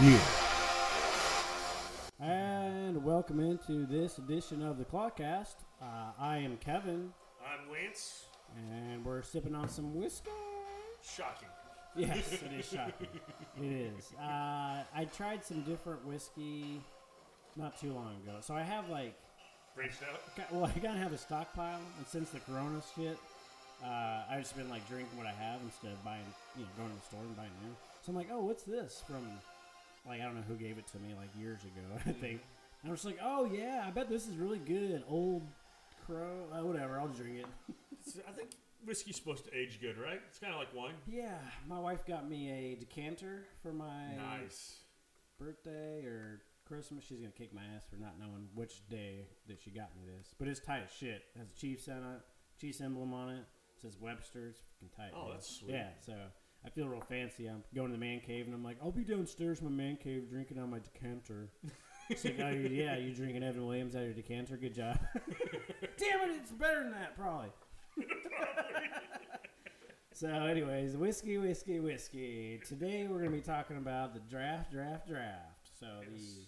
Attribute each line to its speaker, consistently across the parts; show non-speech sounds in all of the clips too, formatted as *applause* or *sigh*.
Speaker 1: You.
Speaker 2: And welcome into this edition of the Clawcast. Uh, I am Kevin,
Speaker 3: I'm Lance.
Speaker 2: and we're sipping on some whiskey.
Speaker 3: Shocking.
Speaker 2: Yes, it is shocking. it is. Uh, I tried some different whiskey not too long ago, so I have like,
Speaker 3: Branched out.
Speaker 2: got- well, I gotta have a stockpile, and since the Corona shit, uh, I've just been like drinking what I have instead of buying, you know, going to the store and buying new. So I'm like, oh, what's this from? Like I don't know who gave it to me like years ago. *laughs* I think. And I'm just like, oh yeah, I bet this is really good. Old Crow, uh, whatever. I'll drink it.
Speaker 3: It's- I think whiskey's supposed to age good, right? It's kind of like wine.
Speaker 2: Yeah, my wife got me a decanter for my
Speaker 3: Nice.
Speaker 2: birthday or Christmas. She's gonna kick my ass for not knowing which day that she got me this, but it's tight as shit. It has a Chiefs on it, Chiefs emblem on it. It says Webster. It's fucking tight.
Speaker 3: Oh,
Speaker 2: man.
Speaker 3: that's sweet.
Speaker 2: Yeah, so I feel real fancy. I'm going to the man cave, and I'm like, I'll be downstairs in my man cave drinking out my
Speaker 3: *laughs*
Speaker 2: decanter. It's like, oh, you- yeah, you drinking Evan Williams out of your decanter? Good job. Damn it, it's better than that,
Speaker 3: *laughs*
Speaker 2: probably. so, anyways, whiskey, whiskey, whiskey. Today we're going to be talking about the draft, draft, draft. So, the
Speaker 3: Yes.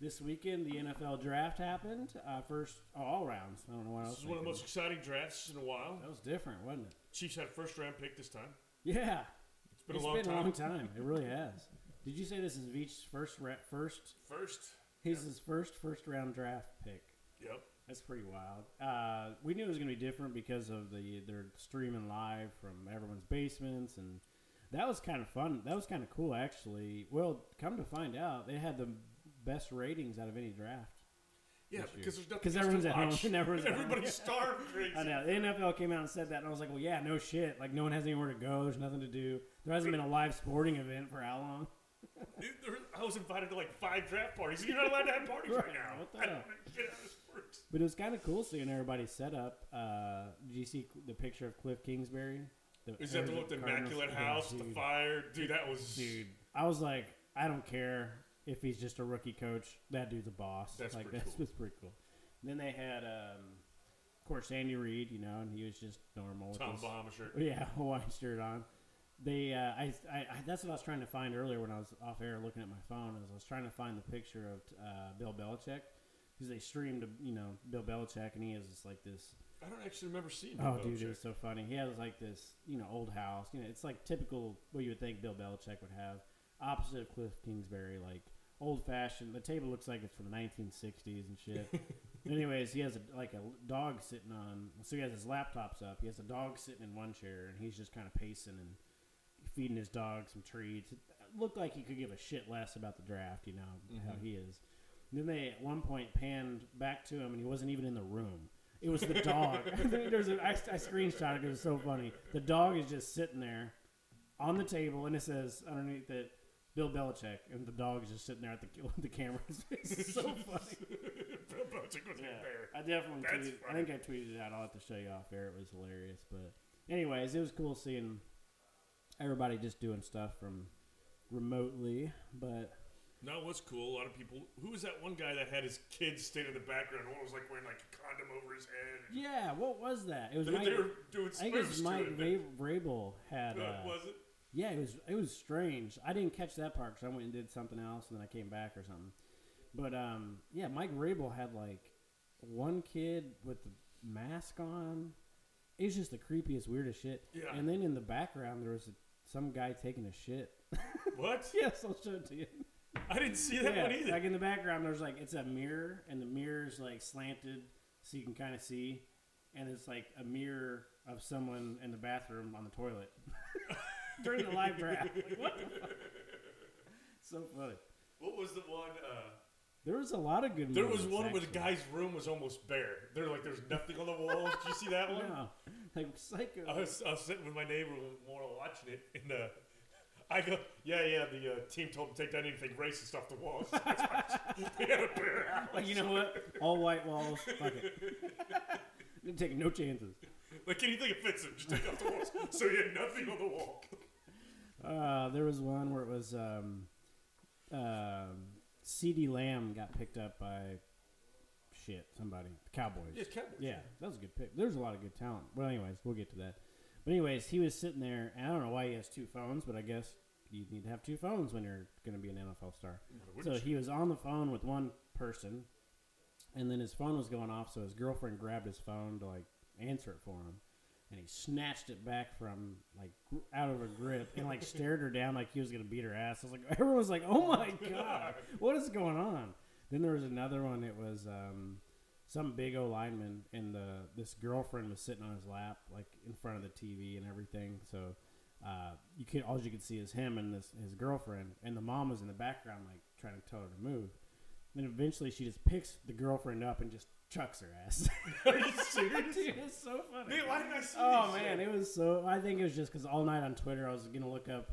Speaker 2: this weekend the NFL draft happened. Uh, first, oh, all rounds. I don't know what
Speaker 3: This
Speaker 2: else.
Speaker 3: is one
Speaker 2: they
Speaker 3: of the most
Speaker 2: did.
Speaker 3: exciting drafts in a while.
Speaker 2: That was different, wasn't it?
Speaker 3: Chiefs had a first round pick this time.
Speaker 2: Yeah,
Speaker 3: It's been a long time.
Speaker 2: time. It really has.
Speaker 3: *laughs*
Speaker 2: Did you say this is Veach's first ra- first?
Speaker 3: First.
Speaker 2: He's his first first round draft pick.
Speaker 3: Yep.
Speaker 2: That's pretty wild. Uh, we knew it was going to be different because of the they're streaming live from everyone's basements, and that was kind of fun. That was kind of cool, actually. Well, come to find out, they had the best ratings out of any draft.
Speaker 3: Yeah,
Speaker 2: This year.
Speaker 3: because there's nothing
Speaker 2: 'Cause
Speaker 3: else
Speaker 2: everyone's
Speaker 3: to
Speaker 2: at home
Speaker 3: watch.
Speaker 2: and
Speaker 3: *laughs*
Speaker 2: everyone's at home.
Speaker 3: Everybody's starved
Speaker 2: *laughs*
Speaker 3: crazy.
Speaker 2: I know the NFL came out and said that, and I was like, "Well, yeah, no shit. Like, no one has anywhere to go. There's nothing to do. There hasn't been a live sporting event for how long?"
Speaker 3: Dude, there- I was invited to like five draft parties. You're not allowed to have parties right,
Speaker 2: Right,
Speaker 3: now.
Speaker 2: what the
Speaker 3: I
Speaker 2: hell?
Speaker 3: don't get how this works.
Speaker 2: But it was kind of cool seeing everybody set up. Uh, did you see the picture of Cliff Kingsbury? The,
Speaker 3: Is that the one with the
Speaker 2: Cardinals-
Speaker 3: immaculate
Speaker 2: yeah,
Speaker 3: house, the
Speaker 2: dude.
Speaker 3: fire? Dude, that was.
Speaker 2: dude. I was like, I don't care if he's just a rookie coach. That dude's a boss.
Speaker 3: That's
Speaker 2: like
Speaker 3: pretty
Speaker 2: that's
Speaker 3: cool.
Speaker 2: was *laughs* pretty cool. then they had, um, of course, Andy Reid. You know, and he was just normal. with
Speaker 3: Tom
Speaker 2: his-
Speaker 3: Bahama shirt.
Speaker 2: *laughs* yeah, Hawaiian shirt on. They, uh, I, I, I, that's what I was trying to find earlier when I was off air looking at my phone. Is I was trying to find the picture of uh, Bill Belichick because they streamed, you know, Bill Belichick, and he has this like this.
Speaker 3: I don't actually remember seeing
Speaker 2: Oh,
Speaker 3: Bill
Speaker 2: dude,
Speaker 3: Belichick.
Speaker 2: it was so funny. He has like this, you know, old house. You know, it's like typical what you would think Bill Belichick would have. Opposite of Cliff Kingsbury, like old fashioned. The table looks like it's from the 1960s and shit. Anyways, he has a, like a dog sitting on. So he has his laptops up. He has a dog sitting in one chair, and he's just kind of pacing and feeding his dog some treats. It looked like he could give a shit less about the draft, you know, how he is. And then they, at one point, panned back to him, and he wasn't even in the room. It was the dog. *laughs* There's a, I, I screenshot it. It was so funny. The dog is just sitting there on the table, and it says underneath it, Bill Belichick, and the dog is just sitting there at the, *laughs* the camera. It's
Speaker 3: *laughs*
Speaker 2: so funny.
Speaker 3: Bill Belichick was
Speaker 2: Yeah,
Speaker 3: there.
Speaker 2: I definitely
Speaker 3: That's
Speaker 2: tweeted. I think I tweeted it out. I'll have to show you off air. It was hilarious. But anyways, it was cool seeing everybody just doing stuff from remotely. But
Speaker 3: No, what's cool? A lot of people. Who was that one guy that had his kids stand in the background? One was like wearing like a condom over his head.
Speaker 2: yeah, what was that? It was
Speaker 3: They,
Speaker 2: Mike,
Speaker 3: they were doing
Speaker 2: I think it
Speaker 3: spoofs
Speaker 2: was
Speaker 3: to
Speaker 2: Mike
Speaker 3: it. *laughs*
Speaker 2: Ra- Vrabel had.
Speaker 3: No,
Speaker 2: Uh,
Speaker 3: it wasn't.
Speaker 2: yeah, it was it was strange. I didn't catch that part because I went and did something else, and then I came back or something. But um, yeah, Mike Vrabel had like one kid with the mask on. It was just the creepiest, weirdest shit.
Speaker 3: Yeah.
Speaker 2: And then in the background, there was some guy taking a shit. *laughs*
Speaker 3: What?
Speaker 2: yes, I'll show it to you.
Speaker 3: I didn't see *laughs* that one either.
Speaker 2: like in the background, there's like it's a mirror, and the mirror's like slanted, so you can kind of see, and it's like a mirror of someone in the bathroom on the toilet *laughs* during the live draft. Like, what? The fuck? So funny.
Speaker 3: what was the one? Uh,
Speaker 2: There was a lot of good.
Speaker 3: there was
Speaker 2: moments,
Speaker 3: one where the
Speaker 2: actually.
Speaker 3: guy's room was almost bare. They're like, there's nothing on the walls. Did you see that
Speaker 2: *laughs*
Speaker 3: one?
Speaker 2: No, like psycho.
Speaker 3: I was, I was sitting with my neighbor while watching it, and uh, I go, "Yeah, yeah." The uh, team told him to take down anything racist off the walls. *laughs* we had a bare house.
Speaker 2: like you know what? All white walls. Fuck it.
Speaker 3: *laughs*
Speaker 2: I'm taking no chances.
Speaker 3: Like anything offensive, just take off the walls. so he had nothing on the wall.
Speaker 2: Uh, there was one where it was um, um, C.D. Lamb got picked up by shit somebody the Cowboys.
Speaker 3: Yes, Cowboys.
Speaker 2: Yeah, that was a good pick. There's a lot of good talent. Well, anyways, we'll get to that. But anyways, he was sitting there, and I don't know why he has two phones, but I guess you need to have two phones when you're going to be an NFL star. So
Speaker 3: Wouldn't you?
Speaker 2: he was on the phone with one person, and then his phone was going off, so his girlfriend grabbed his phone to like answer it for him, and he snatched it back from like gr- out of her grip and like *laughs* stared her down like he was gonna beat her ass. I was like, *laughs* everyone was like, "Oh my god, what is going on?" Then there was another one. It was um, some big O lineman, and the this girlfriend was sitting on his lap, like in front of the TV and everything. So uh, you could all you could see is him and this his girlfriend, and the mom was in the background, like trying to tell her to move. Then eventually she just picks the girlfriend up and just chucks her ass. *laughs*
Speaker 3: Are you serious?
Speaker 2: Dude, it's so funny.
Speaker 3: Dude, why did I see
Speaker 2: Oh
Speaker 3: this shit?
Speaker 2: man, it was so. I think it was just because all night on Twitter I was gonna look up,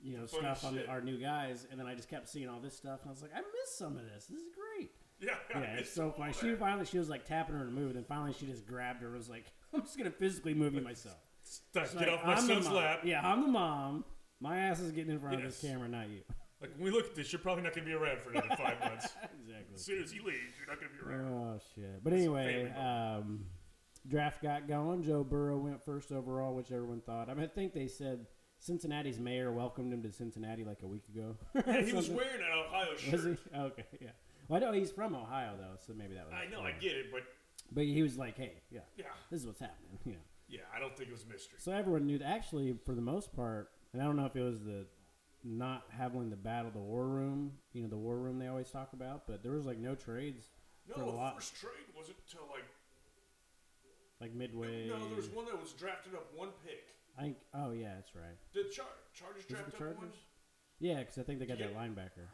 Speaker 2: you know,
Speaker 3: Funny
Speaker 2: stuff on
Speaker 3: shit.
Speaker 2: the, our new guys, and then I just kept seeing all this stuff, and I was like, I missed some of this. This is great.
Speaker 3: *laughs* Yeah,
Speaker 2: Yeah, it's so funny. She finally she was like tapping her to move, and then finally she just grabbed her and was like, *laughs* I'm just gonna physically move you myself.
Speaker 3: Stuck,
Speaker 2: It's
Speaker 3: get
Speaker 2: like,
Speaker 3: off my
Speaker 2: I'm the
Speaker 3: son's
Speaker 2: mom.
Speaker 3: lap.
Speaker 2: Yeah, I'm the mom. My ass is getting in front of this
Speaker 3: Yes.
Speaker 2: camera, not you. *laughs*
Speaker 3: Like when we look at this, you're probably not gonna be around for another five months.
Speaker 2: exactly.
Speaker 3: As soon as he leaves, you're not gonna be around.
Speaker 2: Oh shit! But
Speaker 3: It's
Speaker 2: anyway,
Speaker 3: family
Speaker 2: um, draft got going. Joe Burrow went first overall, which everyone thought. I, mean, I think they said Cincinnati's mayor welcomed him to Cincinnati like a week ago. *laughs*
Speaker 3: Yeah, *laughs* he was
Speaker 2: Something-
Speaker 3: wearing an Ohio shirt.
Speaker 2: Was he? Okay, yeah. Well, I know he's from Ohio though, so maybe that was.
Speaker 3: I know, I
Speaker 2: yeah.
Speaker 3: get it, but
Speaker 2: But he was like, "Hey, yeah,
Speaker 3: yeah,
Speaker 2: this is what's happening." You know.
Speaker 3: yeah, I don't think it was a mystery.
Speaker 2: So everyone knew. That actually, for the most part, and I don't know if it was the not having the battle, the war room. You know, the war room they always talk about, but there was like no trades
Speaker 3: No,
Speaker 2: for a
Speaker 3: the
Speaker 2: lot,
Speaker 3: first trade wasn't till like
Speaker 2: like midway.
Speaker 3: no, there was one that was drafted up one pick.
Speaker 2: I think. Oh yeah, that's right.
Speaker 3: The Char-
Speaker 2: Was
Speaker 3: Chargers
Speaker 2: it
Speaker 3: drafted
Speaker 2: the
Speaker 3: up one.
Speaker 2: Chargers? Yeah, because I think they got that
Speaker 3: Yeah.
Speaker 2: linebacker.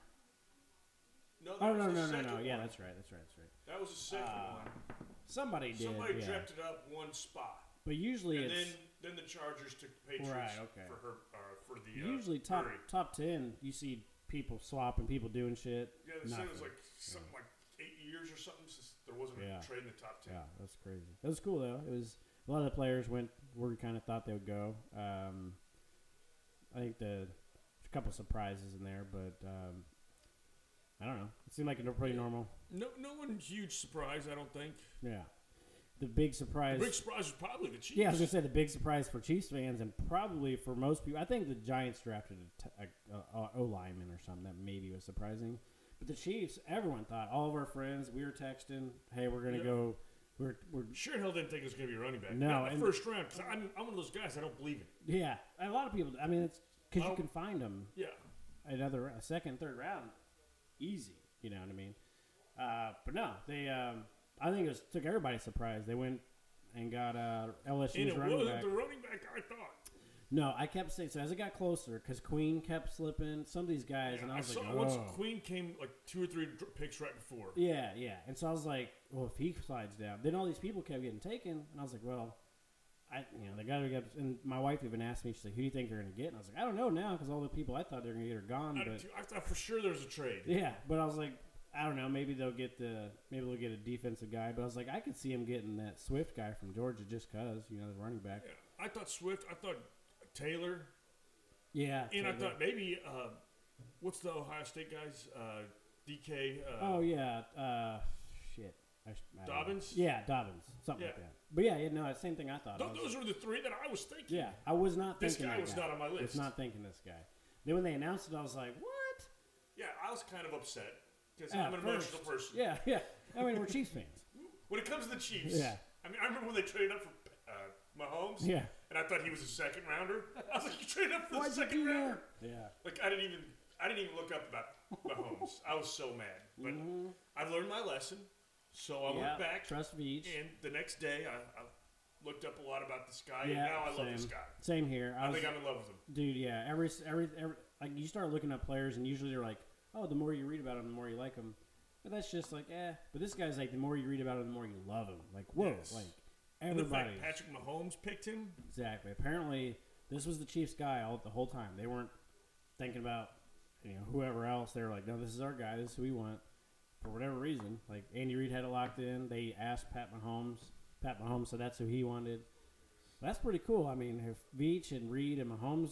Speaker 3: No, that
Speaker 2: Oh
Speaker 3: was
Speaker 2: no
Speaker 3: the
Speaker 2: no no
Speaker 3: second
Speaker 2: no! Yeah,
Speaker 3: one.
Speaker 2: that's right. That's right. That's right.
Speaker 3: that was the second
Speaker 2: Uh,
Speaker 3: one.
Speaker 2: Somebody did.
Speaker 3: Somebody
Speaker 2: yeah.
Speaker 3: drafted up one spot,
Speaker 2: But usually
Speaker 3: and
Speaker 2: it's
Speaker 3: then then the Chargers took the Patriots
Speaker 2: Right, okay.
Speaker 3: for her uh, for the uh,
Speaker 2: usually top
Speaker 3: Murray.
Speaker 2: top ten. You see people swapping, people doing shit.
Speaker 3: Yeah, they said it
Speaker 2: Nothing.
Speaker 3: was like something like eight years or something since there wasn't
Speaker 2: Yeah.
Speaker 3: a trade in the top ten.
Speaker 2: Yeah, that's crazy. It was cool though. It was a lot of the players went where we kind of thought they would go. Um, I think the there's a couple surprises in there, but um, I don't know. It seemed like a pretty normal.
Speaker 3: No, no one huge surprise. I don't think.
Speaker 2: Yeah, the big surprise.
Speaker 3: Big surprise is probably the Chiefs.
Speaker 2: Yeah, I was gonna say the big surprise for Chiefs fans and probably for most people. I think the Giants drafted a, t- a, a- a O lineman or something that maybe was surprising, but the Chiefs, everyone thought. All of our friends, we were texting, "Hey, we're gonna
Speaker 3: Yeah.
Speaker 2: go. We're we're
Speaker 3: Sure, hell didn't think it was going to be a running back.
Speaker 2: No,
Speaker 3: Not in
Speaker 2: and-
Speaker 3: the first round. Cause I'm, I'm one of those guys I don't believe in.
Speaker 2: yeah." A lot of people. I mean, it's because you
Speaker 3: Well-
Speaker 2: can find them
Speaker 3: Yeah,
Speaker 2: another a second, third round, easy. You know what I mean? Uh, but no, they. Um, I think it was, took everybody by surprise. They went and got uh,
Speaker 3: and
Speaker 2: LSU's
Speaker 3: it
Speaker 2: running
Speaker 3: wasn't
Speaker 2: back.
Speaker 3: the running back I thought.
Speaker 2: No, I kept saying so as it got closer because Queen kept slipping. Some of these guys, and I
Speaker 3: I
Speaker 2: was
Speaker 3: saw
Speaker 2: like, oh.
Speaker 3: it once
Speaker 2: "Whoa."
Speaker 3: Queen came like two or three dr- picks right before.
Speaker 2: yeah, yeah. And so I was like, well, if he slides down, then all these people kept getting taken, and I was like, well, I, you know, they got to get. And my wife even asked me, she's like, who do you think you're gonna get? And I was like, I don't know now because all the people I thought they were gonna get are gone.
Speaker 3: I,
Speaker 2: But
Speaker 3: I thought for sure there was a trade.
Speaker 2: yeah, but I was like, I don't know. Maybe they'll get the maybe they'll get a defensive guy. But I was like, I could see him getting that Swift guy from Georgia just cause you know the running back.
Speaker 3: Yeah. I thought Swift. I thought Taylor.
Speaker 2: Yeah,
Speaker 3: And I
Speaker 2: Taylor.
Speaker 3: thought maybe uh, what's the Ohio State guys? Uh, DK. Uh,
Speaker 2: Oh yeah, uh, shit. I sh- I don't know.
Speaker 3: Dobbins?
Speaker 2: Yeah, Dobbins. Something like
Speaker 3: Yeah.
Speaker 2: that. But yeah, yeah, no, same thing I thought. I
Speaker 3: th-
Speaker 2: was-
Speaker 3: those were the three that I was thinking.
Speaker 2: yeah, I was not
Speaker 3: This
Speaker 2: thinking
Speaker 3: guy
Speaker 2: that
Speaker 3: was
Speaker 2: guy.
Speaker 3: not on my list.
Speaker 2: Was not thinking this guy. Then when they announced it, I was like, what?
Speaker 3: Yeah, I was kind of upset because
Speaker 2: At
Speaker 3: I'm an
Speaker 2: first.
Speaker 3: emotional person.
Speaker 2: Yeah, yeah. I mean, we're Chiefs fans.
Speaker 3: When it comes to *laughs* the Chiefs,
Speaker 2: Yeah.
Speaker 3: I mean, I remember when they traded up for uh, Mahomes.
Speaker 2: Yeah.
Speaker 3: And I thought he was a second rounder. I was like, you traded up for
Speaker 2: Why'd
Speaker 3: the
Speaker 2: you
Speaker 3: second
Speaker 2: do
Speaker 3: rounder.
Speaker 2: that? Yeah.
Speaker 3: Like I didn't even I didn't even look up
Speaker 2: *laughs*
Speaker 3: about Mahomes. I was so mad. But I learned my lesson. So I
Speaker 2: Mm-hmm. yeah.
Speaker 3: went back
Speaker 2: Trust Veach.
Speaker 3: and the next day I, I looked up a lot about this guy and
Speaker 2: Yeah,
Speaker 3: now I love this
Speaker 2: same.
Speaker 3: guy.
Speaker 2: Same here. I
Speaker 3: I
Speaker 2: was,
Speaker 3: think I'm in love with him.
Speaker 2: dude. Yeah, every, every every like you start looking up players, and usually they're like, oh, the more you read about them, the more you like them. But that's just like, eh. But this guy's like, the more you read about him, the more you love him. Like, whoa,
Speaker 3: Yes.
Speaker 2: like
Speaker 3: And the fact
Speaker 2: everybody.
Speaker 3: Patrick Mahomes picked him.
Speaker 2: Exactly. Apparently, this was the Chiefs guy all the whole time. They weren't thinking about you know whoever else. They were like, no, this is our guy. This is who we want. For whatever reason, like Andy Reid had it locked in. They asked Pat Mahomes. Pat Mahomes said that's who he wanted. That's pretty cool. I mean, if Veach and Reid and Mahomes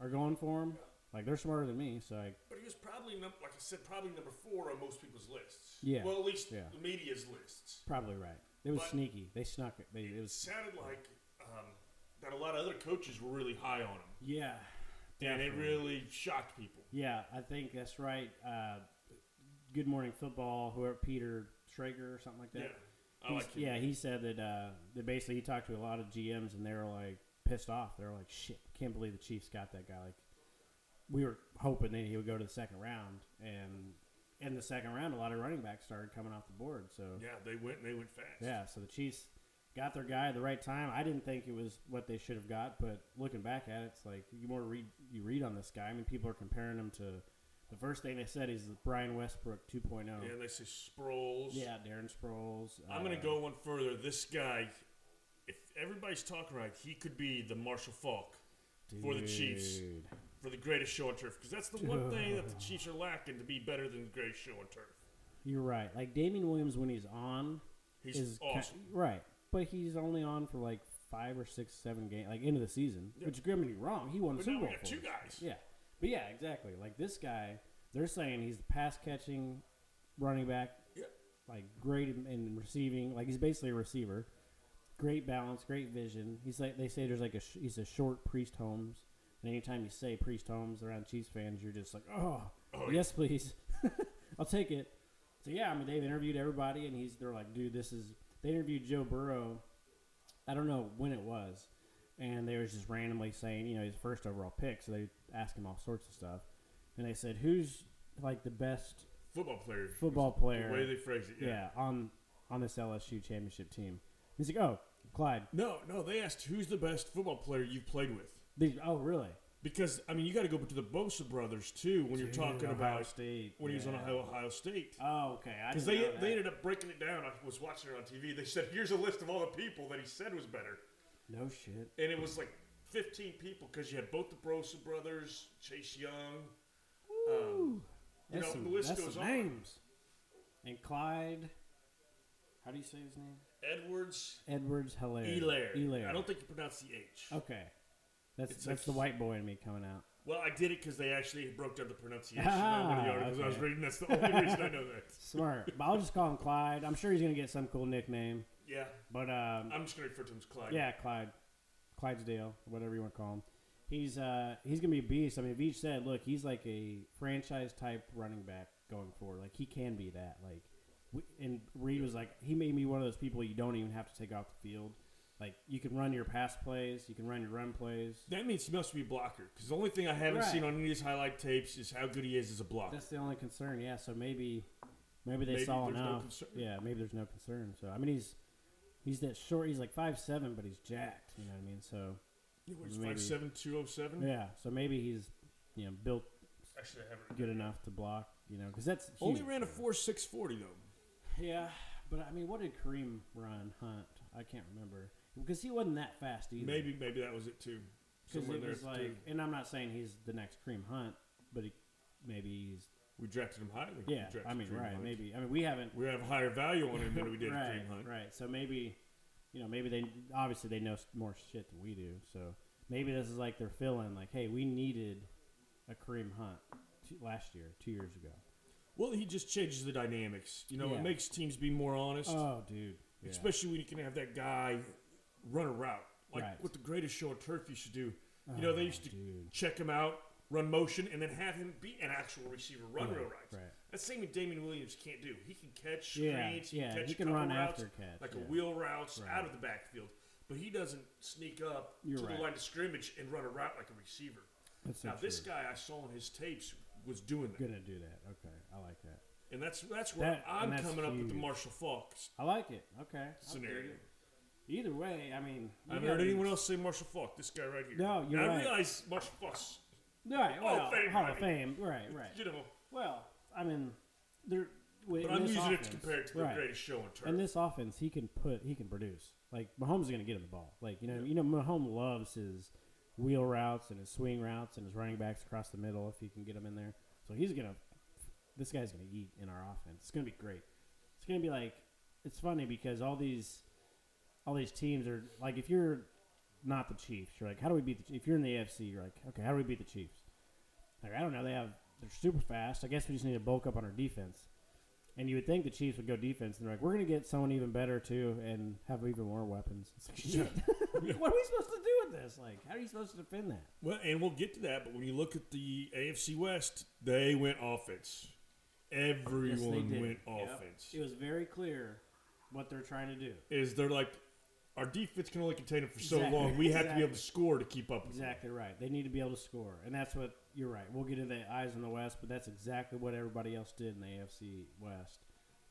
Speaker 2: are going for him, like they're smarter than me. So like,
Speaker 3: But he was probably num- like I said, probably number four on most people's lists.
Speaker 2: Yeah.
Speaker 3: Well at least
Speaker 2: Yeah.
Speaker 3: the media's lists.
Speaker 2: probably right. It was
Speaker 3: But-
Speaker 2: sneaky. They snuck it. They, it
Speaker 3: It
Speaker 2: was
Speaker 3: sounded like um, that a lot of other coaches were really high on him.
Speaker 2: yeah.
Speaker 3: and it
Speaker 2: Definitely.
Speaker 3: really shocked people.
Speaker 2: Yeah, I think that's right. Uh, Good Morning Football, whoever Peter Schrager or something like that.
Speaker 3: Yeah, I
Speaker 2: He's-
Speaker 3: like it.
Speaker 2: yeah, he said that uh, that basically he talked to a lot of GMs and they were like pissed off. They were like, "Shit, can't believe the Chiefs got that guy." Like, we were hoping that he would go to the second round, and in the second round, a lot of running backs started coming off the board. So
Speaker 3: Yeah, they went. They went fast.
Speaker 2: yeah, so the Chiefs got their guy at the right time. I didn't think it was what they should have got, but looking back at it, it's like you more read you read on this guy. I mean, people are comparing him to the first thing they said is Brian Westbrook 2.0.
Speaker 3: Yeah, they say Sproles.
Speaker 2: Yeah, Darren Sproles.
Speaker 3: I'm gonna
Speaker 2: uh,
Speaker 3: go one further. This guy, if everybody's talking right, he could be the Marshall Falk for the Chiefs
Speaker 2: Uh, dude.
Speaker 3: for the greatest show on turf because that's the one thing that the Chiefs are lacking to be better than the greatest show on turf.
Speaker 2: You're right. Like Damien Williams when he's on
Speaker 3: He's
Speaker 2: is ki-
Speaker 3: awesome.
Speaker 2: right, but he's only on for like five or six, seven games, like end of the season. Which don't get me wrong, he won the
Speaker 3: But
Speaker 2: Super
Speaker 3: now we
Speaker 2: Bowl.
Speaker 3: got
Speaker 2: for
Speaker 3: two
Speaker 2: us.
Speaker 3: guys.
Speaker 2: Yeah, but yeah, exactly. Like this guy, they're saying he's the pass catching running back,
Speaker 3: Yeah.
Speaker 2: like great in, in receiving. Like he's basically a receiver. Great balance, great vision. He's like they say there's like a sh- he's a short Priest Holmes. And anytime you say Priest Holmes around Chiefs fans, you're just like, oh,
Speaker 3: Oh,
Speaker 2: yes, please, *laughs* I'll take it. So yeah, I mean they've interviewed everybody, and he's they're like, dude, this is. They interviewed Joe Burrow. I don't know when it was, and they was just randomly saying, you know, he's the first overall pick, so they asked him all sorts of stuff, and they said, who's like the best
Speaker 3: Football player.
Speaker 2: football player?
Speaker 3: The way they phrase it. Yeah.
Speaker 2: yeah, on on this LSU championship team. He's like, oh, Clyde.
Speaker 3: No, no. They asked who's the best football player you've played with.
Speaker 2: These, oh, really?
Speaker 3: Because I mean, you got to go to the Bosa brothers too when you're
Speaker 2: Dude,
Speaker 3: talking
Speaker 2: Ohio
Speaker 3: about
Speaker 2: State,
Speaker 3: when he was on
Speaker 2: yeah.
Speaker 3: Ohio, Ohio State.
Speaker 2: Oh, okay. I
Speaker 3: Because
Speaker 2: didn't
Speaker 3: they,
Speaker 2: know that.
Speaker 3: they ended up breaking it down. I was watching it on TV. They said, here's a list of all the people that he said was better.
Speaker 2: no shit.
Speaker 3: And it was like 15 people because you had both the Brosa brothers, Chase Young.
Speaker 2: Ooh,
Speaker 3: you
Speaker 2: that's
Speaker 3: know,
Speaker 2: some,
Speaker 3: the list
Speaker 2: that's
Speaker 3: goes
Speaker 2: some
Speaker 3: on.
Speaker 2: names. And Clyde. How do you say his name?
Speaker 3: Edwards,
Speaker 2: Edwards Hilaire.
Speaker 3: Elair.
Speaker 2: Hilaire.
Speaker 3: I don't think you pronounce the H.
Speaker 2: Okay. That's
Speaker 3: It's
Speaker 2: that's
Speaker 3: like-
Speaker 2: the white boy in me coming out.
Speaker 3: Well, I did it because they actually broke down
Speaker 2: *laughs*
Speaker 3: the pronunciation on one of
Speaker 2: Ah,
Speaker 3: the articles I was
Speaker 2: okay.
Speaker 3: reading. That's the only reason I know
Speaker 2: *laughs*
Speaker 3: that.
Speaker 2: Smart. but I'll just call him Clyde. I'm sure he's gonna get some cool nickname.
Speaker 3: Yeah.
Speaker 2: But um,
Speaker 3: I'm just going to refer to him as Clyde.
Speaker 2: yeah, Clyde, Clydesdale, whatever you want to call him. He's uh he's gonna be a beast. I mean, Veach said, look, he's like a franchise type running back going forward. Like he can be that. Like, we, and Reed was like, he made me one of those people you don't even have to take off the field. Like you can run your pass plays, you can run your run plays.
Speaker 3: That means he must be a blocker because the only thing I haven't
Speaker 2: Right.
Speaker 3: seen on any of his highlight tapes is how good he is as a blocker.
Speaker 2: That's the only concern, yeah. So maybe, maybe they
Speaker 3: Maybe
Speaker 2: saw
Speaker 3: there's no
Speaker 2: enough.
Speaker 3: concern.
Speaker 2: yeah, maybe there's no concern. So I mean, he's he's that short. He's like five seven, but he's jacked. You know what I mean? So
Speaker 3: He weighs
Speaker 2: Maybe.
Speaker 3: 5'7", 207.
Speaker 2: yeah, so maybe he's you know built
Speaker 3: Actually, I haven't.
Speaker 2: good enough to block. You know, because that's huge.
Speaker 3: Only ran a four six forty though.
Speaker 2: Yeah, but I mean, what did Kareem run? Hunt? I can't remember because he wasn't that fast either.
Speaker 3: Maybe maybe that was it too.
Speaker 2: because
Speaker 3: Somewhere
Speaker 2: it
Speaker 3: there
Speaker 2: was
Speaker 3: too.
Speaker 2: like, and I'm not saying he's the next Kareem Hunt, but he, maybe he's
Speaker 3: we drafted him highly. We
Speaker 2: yeah. I
Speaker 3: drafted
Speaker 2: mean,
Speaker 3: Kareem
Speaker 2: right?
Speaker 3: Hunt.
Speaker 2: Maybe I mean we haven't
Speaker 3: we have a higher value on him than
Speaker 2: *laughs*
Speaker 3: we did
Speaker 2: right,
Speaker 3: Dream Hunt.
Speaker 2: Right. So maybe, you know, maybe they obviously they know s- more shit than we do. So maybe this is like they're feeling like, hey, we needed a Kareem Hunt t- last year, two years ago.
Speaker 3: Well, he just changes the dynamics. You know,
Speaker 2: Yeah.
Speaker 3: it makes teams be more honest,
Speaker 2: Oh, dude. Yeah.
Speaker 3: especially when you can have that guy run a route. Like
Speaker 2: Right. Oh,
Speaker 3: what the greatest show on turf you should do. You know, they used to
Speaker 2: dude.
Speaker 3: check him out, run motion, and then have him be an actual receiver, run
Speaker 2: Yeah,
Speaker 3: real routes.
Speaker 2: right.
Speaker 3: That's the same thing Damien Williams can't do. He can catch
Speaker 2: Yeah,
Speaker 3: screens,
Speaker 2: yeah,
Speaker 3: he can catch
Speaker 2: he
Speaker 3: a
Speaker 2: can
Speaker 3: couple
Speaker 2: run
Speaker 3: routes,
Speaker 2: after catch,
Speaker 3: like
Speaker 2: yeah.
Speaker 3: a wheel routes
Speaker 2: Right.
Speaker 3: out of the backfield, but he doesn't sneak up
Speaker 2: You're
Speaker 3: to
Speaker 2: right.
Speaker 3: the line of scrimmage and run a route like a receiver.
Speaker 2: That's so
Speaker 3: now this
Speaker 2: true.
Speaker 3: guy I saw on his tapes was doing that,
Speaker 2: gonna do that. Okay, I like that.
Speaker 3: and that's that's where
Speaker 2: That-
Speaker 3: I'm
Speaker 2: and that's
Speaker 3: coming up with the
Speaker 2: huge.
Speaker 3: Marshall Falk s-
Speaker 2: I like it. Okay. I'll dig
Speaker 3: scenario.
Speaker 2: it. Either way, I mean, you
Speaker 3: I haven't heard
Speaker 2: gotta-
Speaker 3: anyone else say Marshall Falk. This guy right here.
Speaker 2: No, you're
Speaker 3: Now, I
Speaker 2: right.
Speaker 3: realize Marshall Falk's,
Speaker 2: Right.
Speaker 3: Hall of
Speaker 2: Well,
Speaker 3: Fame,
Speaker 2: Hall
Speaker 3: I
Speaker 2: of Fame. Right.
Speaker 3: you
Speaker 2: Right.
Speaker 3: know,
Speaker 2: Well, I mean, they're. But
Speaker 3: but I'm using it to compare it to the greatest show on turf.
Speaker 2: And this offense, he can put, he can produce. Like Mahomes is going to get him the ball. Like you know, you know, Mahomes loves his wheel routes and his swing routes and his running backs across the middle if he can get them in there. So he's going to, this guy's going to eat in our offense. It's going to be great. It's going to be like, it's funny because all these, all these teams are like, if you're not the Chiefs, you're like, how do we beat the? If you're in the AFC, you're like, okay, how do we beat the Chiefs? Like I don't know, they have they're super fast. I guess we just need to bulk up on our defense. And you would think the Chiefs would go defense, and they're like, "We're going to get someone even better too, and have even more weapons." It's like, shit. *laughs* what are we supposed to do with this? Like, how are you supposed to defend that?
Speaker 3: Well, and we'll get to that, but when you look at the AFC West, they went offense. Everyone
Speaker 2: did.
Speaker 3: went
Speaker 2: Yep.
Speaker 3: offense.
Speaker 2: It was very clear what they're trying to do.
Speaker 3: Is they're like, our defense can only contain it for so
Speaker 2: Exactly.
Speaker 3: long. We have to be able
Speaker 2: Exactly.
Speaker 3: to score to keep up. with them.
Speaker 2: Exactly right. They need to be able to score, and that's what you're right. We'll get into the eyes on the West, but that's exactly what everybody else did in the AFC West.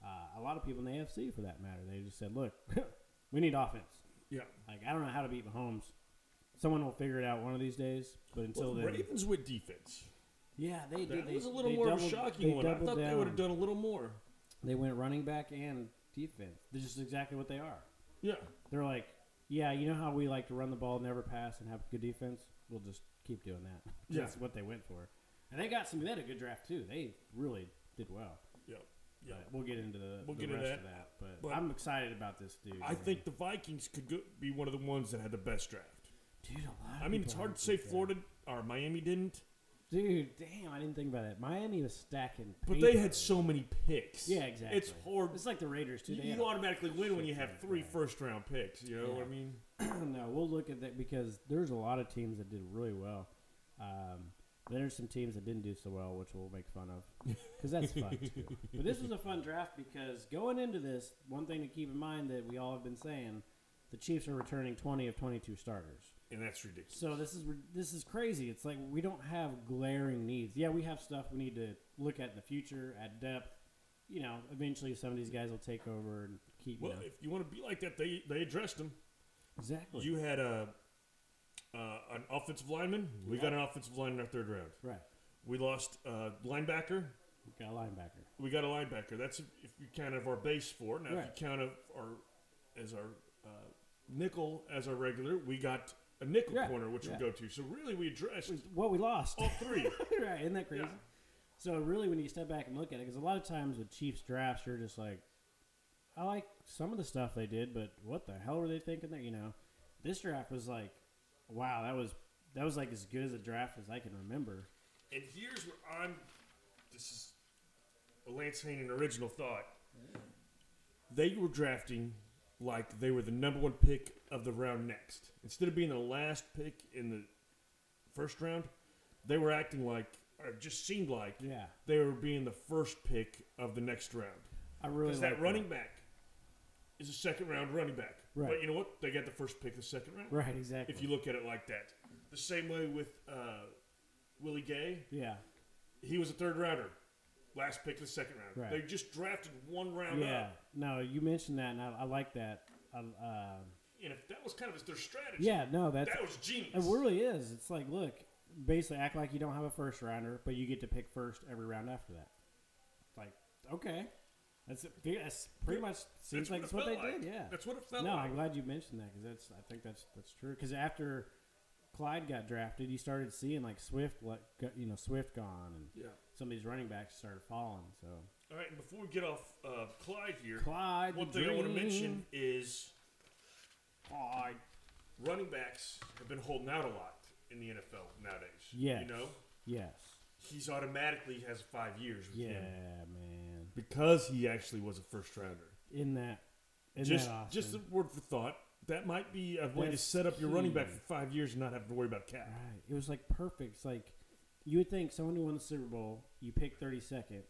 Speaker 2: Uh, a lot of people in the AFC, for that matter, they just said, "Look, *laughs* we need offense.
Speaker 3: Yeah.
Speaker 2: Like, I don't know how to beat Mahomes. Someone will figure it out one of these days, but until
Speaker 3: Well, the
Speaker 2: then,
Speaker 3: Ravens went defense.
Speaker 2: yeah, they did.
Speaker 3: That
Speaker 2: They,
Speaker 3: was a little
Speaker 2: they
Speaker 3: more of a
Speaker 2: doubled-
Speaker 3: shocking
Speaker 2: they
Speaker 3: one. I
Speaker 2: doubled
Speaker 3: thought they
Speaker 2: down.
Speaker 3: would have done a little more.
Speaker 2: They went running back and defense. This is exactly what they are.
Speaker 3: Yeah.
Speaker 2: They're like, yeah, you know how we like to run the ball, never pass, and have good defense. We'll just keep doing that.
Speaker 3: Yeah.
Speaker 2: That's what they went for, and they got some. They had a good draft too. They really did well.
Speaker 3: Yeah. Yeah.
Speaker 2: But we'll get into the,
Speaker 3: We'll
Speaker 2: the
Speaker 3: get into
Speaker 2: rest
Speaker 3: that.
Speaker 2: of that. But,
Speaker 3: But-
Speaker 2: I'm excited about this dude.
Speaker 3: I
Speaker 2: man.
Speaker 3: think the Vikings could go, be one of the ones that had the best draft.
Speaker 2: dude. A lot. of
Speaker 3: I mean,
Speaker 2: people
Speaker 3: it's hard
Speaker 2: aren't
Speaker 3: to say
Speaker 2: good there.
Speaker 3: Florida or Miami didn't,
Speaker 2: Dude, damn! I didn't think about that. Miami was stacking,
Speaker 3: but they
Speaker 2: paper.
Speaker 3: had so many picks.
Speaker 2: Yeah, exactly.
Speaker 3: It's hard.
Speaker 2: It's like the Raiders too.
Speaker 3: you
Speaker 2: They had
Speaker 3: you
Speaker 2: a-
Speaker 3: automatically win when you
Speaker 2: shit
Speaker 3: have
Speaker 2: ton of
Speaker 3: three
Speaker 2: guys.
Speaker 3: first round picks. You know
Speaker 2: Yeah.
Speaker 3: what I mean?
Speaker 2: *clears throat* no, we'll look at that because there's a lot of teams that did really well. Um, there's some teams that didn't do so well, which we'll make fun of *laughs* because that's fun too. But this was a fun draft because going into this, one thing to keep in mind that we all have been saying, the Chiefs are returning 20 of 22 starters.
Speaker 3: And that's ridiculous.
Speaker 2: So this is this is crazy. It's like we don't have glaring needs. Yeah, we have stuff we need to look at in the future, at depth. You know, eventually some of these guys will take over and keep. you
Speaker 3: Well,
Speaker 2: know.
Speaker 3: if you want to be like that, they they addressed them.
Speaker 2: exactly.
Speaker 3: You had a uh, an offensive lineman. We got an offensive lineman in our third round.
Speaker 2: right.
Speaker 3: We lost uh, linebacker.
Speaker 2: We got a linebacker.
Speaker 3: We got a linebacker. That's if, if you count of our base four. Now,
Speaker 2: Right.
Speaker 3: if you count of our as our uh, nickel as our regular, we got a nickel
Speaker 2: Yeah,
Speaker 3: corner, which
Speaker 2: yeah.
Speaker 3: we go to. So really, we addressed
Speaker 2: What we lost.
Speaker 3: all three.
Speaker 2: *laughs* right, isn't that crazy?
Speaker 3: Oh. Yeah.
Speaker 2: So really, when you step back and look at it, because a lot of times with Chiefs drafts, you're just like, I like some of the stuff they did, but what the hell were they thinking there? You know, this draft was like, wow, that was that was like as good as a draft as I can remember.
Speaker 3: and here's where I'm. This is a Lance Hayden original thought. They were drafting like they were the number one pick of the round next. Instead of being the last pick in the first round, they were acting like, or it just seemed like,
Speaker 2: Yeah,
Speaker 3: they were being the first pick of the next round.
Speaker 2: I really
Speaker 3: Because
Speaker 2: like
Speaker 3: that running back is a second round running back.
Speaker 2: Right.
Speaker 3: But you know what? They got the first pick of the second round.
Speaker 2: Right, exactly.
Speaker 3: If you look at it like that. The same way with uh, Willie Gay.
Speaker 2: yeah,
Speaker 3: He was a third rounder. Last pick of the second round.
Speaker 2: Right.
Speaker 3: They just drafted one round
Speaker 2: yeah.
Speaker 3: up.
Speaker 2: No, you mentioned that, and I, I like that. I, uh,
Speaker 3: And if that was kind of their strategy.
Speaker 2: yeah, no, that's
Speaker 3: That was genius.
Speaker 2: It really is. It's like, look, basically act like you don't have a first rounder, but you get to pick first every round after that. It's like, okay. That's, that's pretty much seems
Speaker 3: That's
Speaker 2: like
Speaker 3: it
Speaker 2: it's what they
Speaker 3: felt like.
Speaker 2: did, yeah.
Speaker 3: That's what it felt
Speaker 2: no,
Speaker 3: like.
Speaker 2: I'm glad you mentioned that because that's I think that's that's true. Because after Clyde got drafted, you started seeing like Swift, like go- you know Swift gone, and
Speaker 3: Yeah.
Speaker 2: some of these running backs started falling. So
Speaker 3: All right, and before we get off uh, Clyde here,
Speaker 2: Clyde, the
Speaker 3: one thing I want to
Speaker 2: dream.
Speaker 3: mention is uh,
Speaker 2: Clyde,
Speaker 3: running backs have been holding out a lot in the NFL nowadays.
Speaker 2: yes,
Speaker 3: You know,
Speaker 2: yes,
Speaker 3: he's automatically has five years with
Speaker 2: yeah,
Speaker 3: him
Speaker 2: man.
Speaker 3: because he actually was a first rounder.
Speaker 2: In that, in
Speaker 3: just,
Speaker 2: that Austin.
Speaker 3: just a word for thought. That might be a way to
Speaker 2: That's
Speaker 3: set up your running back
Speaker 2: key.
Speaker 3: for five years and not have to worry about cap.
Speaker 2: Right. It was like perfect. It's like you would think someone who won the Super Bowl, you pick thirty second.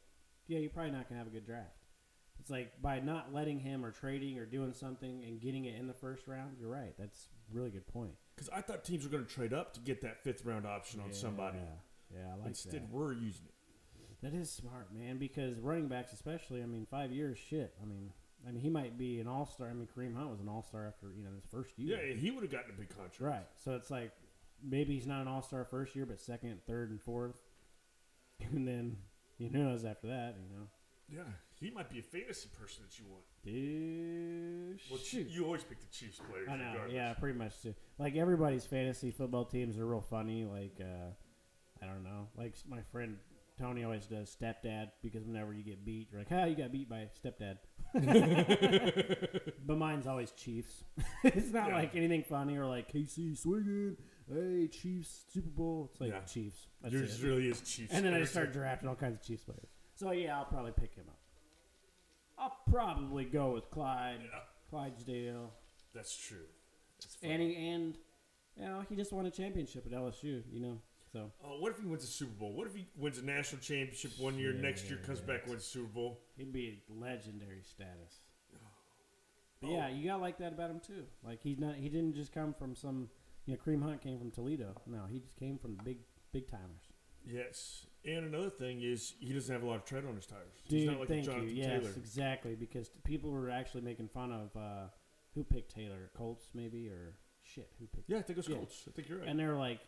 Speaker 2: Yeah, you're probably not gonna have a good draft. It's like by not letting him or trading or doing something and getting it in the first round. You're right. That's a really good point.
Speaker 3: Because I thought teams were going to trade up to get that fifth round option on somebody.
Speaker 2: Yeah, yeah I like
Speaker 3: Instead, we're using it.
Speaker 2: that. That is smart, man. Because running backs, especially, I mean, five years, shit. I mean, I mean, he might be an all star. I mean, Kareem Hunt was an all star after you know his first year.
Speaker 3: Yeah, he would have gotten a big contract.
Speaker 2: Right. So it's like maybe he's not an all star first year, but second, third, and fourth. *laughs* And then you know knows after that, you know.
Speaker 3: Yeah, he might be a fantasy person that you want.
Speaker 2: Dude,
Speaker 3: Well,
Speaker 2: shoot.
Speaker 3: you always pick the Chiefs players.
Speaker 2: I know.
Speaker 3: regardless.
Speaker 2: Yeah, pretty much. Too. Like everybody's fantasy football teams are real funny. Like, uh, I don't know. Like my friend Tony always does stepdad because whenever you get beat, you're like, ah, you got beat by
Speaker 3: *laughs*
Speaker 2: stepdad. but mine's always Chiefs. *laughs* it's not
Speaker 3: Yeah.
Speaker 2: like anything funny or like KC swinging. Hey, Chiefs Super Bowl. It's like
Speaker 3: Yeah.
Speaker 2: Chiefs. That's
Speaker 3: Yours
Speaker 2: it.
Speaker 3: really is Chiefs.
Speaker 2: And then I
Speaker 3: players.
Speaker 2: just start drafting all kinds of Chiefs players. So yeah, I'll probably pick him up. I'll probably go with Clyde, Clydesdale,
Speaker 3: That's true. That's funny.
Speaker 2: and he, and you know he just won a championship at LSU. You know, so
Speaker 3: Oh, what if he wins a Super Bowl? What if he wins a national championship one year, next year comes back, wins a Super Bowl?
Speaker 2: he'd be legendary status. But Yeah, you got like that about him too. Like he's not he didn't just come from some you know Cream Hunt came from Toledo. No, he just came from the big big timers.
Speaker 3: Yes. And another thing is he doesn't have a lot of tread on his tires. He's
Speaker 2: Dude,
Speaker 3: not like a
Speaker 2: thank
Speaker 3: Jonathan
Speaker 2: you. Yes,
Speaker 3: Taylor.
Speaker 2: exactly. Because t- people were actually making fun of uh, who picked Taylor, Colts maybe, or shit, who picked?
Speaker 3: Yeah, I think it was
Speaker 2: Yeah.
Speaker 3: Colts. I think you're right.
Speaker 2: And they're like,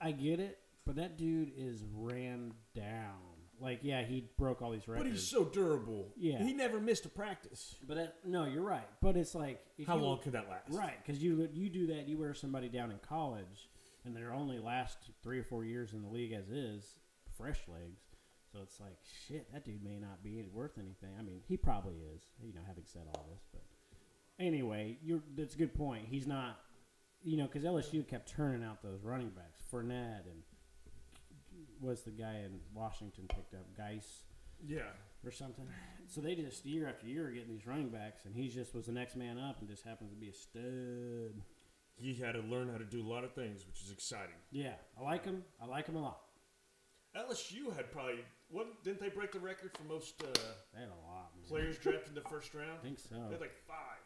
Speaker 2: I get it, but that dude is ran down. Like, yeah, he broke all these records.
Speaker 3: but he's so durable.
Speaker 2: Yeah.
Speaker 3: He never missed a practice.
Speaker 2: But that, no, you're right. But it's like if
Speaker 3: How
Speaker 2: you-
Speaker 3: long could that last?
Speaker 2: Right, because you you do that, you wear somebody down in college, and their only last three or four years in the league as is fresh legs. So it's like shit. That dude may not be worth anything. I mean, he probably is. You know, having said all this, but anyway, you're that's a good point. He's not. You know, because LSU kept turning out those running backs, Fournette, and was the guy in Washington picked up Geis
Speaker 3: Yeah.
Speaker 2: or something. So they just year after year are getting these running backs, and he just was the next man up, and just happens to be a stud.
Speaker 3: He had to learn how to do a lot of things, which is exciting.
Speaker 2: Yeah, I like him. I like him a lot.
Speaker 3: LSU had probably what didn't they break the record for most uh,
Speaker 2: They had a lot. Man.
Speaker 3: players drafted in the first round?
Speaker 2: I think
Speaker 3: They had
Speaker 2: so.
Speaker 3: like five.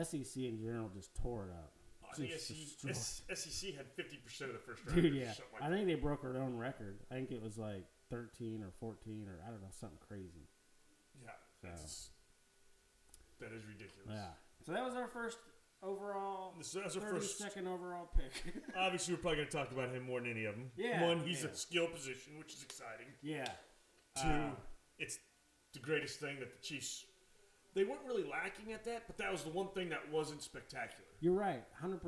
Speaker 3: Uh,
Speaker 2: SEC in general just tore it up.
Speaker 3: I think
Speaker 2: Just
Speaker 3: SEC,
Speaker 2: destroyed. *laughs*
Speaker 3: SEC E had fifty percent of the first round.
Speaker 2: Dude, yeah.
Speaker 3: Something like
Speaker 2: I think they broke their own record. I think it was like 13 or 14 or I don't know, something crazy.
Speaker 3: Yeah, that's that is ridiculous.
Speaker 2: Yeah. So that was our first overall,
Speaker 3: This, that's our first.
Speaker 2: 32nd overall pick. *laughs*
Speaker 3: Obviously, we're probably going to talk about him more than any of them.
Speaker 2: Yeah,
Speaker 3: One, he's
Speaker 2: yeah.
Speaker 3: a skill position, which is exciting.
Speaker 2: yeah.
Speaker 3: Two,
Speaker 2: Uh,
Speaker 3: it's the greatest thing that the Chiefs. They weren't really lacking at that, but that was the one thing that wasn't spectacular.
Speaker 2: You're right, 100%.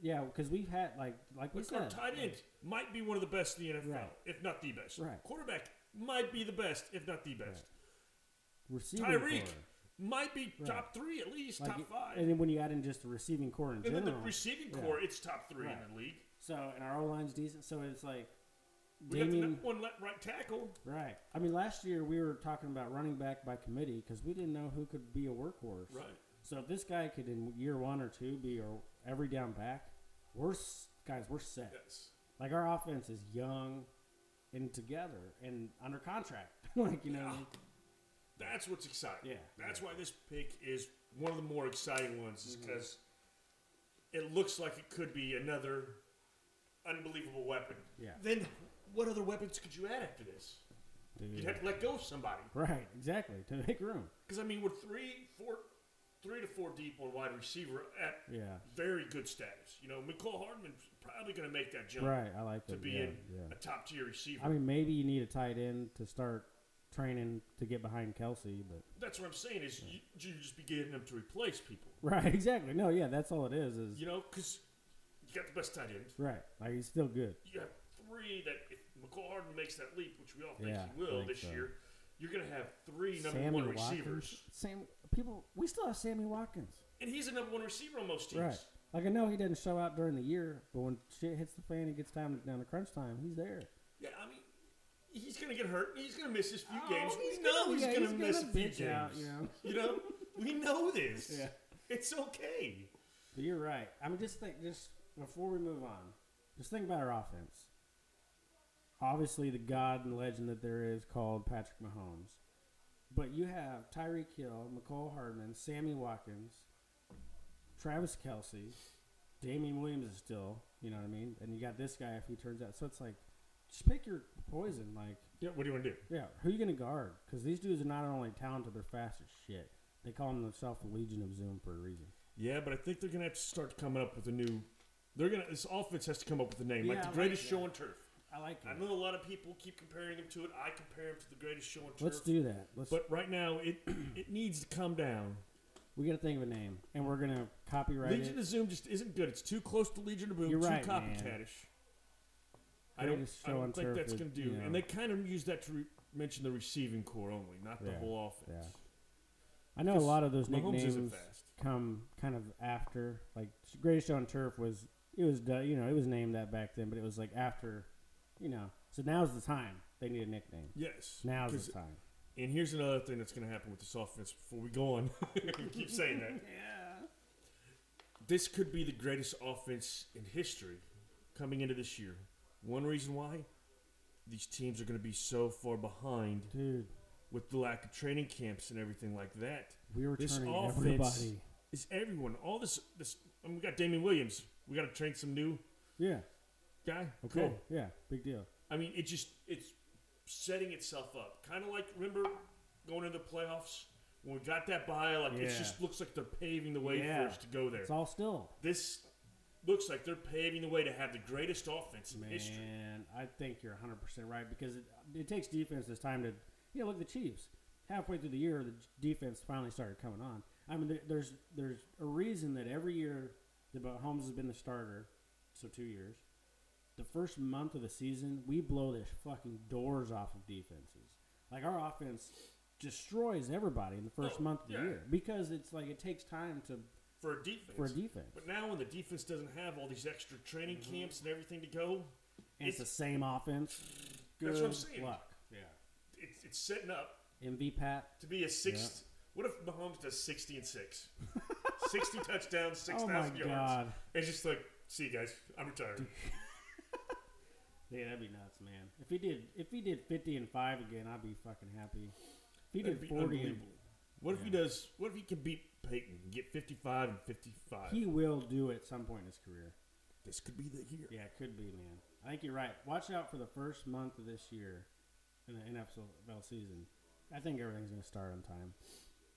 Speaker 2: Yeah, because we've had, like, like we
Speaker 3: Look, our
Speaker 2: said.
Speaker 3: tight end might be one of the best in the NFL,
Speaker 2: Right.
Speaker 3: if not the best.
Speaker 2: Right.
Speaker 3: Quarterback might be the best, if not the best.
Speaker 2: Receiving
Speaker 3: Tyreek
Speaker 2: core.
Speaker 3: might be top three at least,
Speaker 2: Like,
Speaker 3: top five.
Speaker 2: And then when you add in just the receiving core in
Speaker 3: and
Speaker 2: general.
Speaker 3: then the receiving
Speaker 2: Yeah.
Speaker 3: core, it's top three
Speaker 2: Right.
Speaker 3: in the league.
Speaker 2: so, and our O line's decent. So it's like
Speaker 3: We got the
Speaker 2: Damien.
Speaker 3: number one left, right tackle.
Speaker 2: Right. I mean, last year we were talking about running back by committee because we didn't know who could be a workhorse. So if this guy could, in year one or two, be our every down back, we're s- guys. We're set.
Speaker 3: Yes.
Speaker 2: Like our offense is young and together and under contract. *laughs* like you know, what I mean?
Speaker 3: That's what's exciting.
Speaker 2: Yeah, Mm-hmm.
Speaker 3: That's why this pick is one of the more exciting ones, is because it looks like it could be another unbelievable weapon.
Speaker 2: Yeah.
Speaker 3: Then what other weapons could you add after this? You'd
Speaker 2: Dude.
Speaker 3: have to let go of somebody.
Speaker 2: right? Exactly to make room.
Speaker 3: Because I mean, we're three, four, three to four deep on wide receiver at
Speaker 2: Yeah.
Speaker 3: very good status. You know, McCall Hardman's probably going to make that jump
Speaker 2: Right. I like
Speaker 3: to
Speaker 2: it.
Speaker 3: be
Speaker 2: yeah,
Speaker 3: in
Speaker 2: yeah.
Speaker 3: a top tier receiver.
Speaker 2: I mean, maybe you need a tight end to start training to get behind Kelsey, but *laughs*
Speaker 3: That's what I'm saying is you, you just be getting them to replace people.
Speaker 2: right. Exactly. No. Yeah. That's all it is. Is
Speaker 3: You know, because you got the best tight end.
Speaker 2: right. Like he's still good.
Speaker 3: You have three that if McCall Hardman makes that leap, which we all think
Speaker 2: Yeah,
Speaker 3: he
Speaker 2: I
Speaker 3: will
Speaker 2: think
Speaker 3: this
Speaker 2: so.
Speaker 3: year, you're going to have three number
Speaker 2: Sammy
Speaker 3: one
Speaker 2: Watkins.
Speaker 3: receivers,
Speaker 2: Sam, people, we still have Sammy Watkins.
Speaker 3: and he's a number one receiver on most teams.
Speaker 2: Right. Like I know he doesn't show out during the year, but when shit hits the fan, he gets time down to crunch time. He's there.
Speaker 3: Yeah, I mean, he's going to get hurt. and He's going to miss his few
Speaker 2: Oh,
Speaker 3: games.
Speaker 2: he's
Speaker 3: We know
Speaker 2: gonna-
Speaker 3: he's
Speaker 2: yeah,
Speaker 3: going
Speaker 2: he's
Speaker 3: to
Speaker 2: gonna
Speaker 3: miss a few
Speaker 2: bitch
Speaker 3: games.
Speaker 2: out, you know?
Speaker 3: You know? we know this.
Speaker 2: *laughs* Yeah.
Speaker 3: It's okay.
Speaker 2: But you're right. I mean, just think, just before we move on, just think about our offense. Obviously, the god and legend that there is called Patrick Mahomes, but you have Tyreek Hill, McCall Hardman, Sammy Watkins, Travis Kelsey, Damian Williams is still, you know what I mean, and you got this guy if he turns out. So it's like, just pick your poison. Like,
Speaker 3: Yeah, what do you want to do?
Speaker 2: yeah, who you gonna guard? Because these dudes are not only talented, they're fast as shit. They call themselves the Legion of Zoom for a reason.
Speaker 3: Yeah, but I think they're going to have to start coming up with a new. They're gonna. This offense has to come up with a name,
Speaker 2: Yeah,
Speaker 3: like
Speaker 2: I
Speaker 3: the
Speaker 2: like
Speaker 3: greatest
Speaker 2: that.
Speaker 3: show on turf.
Speaker 2: I like
Speaker 3: I know a lot of people keep comparing them to it. I compare him to the greatest show on turf.
Speaker 2: Let's do that. Let's
Speaker 3: But right now, it *clears throat* it needs to come down.
Speaker 2: We got to think of a name, and we're gonna copyright
Speaker 3: Legion
Speaker 2: it.
Speaker 3: of Zoom just isn't good. It's too close to Legion of Boom.
Speaker 2: You're
Speaker 3: too
Speaker 2: right, man.
Speaker 3: copycatish. I don't.
Speaker 2: Greatest
Speaker 3: I
Speaker 2: show
Speaker 3: don't
Speaker 2: on
Speaker 3: think
Speaker 2: turf
Speaker 3: that's
Speaker 2: is,
Speaker 3: going to do.
Speaker 2: you know.
Speaker 3: And they kind of use that to re- mention the receiving core only, not the
Speaker 2: Yeah,
Speaker 3: whole offense.
Speaker 2: yeah. I know a lot of those
Speaker 3: Mahomes isn't
Speaker 2: nicknames
Speaker 3: fast.
Speaker 2: come kind of after. Like Greatest Show on Turf was it was do- you know it was named that back then, but it was like after, you know. So now's the time they need a nickname.
Speaker 3: Yes.
Speaker 2: Now's
Speaker 3: because
Speaker 2: the time.
Speaker 3: And here's another thing that's going to happen with this offense before we go on. *laughs* keep saying that.
Speaker 2: Yeah.
Speaker 3: This could be the greatest offense in history coming into this year. One reason why these teams are going to be so far behind
Speaker 2: Dude,
Speaker 3: with the lack of training camps and everything like that
Speaker 2: we were
Speaker 3: This
Speaker 2: turning
Speaker 3: offense-
Speaker 2: everybody.
Speaker 3: is everyone. All this, this. I mean, we got Damian Williams. We got to train some new
Speaker 2: Yeah.
Speaker 3: guy.
Speaker 2: Okay.
Speaker 3: Cool.
Speaker 2: Yeah. Big deal.
Speaker 3: I mean, it just it's setting itself up. Kind of like remember going into the playoffs when we got that bye. Like it
Speaker 2: Yeah.
Speaker 3: just looks like they're paving the way
Speaker 2: Yeah.
Speaker 3: for us to go there.
Speaker 2: It's all still.
Speaker 3: this looks like they're paving the way to have the greatest offense in history.
Speaker 2: Man, I think you're 100 percent right because it, it takes defense this time to you know look at the Chiefs halfway through the year the j- defense finally started coming on. I mean there, there's there's a reason that every year that Mahomes has been the starter, so two years. The first month of the season we blow the fucking doors off of defenses. Like our offense destroys everybody in the first
Speaker 3: Oh,
Speaker 2: month of the
Speaker 3: yeah.
Speaker 2: year because it's like it takes time to
Speaker 3: for a defense.
Speaker 2: for a defense.
Speaker 3: but now when the defense doesn't have all these extra training
Speaker 2: Mm-hmm.
Speaker 3: camps and everything to go,
Speaker 2: And it's,
Speaker 3: it's-
Speaker 2: the same offense. Good
Speaker 3: That's what I'm saying.
Speaker 2: luck. Yeah.
Speaker 3: it's, it's setting up
Speaker 2: MV Pat.
Speaker 3: to be a sixth. What if Mahomes does sixty and six? *laughs* sixty touchdowns,
Speaker 2: *laughs*
Speaker 3: six
Speaker 2: Oh my
Speaker 3: thousand yards.
Speaker 2: God.
Speaker 3: It's just like, see you guys, I'm retired.
Speaker 2: Yeah, that'd be nuts, man. If he did, if he did fifty and five again, I'd be fucking happy. If he
Speaker 3: That'd
Speaker 2: did
Speaker 3: be
Speaker 2: forty, and,
Speaker 3: unbelievable. What if he does? What if he can beat Peyton and get fifty-five and fifty-five?
Speaker 2: he will do it at some point in his career.
Speaker 3: this could be the year.
Speaker 2: Yeah, it could be, man. I think you're right. Watch out for the first month of this year in the NFL season. I think everything's gonna start on time.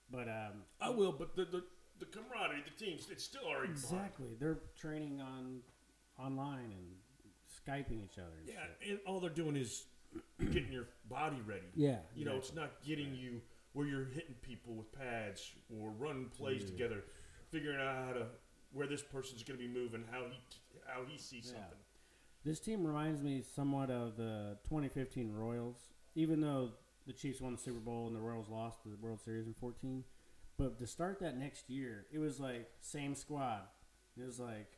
Speaker 2: But um,
Speaker 3: I will, but the the, the camaraderie, the teams, it's still already behind.
Speaker 2: exactly, they're training on online and skyping each other. And
Speaker 3: Yeah,
Speaker 2: shit.
Speaker 3: and all they're doing is *clears throat* getting your body ready.
Speaker 2: yeah.
Speaker 3: You know, it's not getting you where you're hitting people with pads or running plays together, figuring out how to where this person's going to be moving, how he how he sees
Speaker 2: Yeah.
Speaker 3: something.
Speaker 2: This team reminds me somewhat of the 2015 Royals, even though the Chiefs won the Super Bowl and the Royals lost the World Series in 14. But to start that next year, it was like same squad. It was like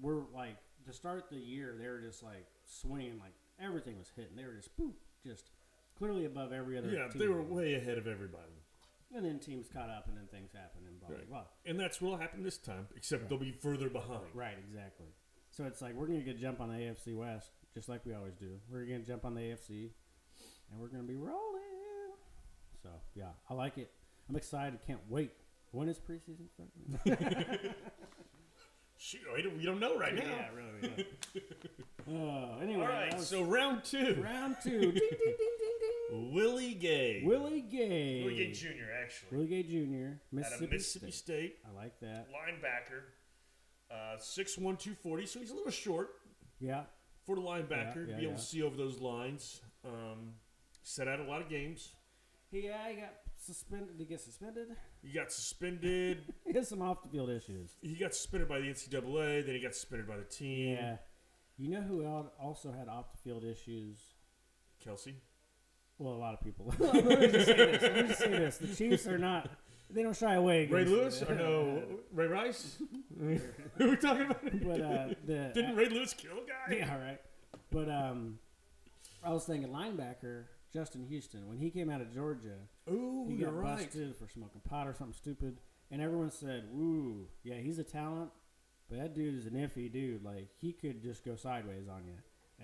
Speaker 2: we're like to start the year, they were just like swinging, like everything was hitting. They were just boop, just clearly above every other.
Speaker 3: Yeah,
Speaker 2: team.
Speaker 3: they were way ahead of everybody.
Speaker 2: And then teams caught up, and then things happened, and blah blah
Speaker 3: Right.
Speaker 2: blah.
Speaker 3: And that's what'll happen this time, except they'll be further behind.
Speaker 2: Right, exactly. So it's like we're gonna get a jump on the AFC West, just like we always do. We're gonna jump on the AFC, and we're gonna be rolling. So yeah, I like it. I'm excited. Can't wait. When is preseason starting?
Speaker 3: Shoot, we don't- we don't know right now.
Speaker 2: really. *laughs* Yeah. Uh, anyway,
Speaker 3: All
Speaker 2: that
Speaker 3: right,
Speaker 2: was
Speaker 3: so round two.
Speaker 2: round two. ding, ding, ding, ding,
Speaker 3: Willie Gay.
Speaker 2: ding. Willie Gay.
Speaker 4: Willie Gay Jr. actually
Speaker 2: Willie Gay Jr.
Speaker 4: out
Speaker 2: Mississippi,
Speaker 4: of Mississippi
Speaker 2: State.
Speaker 4: State,
Speaker 2: I like that.
Speaker 4: linebacker.
Speaker 3: Uh, 6'1", 240, so he's a little short
Speaker 2: Yeah.
Speaker 3: for the linebacker
Speaker 2: Yeah,
Speaker 3: to
Speaker 2: yeah,
Speaker 3: be able
Speaker 2: yeah.
Speaker 3: to see over those lines. Um, set out a lot of games.
Speaker 2: He, yeah, he got suspended. He get suspended. *laughs*
Speaker 3: He got *laughs* suspended.
Speaker 2: He has some off the field issues.
Speaker 3: he got suspended by the NCAA. Then he got suspended by the team.
Speaker 2: Yeah. You know who al- also had off the field issues?
Speaker 3: Kelsey.
Speaker 2: Well, a lot of people. *laughs* let me just say this. Let me just say this. The Chiefs are not. They don't shy away.
Speaker 3: Ray
Speaker 2: against-
Speaker 3: Lewis? Or no, Ray *laughs* Rice? Who are we talking about?
Speaker 2: But uh, the
Speaker 3: *laughs* Didn't Ray Lewis kill a guy?
Speaker 2: yeah, all right. But um, I was thinking linebacker Justin Houston when he came out of Georgia,
Speaker 3: Ooh,
Speaker 2: he
Speaker 3: Oh, you're
Speaker 2: got
Speaker 3: right.
Speaker 2: busted for smoking pot or something stupid, and everyone said, "Woo, yeah, he's a talent, but that dude is an iffy dude. Like he could just go sideways on you."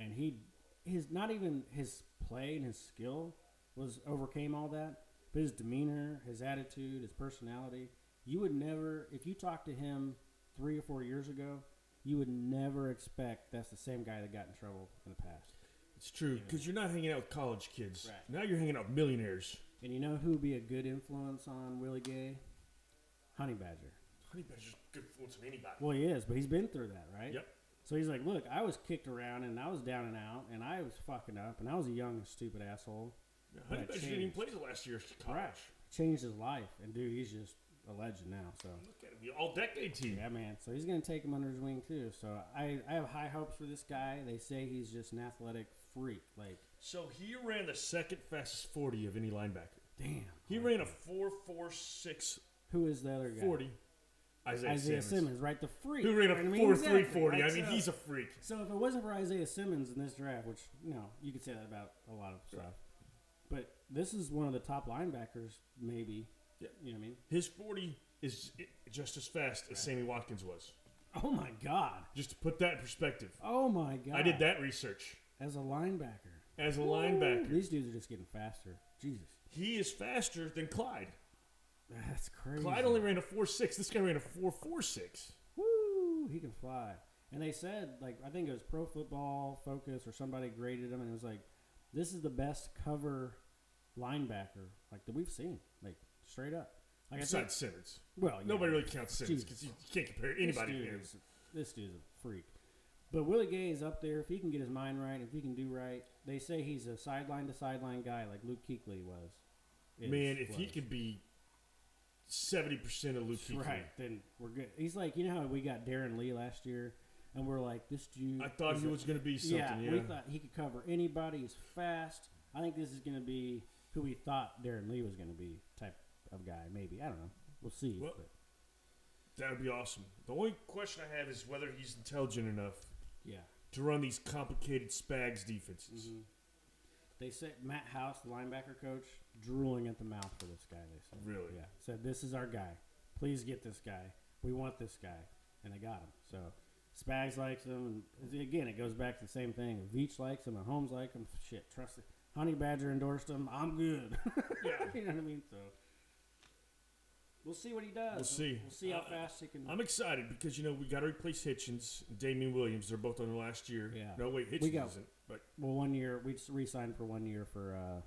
Speaker 2: And he, his not even his play and his skill was overcame all that, but his demeanor, his attitude, his personality. You would never, if you talked to him three or four years ago, you would never expect that's the same guy that got in trouble in the past.
Speaker 3: It's true because you're not hanging out with college kids.
Speaker 2: Right.
Speaker 3: Now you're hanging out with millionaires.
Speaker 2: And you know who would be a good influence on Willie Gay? Honey Badger.
Speaker 3: Honey Badger's good influence on anybody.
Speaker 2: Well, he is, but he's been through that, right?
Speaker 3: Yep.
Speaker 2: So he's like, look, I was kicked around and I was down and out and I was fucking up and I was a young, stupid asshole.
Speaker 3: Yeah, Honey
Speaker 2: That
Speaker 3: Badger didn't even
Speaker 2: changed.
Speaker 3: play the last year's college.
Speaker 2: Changed his life. And dude, he's just a legend now. So,
Speaker 3: Look at him, the all decade team.
Speaker 2: yeah, man. So he's going to take him under his wing, too. So I, I have high hopes for this guy. They say he's just an athletic freak. Like,
Speaker 3: So he ran the second fastest 40 of any linebacker.
Speaker 2: damn.
Speaker 3: He ran a 4.46
Speaker 2: Who is the other guy?
Speaker 3: 40. Isaiah,
Speaker 2: Isaiah
Speaker 3: Simmons.
Speaker 2: Simmons. right? The freak.
Speaker 3: Who ran a
Speaker 2: I mean,
Speaker 3: 4.340.
Speaker 2: exactly, right?
Speaker 3: I mean,
Speaker 2: So-
Speaker 3: he's a freak.
Speaker 2: So if it wasn't for Isaiah Simmons in this draft, which you know you could say that about a lot of stuff, But this is one of the top linebackers, maybe.
Speaker 3: Yeah.
Speaker 2: You know what I mean?
Speaker 3: His 40 is i- just as fast as Sammy Watkins was.
Speaker 2: Oh my god.
Speaker 3: Just to put that in perspective,
Speaker 2: Oh my god.
Speaker 3: I did that research.
Speaker 2: as a linebacker.
Speaker 3: As a
Speaker 2: Woo,
Speaker 3: linebacker,
Speaker 2: These dudes are just getting faster. Jesus.
Speaker 3: he is faster than Clyde.
Speaker 2: That's crazy.
Speaker 3: Clyde only ran a 4.6. This guy ran a 4.46.
Speaker 2: Woo, he can fly. And they said, like, I think it was Pro Football Focus or somebody graded him, and it was like, this is the best cover linebacker like that we've seen, like straight up. Like I said,
Speaker 3: Besides Simmons.
Speaker 2: well, yeah,
Speaker 3: Nobody really counts
Speaker 2: Jesus.
Speaker 3: Simmons because you can't compare anybody
Speaker 2: This
Speaker 3: to
Speaker 2: dude,
Speaker 3: him.
Speaker 2: is, this dude's a freak. But Willie Gay is up there. If he can get his mind right, if he can do right, they say he's a sideline to sideline guy, like Luke Kuechly was. Is,
Speaker 3: Man, if he
Speaker 2: was.
Speaker 3: could be 70% of Luke Kuechly,
Speaker 2: right, then we're good. He's like, you know how we got Darren Lee last year, and we're like, this dude.
Speaker 3: I thought
Speaker 2: is
Speaker 3: he
Speaker 2: a-
Speaker 3: was going to be something. Yeah,
Speaker 2: we thought he could cover anybody. He's fast. I think this is going to be who we thought Darren Lee was going to be, type of guy. Maybe I don't know. We'll see.
Speaker 3: Well-
Speaker 2: but
Speaker 3: that would be awesome. The only question I have is whether he's intelligent enough
Speaker 2: yeah,
Speaker 3: to run these complicated Spags defenses.
Speaker 2: Mm-hmm. they said Matt House, the linebacker coach, drooling at the mouth for this guy. They said,
Speaker 3: Really?
Speaker 2: yeah, said this is our guy. Please get this guy. We want this guy, and they got him. So Spags likes him, and again, it goes back to the same thing. Veach likes him, and Holmes likes him. Shit, trust it. Honey Badger endorsed him. I'm good. *laughs*
Speaker 3: Yeah.
Speaker 2: you know what I mean. So we'll see what he does.
Speaker 3: We'll see.
Speaker 2: We'll see how
Speaker 3: Uh,
Speaker 2: fast he can.
Speaker 3: I'm excited because, you know, we got to replace Hitchens and Damian Williams. They're both on the last year.
Speaker 2: Yeah.
Speaker 3: No, wait,
Speaker 2: We
Speaker 3: Hitchens
Speaker 2: got-
Speaker 3: isn't. But
Speaker 2: well, one year we just re-signed for one year for uh,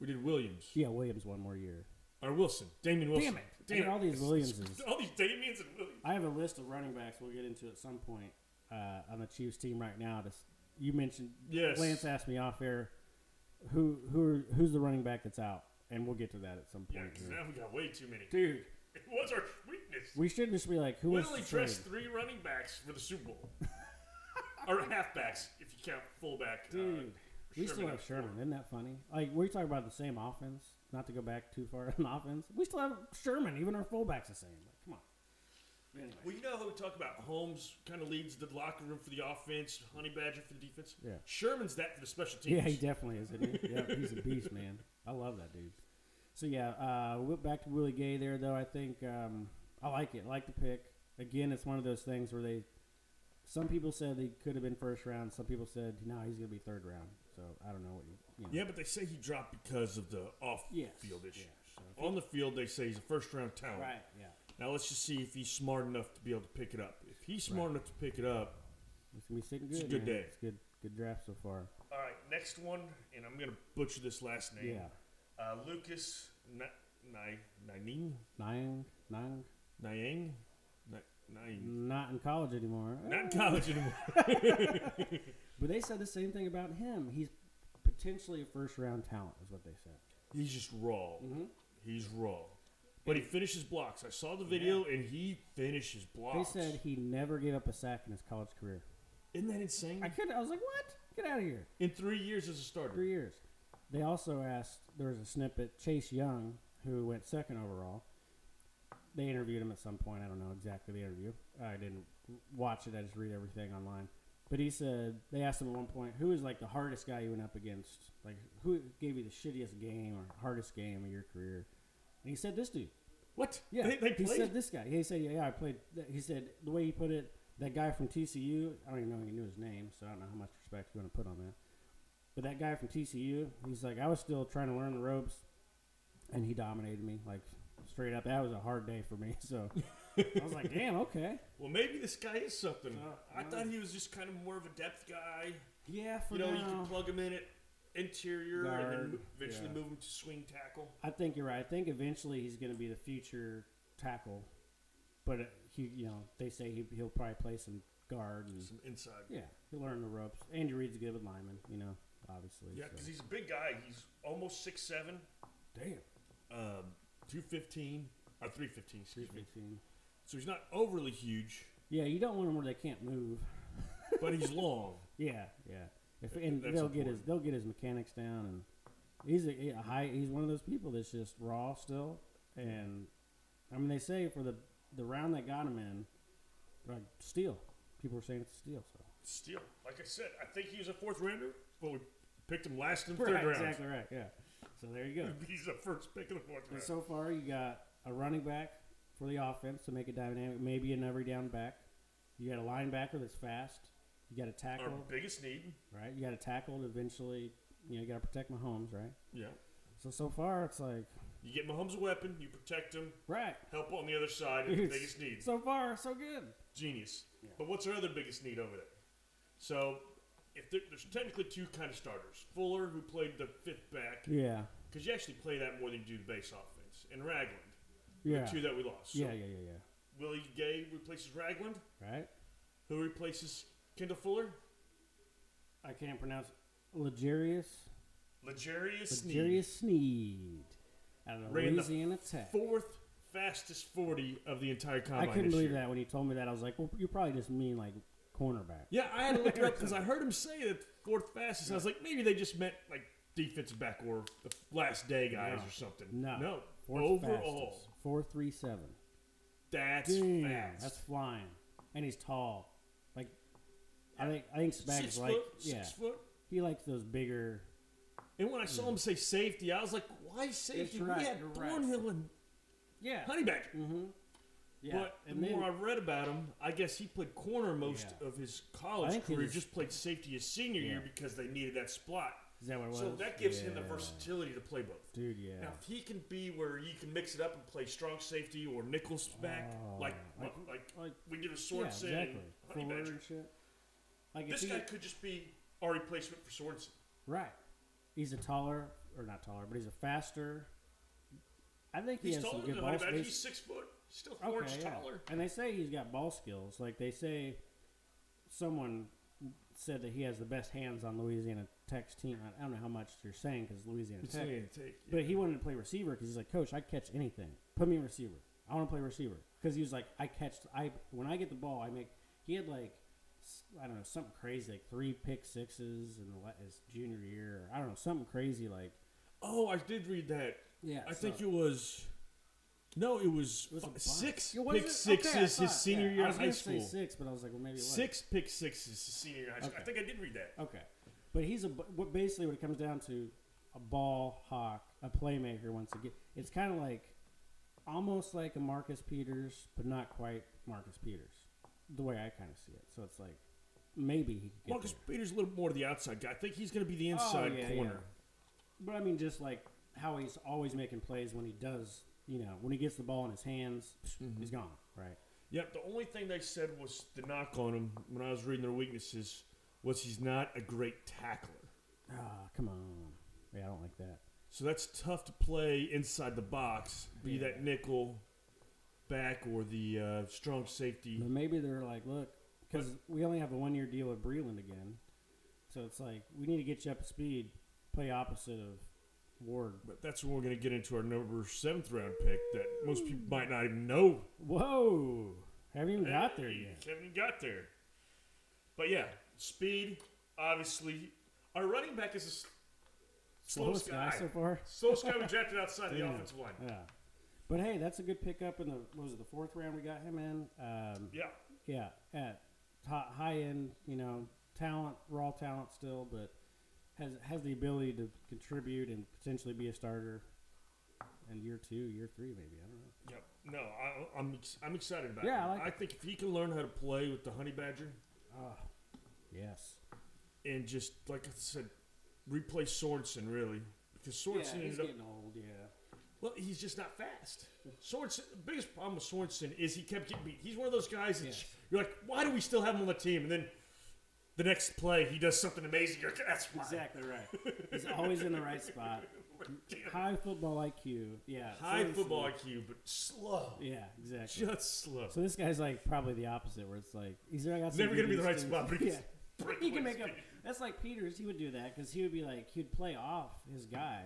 Speaker 3: we did Williams.
Speaker 2: yeah Williams one more year.
Speaker 3: Or Wilson. Damian Wilson.
Speaker 2: Damn it! I got all these Williamses.
Speaker 3: *laughs* All these Damians and Williams.
Speaker 2: I have a list of running backs we'll get into at some point uh, on the Chiefs team right now. Just, you mentioned
Speaker 3: Yes.
Speaker 2: Lance asked me off air who who are, who's the running back that's out, and we'll get to that at some
Speaker 3: Yeah,
Speaker 2: point.
Speaker 3: because
Speaker 2: here.
Speaker 3: now we got way too many. *laughs*
Speaker 2: Dude,
Speaker 3: It was our weakness.
Speaker 2: we should just be like, who
Speaker 3: We
Speaker 2: was
Speaker 3: only
Speaker 2: the
Speaker 3: dressed
Speaker 2: trade?
Speaker 3: three running backs for the Super Bowl. *laughs* or halfbacks, if you count fullback. Uh,
Speaker 2: Dude, we still
Speaker 3: Sherman
Speaker 2: have
Speaker 3: at
Speaker 2: Sherman. Isn't that funny? Like we're talking about the same offense. Not to go back too far *laughs* on offense, we still have Sherman. Even our fullback's the same. Like, come on. Anyway.
Speaker 3: Well, you know how we talk about Holmes kind of leads the locker room for the offense, Honey Badger for the defense?
Speaker 2: Yeah.
Speaker 3: Sherman's that for the special teams.
Speaker 2: Yeah, he definitely is. Isn't
Speaker 3: *laughs*
Speaker 2: he? yeah, he's a beast, man. I love that dude. So yeah, uh, we- back to Willie Gay there though. I think um, I like it. I like the pick. Again, it's one of those things where they. Some people said he could have been first round. Some people said no, he's gonna be third round. So I don't know what you. you know.
Speaker 3: Yeah, but they say he dropped because of the off
Speaker 2: Yes.
Speaker 3: field issue.
Speaker 2: Yeah, so-
Speaker 3: On the field, they say he's a first round talent.
Speaker 2: Right. Yeah.
Speaker 3: Now, let's just see if he's smart enough to be able to pick it up. If he's smart enough to pick it up,
Speaker 2: It's gonna be sitting good.
Speaker 3: It's a good
Speaker 2: man.
Speaker 3: day.
Speaker 2: It's good. Good draft so far.
Speaker 3: All right, next one, and I'm going to butcher this last name.
Speaker 2: Yeah.
Speaker 3: Uh, Lucas Na- Nai- Nainin?
Speaker 2: Nyang, Nyang,
Speaker 3: Nyang? Na- Nain.
Speaker 2: not in college anymore.
Speaker 3: Not in
Speaker 2: *laughs*
Speaker 3: college anymore.
Speaker 2: But they said the same thing about him. He's potentially a first round talent, is what they said.
Speaker 3: He's just raw.
Speaker 2: Mm-hmm.
Speaker 3: He's raw. But he finishes blocks. I saw the video, and he finishes
Speaker 2: They
Speaker 3: blocks.
Speaker 2: said he never gave up a sack in his college career.
Speaker 3: Isn't that insane?
Speaker 2: I could. I was like, what? Get out of here.
Speaker 3: in three years as a starter.
Speaker 2: Three years. They also asked. There was a snippet. Chase Young, who went second overall. They interviewed him at some point. I don't know exactly the interview. I didn't watch it. I just read everything online. But he said they asked him at one point, "Who is like the hardest guy you went up against? Like who gave you the shittiest game or hardest game of your career?" And he said, "This dude."
Speaker 3: What?
Speaker 2: Yeah,
Speaker 3: They, they
Speaker 2: he
Speaker 3: played?
Speaker 2: said this guy. He said, "Yeah, I played." th- He said the way he put it, that guy from TCU. I don't even know if he knew his name, so I don't know how much respect you want to put on that. But that guy from TCU, he's like, I was still trying to learn the ropes, and he dominated me like straight up. That was a hard day for me. *laughs* So I was like, damn, okay,
Speaker 3: well, maybe this guy is something.
Speaker 2: No,
Speaker 3: I
Speaker 2: no.
Speaker 3: thought he was just kind of more of a depth guy.
Speaker 2: yeah, for
Speaker 3: You know,
Speaker 2: now.
Speaker 3: you can plug him in at interior and then
Speaker 2: Guard,
Speaker 3: mo- eventually
Speaker 2: yeah.
Speaker 3: move him to swing tackle.
Speaker 2: I think you're right. I think eventually he's going to be the future tackle, but uh, he, you know, they say he, he'll probably play some guard and
Speaker 3: Some inside.
Speaker 2: Yeah, he learned the ropes. Andy Reid's a good with linemen, you know, obviously.
Speaker 3: Yeah,
Speaker 2: so.
Speaker 3: because he's a big guy. He's almost 6'7",
Speaker 2: damn.
Speaker 3: um, 215, or 315, excuse me.
Speaker 2: 315.
Speaker 3: So he's not overly huge,
Speaker 2: Yeah, you don't want them where they can't move.
Speaker 3: but *laughs* he's long.
Speaker 2: Yeah, yeah. If,
Speaker 3: That-
Speaker 2: and
Speaker 3: that's
Speaker 2: they'll get his
Speaker 3: important.
Speaker 2: they'll get his mechanics down, and he's a, a high. He's one of those people that's just raw still, and I mean they say for the the round they got him in, like steel. People were saying it's a steal. So
Speaker 3: Still, like I said, I think he was a fourth rounder, but we picked him last and third
Speaker 2: Right,
Speaker 3: round.
Speaker 2: exactly right. Yeah. So there you go.
Speaker 3: *laughs* He's the first pick of the fourth
Speaker 2: And
Speaker 3: round.
Speaker 2: so far, you got a running back for the offense to make it dynamic, maybe an every down back. You got a linebacker that's fast. You got a
Speaker 3: Our
Speaker 2: tackle,
Speaker 3: biggest need.
Speaker 2: right? You got a tackle to eventually, you know, you got to protect Mahomes, right?
Speaker 3: Yeah.
Speaker 2: So so far, it's like
Speaker 3: You get Mahomes a weapon, you protect him,
Speaker 2: right.
Speaker 3: help on the other side, and the biggest need.
Speaker 2: So far, so good.
Speaker 3: Genius. But what's our other biggest need over there? So, if there, there's technically two kind of starters Fuller, who played the fifth back,
Speaker 2: Yeah.
Speaker 3: because you actually play that more than you do the base offense, and Ragland,
Speaker 2: Yeah.
Speaker 3: the two that we lost. So
Speaker 2: yeah. Yeah. Yeah.
Speaker 3: Willie Gay replaces Ragland.
Speaker 2: Yeah. Right.
Speaker 3: Who replaces Kendall Fuller?
Speaker 2: I can't pronounce Legarius
Speaker 3: Legarius Sneed.
Speaker 2: Legarius Sneed out of
Speaker 3: Ran the
Speaker 2: Louisiana Tech.
Speaker 3: Fourth fastest 40 of the entire
Speaker 2: I
Speaker 3: combine.
Speaker 2: couldn't
Speaker 3: this
Speaker 2: believe
Speaker 3: year.
Speaker 2: that when he told me that. I was like, well, you probably just mean like cornerback.
Speaker 3: Yeah, I had to look it up because I heard him say that fourth fastest. I was like, maybe they just meant like defensive back or the last day guys
Speaker 2: No.
Speaker 3: or something.
Speaker 2: No.
Speaker 3: No.
Speaker 2: Fourth
Speaker 3: Overall,
Speaker 2: fastest. Four three seven.
Speaker 3: that's fast.
Speaker 2: that's flying. And he's tall. Like I think I think
Speaker 3: six
Speaker 2: Spags
Speaker 3: foot,
Speaker 2: like
Speaker 3: six
Speaker 2: yeah.
Speaker 3: foot.
Speaker 2: He likes those bigger
Speaker 3: And when I saw him say safety, I was like, why safety?
Speaker 2: Mm. right,
Speaker 3: we had
Speaker 2: right.
Speaker 3: Thornhill and
Speaker 2: Yeah.
Speaker 3: Honeyback.
Speaker 2: yeah.
Speaker 3: But the
Speaker 2: and then,
Speaker 3: more I read about him, I guess he played corner most
Speaker 2: Yeah.
Speaker 3: of his
Speaker 2: I
Speaker 3: college
Speaker 2: think he
Speaker 3: career.
Speaker 2: was-
Speaker 3: Just played safety his senior year
Speaker 2: Yeah.
Speaker 3: because they needed that spot.
Speaker 2: is that what it was?
Speaker 3: So that gives him the
Speaker 2: Yeah.
Speaker 3: versatility to play both.
Speaker 2: Dude, yeah.
Speaker 3: Now, if he can be where you can mix it up and play strong safety or nickels back,
Speaker 2: Oh,
Speaker 3: like, like
Speaker 2: like-
Speaker 3: like
Speaker 2: like-
Speaker 3: we did a
Speaker 2: yeah,
Speaker 3: sword
Speaker 2: exactly.
Speaker 3: honey
Speaker 2: Fuller
Speaker 3: badger.
Speaker 2: and shit. Like
Speaker 3: This
Speaker 2: if he,
Speaker 3: guy could just be our replacement for Sorensen.
Speaker 2: right. He's a taller or not taller, but he's a faster I think he
Speaker 3: He's
Speaker 2: has some
Speaker 3: taller
Speaker 2: good
Speaker 3: than
Speaker 2: ball
Speaker 3: Honey Badger.
Speaker 2: space.
Speaker 3: He's six foot. Still four
Speaker 2: Okay,
Speaker 3: inches
Speaker 2: yeah.
Speaker 3: taller.
Speaker 2: And they say he's got ball skills. Like they say, someone said that he has the best hands on Louisiana Tech's team. I- I don't know how much you're saying because Louisiana
Speaker 3: It's
Speaker 2: Tech,
Speaker 3: gonna take-
Speaker 2: but he wanted to play receiver because he's like, Coach, I catch anything. Put me in receiver. I want to play receiver because he was like, I catch. I when I get the ball, I make. He had like. s- I don't know something crazy like three pick sixes in the la- his junior year. Or I don't know something crazy like
Speaker 3: Oh, I did read that.
Speaker 2: Yeah,
Speaker 3: I
Speaker 2: so-
Speaker 3: think it was. No, it was,
Speaker 2: it was a
Speaker 3: fi-
Speaker 2: bunch.
Speaker 3: six
Speaker 2: It was-
Speaker 3: pick
Speaker 2: okay, I
Speaker 3: sixes
Speaker 2: thought,
Speaker 3: his senior
Speaker 2: yeah.
Speaker 3: year
Speaker 2: I
Speaker 3: of
Speaker 2: was
Speaker 3: high
Speaker 2: gonna
Speaker 3: school.
Speaker 2: Say six, but I was like, well, maybe it wasn't.
Speaker 3: Six pick sixes his senior year of high school. I
Speaker 2: Okay.
Speaker 3: think I did read that.
Speaker 2: Okay, but he's a b- what basically what it comes down to a ball hawk, a playmaker. Once again, it's kind of like almost like a Marcus Peters, but not quite Marcus Peters. The way I kind of see it, so it's like maybe he could get
Speaker 3: Marcus
Speaker 2: there. Oh,
Speaker 3: Peters a little more to the outside guy. I think he's going to be the inside
Speaker 2: yeah, yeah.
Speaker 3: corner.
Speaker 2: But I mean, just like how he's always making plays when he does, you know, when he gets the ball in his hands, psh, he's gone. Right?
Speaker 3: Yep. The only thing they said was the knock on him when I was reading their weaknesses was he's not a great tackler.
Speaker 2: Ah, come on. Yeah, I don't like that.
Speaker 3: So that's tough to play inside the box, be
Speaker 2: Yeah.
Speaker 3: that nickel back or the uh, strong safety.
Speaker 2: But maybe they're like, look, because we only have a one year deal with Breland again. So it's like, we need to get you up to speed, play opposite of Ward.
Speaker 3: But that's when we're going to get into our number seventh round pick that most people might not even know.
Speaker 2: Whoa! Haven't even got there
Speaker 3: Hey,
Speaker 2: yet.
Speaker 3: Kevin got there. But yeah, speed, obviously. Our running back is the s- slowest,
Speaker 2: Slowest guy so far.
Speaker 3: slowest guy we drafted outside the
Speaker 2: Yeah.
Speaker 3: offensive line.
Speaker 2: Yeah. But hey, that's a good pickup in the, what was it, the fourth round we got him in? Um,
Speaker 3: Yeah.
Speaker 2: yeah, at top, high end, you know, talent, raw talent still, but has has the ability to contribute and potentially be a starter in year two, year three, maybe. I don't know.
Speaker 3: Yep. No, I, I'm ex- I'm excited about
Speaker 2: Yeah,
Speaker 3: him.
Speaker 2: I like it.
Speaker 3: think if he can learn how to play with the honey badger
Speaker 2: Ah, yes.
Speaker 3: and just like I said, replace Sorensen really because Sorensen ended up.
Speaker 2: old.
Speaker 3: *laughs*
Speaker 2: Yeah.
Speaker 3: Well, he's just not fast. Sorensen. The biggest problem with Sorensen is he kept getting beat. He's one of those guys that
Speaker 2: Yes.
Speaker 3: you're like, why do we still have him on the team? And then the next play, he does something amazing. You're like, that's why.
Speaker 2: Exactly right. He's always in the
Speaker 3: *laughs*
Speaker 2: right spot.
Speaker 3: Damn.
Speaker 2: High football IQ. Yeah.
Speaker 3: *laughs* High
Speaker 2: Sorensen-
Speaker 3: football IQ, but slow.
Speaker 2: Yeah, exactly.
Speaker 3: Just slow.
Speaker 2: So this guy's like probably the opposite, where it's like he's got some
Speaker 3: Never gonna be the right
Speaker 2: dudes to-
Speaker 3: spot, but
Speaker 2: *laughs*
Speaker 3: he
Speaker 2: yeah.
Speaker 3: can break
Speaker 2: he can
Speaker 3: away
Speaker 2: make up.
Speaker 3: *laughs* speed.
Speaker 2: That's like Peters. He would do that because he would be like he'd play off his guy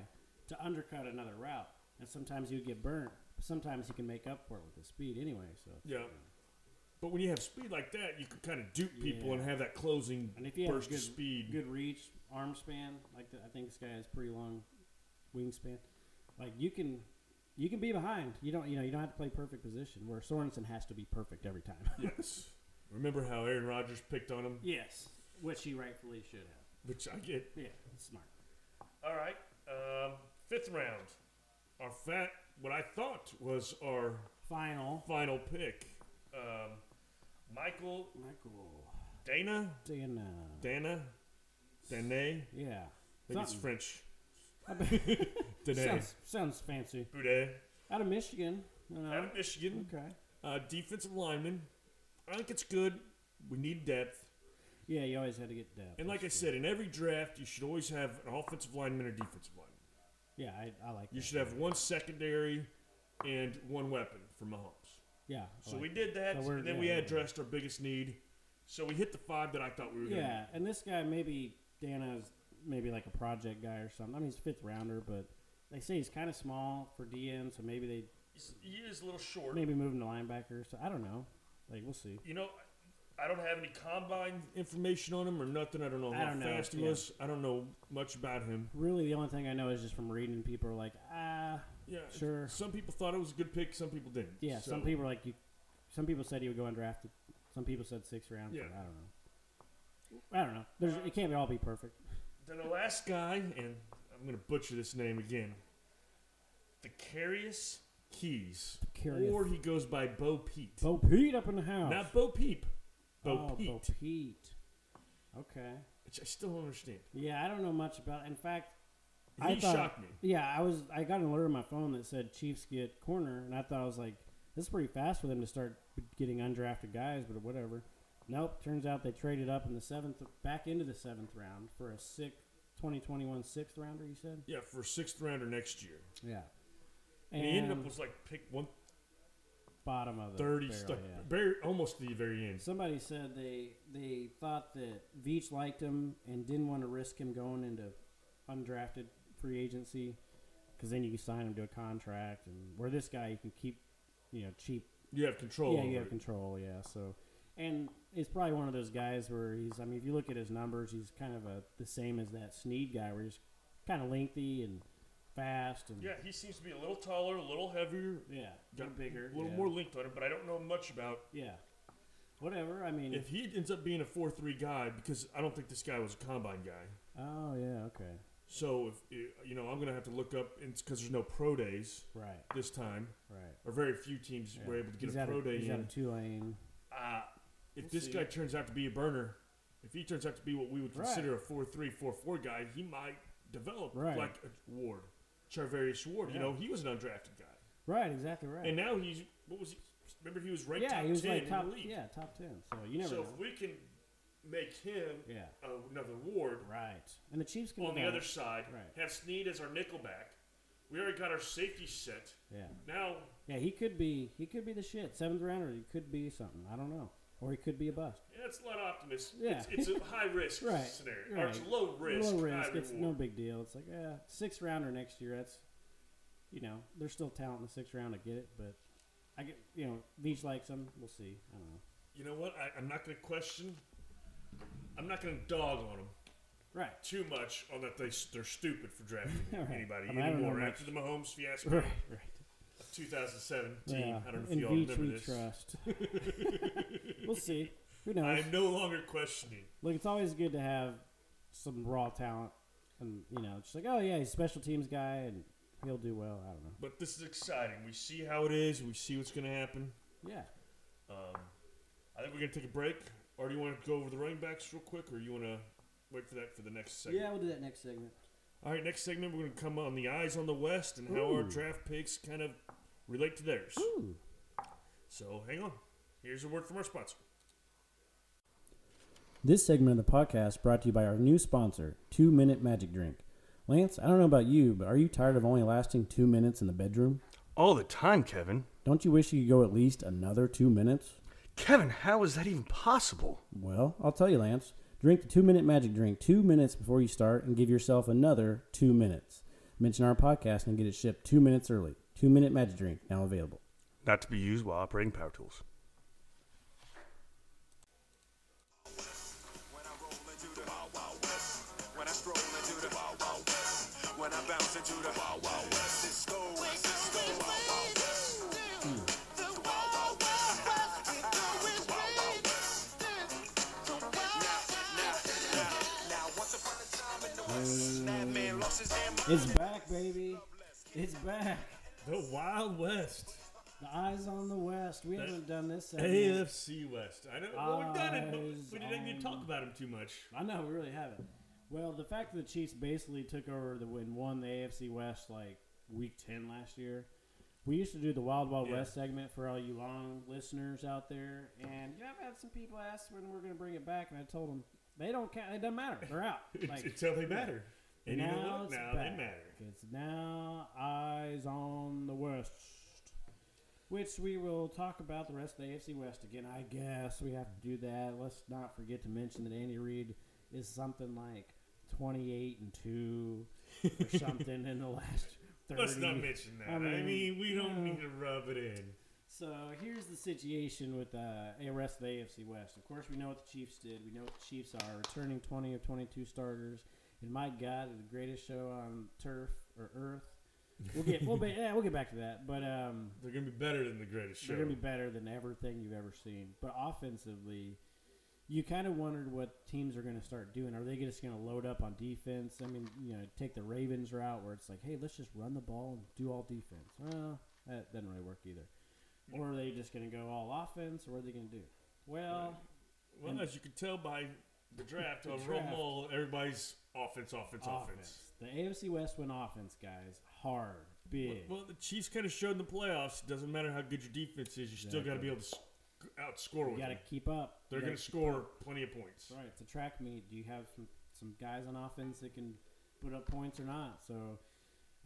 Speaker 2: to undercut another route, and sometimes he would get burnt. Sometimes he can make up for it with his speed anyway. So
Speaker 3: Yeah. But when you have speed like that, you can kind of dupe people
Speaker 2: Yeah.
Speaker 3: and have that closing
Speaker 2: And if you have
Speaker 3: burst
Speaker 2: good-
Speaker 3: of speed.
Speaker 2: good reach, arm span. Like the, I think this guy has pretty long wingspan. Like you can, you can be behind. You don't, you know, you don't have to play perfect position. Where Sorensen has to be perfect every time. *laughs*
Speaker 3: Yes. Remember how Aaron Rodgers picked on him?
Speaker 2: yes, which he rightfully should have.
Speaker 3: which I get.
Speaker 2: Yeah, smart.
Speaker 4: All right. Um, fifth round.
Speaker 3: Our fat, what I thought was our
Speaker 2: Final.
Speaker 3: final pick.
Speaker 4: Um, Michael,
Speaker 2: Michael.
Speaker 3: Dana,
Speaker 2: Dana.
Speaker 3: Dana, Dana. I
Speaker 2: uh, Yeah.
Speaker 3: think it's
Speaker 2: Something. *laughs*
Speaker 3: French.
Speaker 2: I bet-
Speaker 3: Dana
Speaker 2: sounds, sounds fancy.
Speaker 3: Boudet,
Speaker 2: Out of Michigan. You know.
Speaker 3: out of Michigan,
Speaker 2: okay.
Speaker 3: uh, defensive lineman. I think it's good. We need depth.
Speaker 2: Yeah, you always had to get depth.
Speaker 3: And like I
Speaker 2: That's
Speaker 3: said, in every draft, you should always have an offensive lineman or defensive lineman.
Speaker 2: good. yeah, I, I like.
Speaker 3: You
Speaker 2: that.
Speaker 3: should have one secondary and one weapon for Mahomes.
Speaker 2: Yeah. I
Speaker 3: So
Speaker 2: like
Speaker 3: we
Speaker 2: that.
Speaker 3: did that,
Speaker 2: So we're-
Speaker 3: and then
Speaker 2: yeah,
Speaker 3: we
Speaker 2: we're-
Speaker 3: addressed our biggest need. So we hit the five that I thought we were going to.
Speaker 2: Yeah, and this guy maybe Dana's maybe like a project guy or something. I mean, he's a fifth rounder, but they say he's kind of small for DN, so maybe they
Speaker 4: he's, he is a little short.
Speaker 2: maybe move him to linebacker. So I don't know. Like we'll see.
Speaker 4: You know, I don't have any combine.
Speaker 3: Information on him or nothing. I don't know
Speaker 2: I
Speaker 3: how
Speaker 2: don't know,
Speaker 3: fast he
Speaker 2: yeah.
Speaker 3: was. I don't know much about him.
Speaker 2: Really, the only thing I know is just from reading. People are like, ah,
Speaker 3: Yeah,
Speaker 2: Sure.
Speaker 3: Some people thought it was a good pick. Some people didn't.
Speaker 2: yeah.
Speaker 3: So,
Speaker 2: Some people are like you. Some people said he would go undrafted. Some people said sixth round.
Speaker 3: Yeah.
Speaker 2: Yeah. I don't know. I don't know. There's, it can't all be perfect.
Speaker 4: Then the last
Speaker 3: Last guy, and I'm going to butcher this name again. The Carius Keys,
Speaker 2: Curious.
Speaker 3: or he goes by Bo Pete.
Speaker 2: Bo Pete up in the house.
Speaker 3: Not Bo Peep. Bo
Speaker 2: oh,
Speaker 3: Pete.
Speaker 2: Bo Pete. Okay.
Speaker 3: Which I still don't understand.
Speaker 2: Yeah, I don't know much about. In fact,
Speaker 3: He
Speaker 2: I thought-
Speaker 3: shocked me.
Speaker 2: Yeah, I was. I got an alert on my phone that said Chiefs get corner, and I thought I was like, "This is pretty fast for them to start getting undrafted guys." But whatever. Nope. Turns out they traded up in the seventh, back into the seventh round for a sixth, 2021 sixth rounder. You said.
Speaker 3: Yeah, for sixth rounder next year.
Speaker 2: Yeah.
Speaker 3: And,
Speaker 2: And,
Speaker 3: he ended up was like pick one
Speaker 2: bottom of the
Speaker 3: thirty,
Speaker 2: barrel,
Speaker 3: stuck
Speaker 2: yeah.
Speaker 3: very almost the very end.
Speaker 2: Somebody said they they thought that Veach liked him and didn't want to risk him going into undrafted free agency because then you can sign him to a contract and where this guy you can keep you know cheap
Speaker 3: You have control.
Speaker 2: yeah
Speaker 3: over
Speaker 2: you have
Speaker 3: it.
Speaker 2: control yeah so and it's probably one of those guys where he's I mean if you look at his numbers he's kind of a the same as that Sneed guy where he's kind of lengthy and fast and
Speaker 4: Yeah, he seems to be a little taller, a little heavier,
Speaker 2: yeah a
Speaker 4: got
Speaker 2: little bigger
Speaker 4: a little
Speaker 2: yeah.
Speaker 4: more linked on him, but I don't know much about.
Speaker 2: yeah whatever I mean
Speaker 3: If he ends up being a four three guy, because I don't think this guy was a combine guy.
Speaker 2: oh yeah okay
Speaker 3: So if you know, I'm gonna have to look up because there's no pro days
Speaker 2: right
Speaker 3: this time,
Speaker 2: right.
Speaker 3: or very few teams
Speaker 2: Yeah.
Speaker 3: were able to get
Speaker 2: he's
Speaker 3: a
Speaker 2: out
Speaker 3: pro
Speaker 2: of,
Speaker 3: day
Speaker 2: he's out
Speaker 3: in.
Speaker 2: of Tulane.
Speaker 3: Uh, if
Speaker 2: We'll
Speaker 3: this
Speaker 2: see.
Speaker 3: guy turns out to be a burner, if he turns out to be what we would
Speaker 2: Right.
Speaker 3: consider a four three four four guy, he might develop
Speaker 2: Right.
Speaker 3: like a Ward, Charvarius Ward. You
Speaker 2: Yeah.
Speaker 3: know, he was an undrafted guy.
Speaker 2: Right, exactly right.
Speaker 3: And now he's what was he? Remember he was ranked
Speaker 2: yeah,
Speaker 3: top
Speaker 2: he was
Speaker 3: ten
Speaker 2: like
Speaker 3: in
Speaker 2: top
Speaker 3: the league.
Speaker 2: yeah top ten. So you never
Speaker 4: so
Speaker 2: know.
Speaker 4: if we can make him
Speaker 2: yeah,
Speaker 4: another Ward
Speaker 2: right. And the Chiefs can
Speaker 4: on the
Speaker 2: develop.
Speaker 4: other side,
Speaker 2: Right.
Speaker 4: have Snead as our nickelback. We already got our safety set.
Speaker 2: Yeah,
Speaker 4: Now
Speaker 2: yeah. He could be he could be the shit seventh rounder. He could be something. I don't know. Or he could be a bust.
Speaker 4: yeah, it's a lot of optimism.
Speaker 2: Yeah.
Speaker 4: It's, it's a high risk
Speaker 2: *laughs* Right,
Speaker 4: scenario. Or
Speaker 2: right.
Speaker 4: it's low risk,
Speaker 2: Low
Speaker 4: high
Speaker 2: risk. It's no
Speaker 4: reward.
Speaker 2: big deal. It's like yeah, sixth rounder next year. That's you know there's still talent in the sixth round. I get it, but I get you know Beach likes him. We'll see. I don't know.
Speaker 3: You know what? I, I'm not going to question. I'm not going to dog on them
Speaker 2: Right. *laughs*
Speaker 3: too much on that they they're stupid for drafting
Speaker 2: Right.
Speaker 3: anybody
Speaker 2: I mean, I don't
Speaker 3: anymore
Speaker 2: know
Speaker 3: after the Mahomes fiasco
Speaker 2: Right.
Speaker 3: of
Speaker 2: Right.
Speaker 3: 2017.
Speaker 2: Yeah.
Speaker 3: I don't know if
Speaker 2: In
Speaker 3: y'all
Speaker 2: Beach
Speaker 3: remember
Speaker 2: we
Speaker 3: this. *laughs*
Speaker 2: trust. we'll see. Who knows?
Speaker 3: I'm no longer questioning.
Speaker 2: Look, it's always good to have some raw talent, and you know, just like, oh yeah, he's a special teams guy, and he'll do well. I don't know.
Speaker 3: But this is exciting. We see how it is. We see what's going to happen.
Speaker 2: Yeah,
Speaker 3: Um, I think we're going to take a break. Or do you want to go over the running backs real quick, or you want to wait for that for the next segment?
Speaker 2: we'll do that next segment.
Speaker 3: All right, next segment we're going to come on the eyes on the West and how our
Speaker 2: Ooh.
Speaker 3: draft picks kind of relate to theirs.
Speaker 2: Ooh,
Speaker 3: So hang on. Here's a word from our sponsor.
Speaker 2: this segment of the podcast brought to you by our new sponsor, Two Minute Magic Drink. Lance, I don't know about you, but are you tired of only lasting two minutes in the bedroom?
Speaker 5: All the time, Kevin.
Speaker 2: Don't you wish you could go at least another two minutes?
Speaker 5: Kevin, how is that even possible?
Speaker 2: Well, I'll tell you, Lance. Drink the two minute magic drink two minutes before you start and give yourself another two minutes. Mention our podcast and get it shipped two minutes early. Two minute magic drink now available.
Speaker 5: Not to be used while operating power tools.
Speaker 6: When I roll into the Wild Wild West. When I stroll into the Wild Wild West. When I bounce into the Wild Wild West. Cisco, Cisco, Wild Wild West. Now, now, now, now, once upon a That man lost his damn mind.
Speaker 2: It's back, baby. It's back.
Speaker 3: The Wild West.
Speaker 2: The eyes on the west. We haven't done this. segment.
Speaker 3: AFC West. I know. Well, we've done it, but
Speaker 2: Eyes
Speaker 3: we didn't even
Speaker 2: on-
Speaker 3: talk about him too much.
Speaker 2: I know we really haven't. Well, the fact that the Chiefs basically took over the win, won the AFC West like week ten last year. We used to do the Wild Wild
Speaker 3: Yeah.
Speaker 2: West segment for all you long listeners out there, and you know, I've had some people ask when we're going to bring it back, and I told them they don't count. It doesn't matter. They're out.
Speaker 3: *laughs*
Speaker 2: Like,
Speaker 3: Until they matter. And you know what?
Speaker 2: it's
Speaker 3: Now
Speaker 2: back.
Speaker 3: they matter.
Speaker 2: It's now eyes on the West, which we will talk about the rest of the AFC West again. I guess we have to do that. Let's not forget to mention that Andy Reid is something like twenty-eight and two
Speaker 3: *laughs*
Speaker 2: or something in the last. 30.
Speaker 3: Let's not mention that.
Speaker 2: I
Speaker 3: I mean,
Speaker 2: mean,
Speaker 3: we don't
Speaker 2: yeah.
Speaker 3: need to rub it in.
Speaker 2: So here's the situation with uh, the rest of the AFC West. Of course, we know what the Chiefs did. We know what the Chiefs are returning 20 of 22 starters, and my God, the greatest show on turf or earth. We'll get we'll be, *laughs* yeah, we'll get back to that, but um,
Speaker 3: They're going to be better than the greatest show.
Speaker 2: they're gonna be better than everything you've ever seen. But offensively, you kind of wondered what teams are gonna start doing. Are they just gonna load up on defense? I mean, you know, take the Ravens route where it's like, hey, let's just run the ball and do all defense. Well, that doesn't really work either. Or are they just gonna go all offense? Or what are they gonna do? Well,
Speaker 3: well, as you can tell by the draft,
Speaker 2: The
Speaker 3: on
Speaker 2: draft.
Speaker 3: Roll Mall, everybody's offense, offense, offense.
Speaker 2: offense. The AFC West went offense, guys, hard, big.
Speaker 3: Well, the Chiefs kind of showed in the playoffs. Doesn't matter how good your defense is, you still got to be able to sc- outscore
Speaker 2: you
Speaker 3: with
Speaker 2: gotta
Speaker 3: them.
Speaker 2: keep up.
Speaker 3: They're
Speaker 2: You
Speaker 3: going to
Speaker 2: gotta keep
Speaker 3: score plenty of points.
Speaker 2: Right, it's a track meet. Do you have some, some guys on offense that can put up points or not? So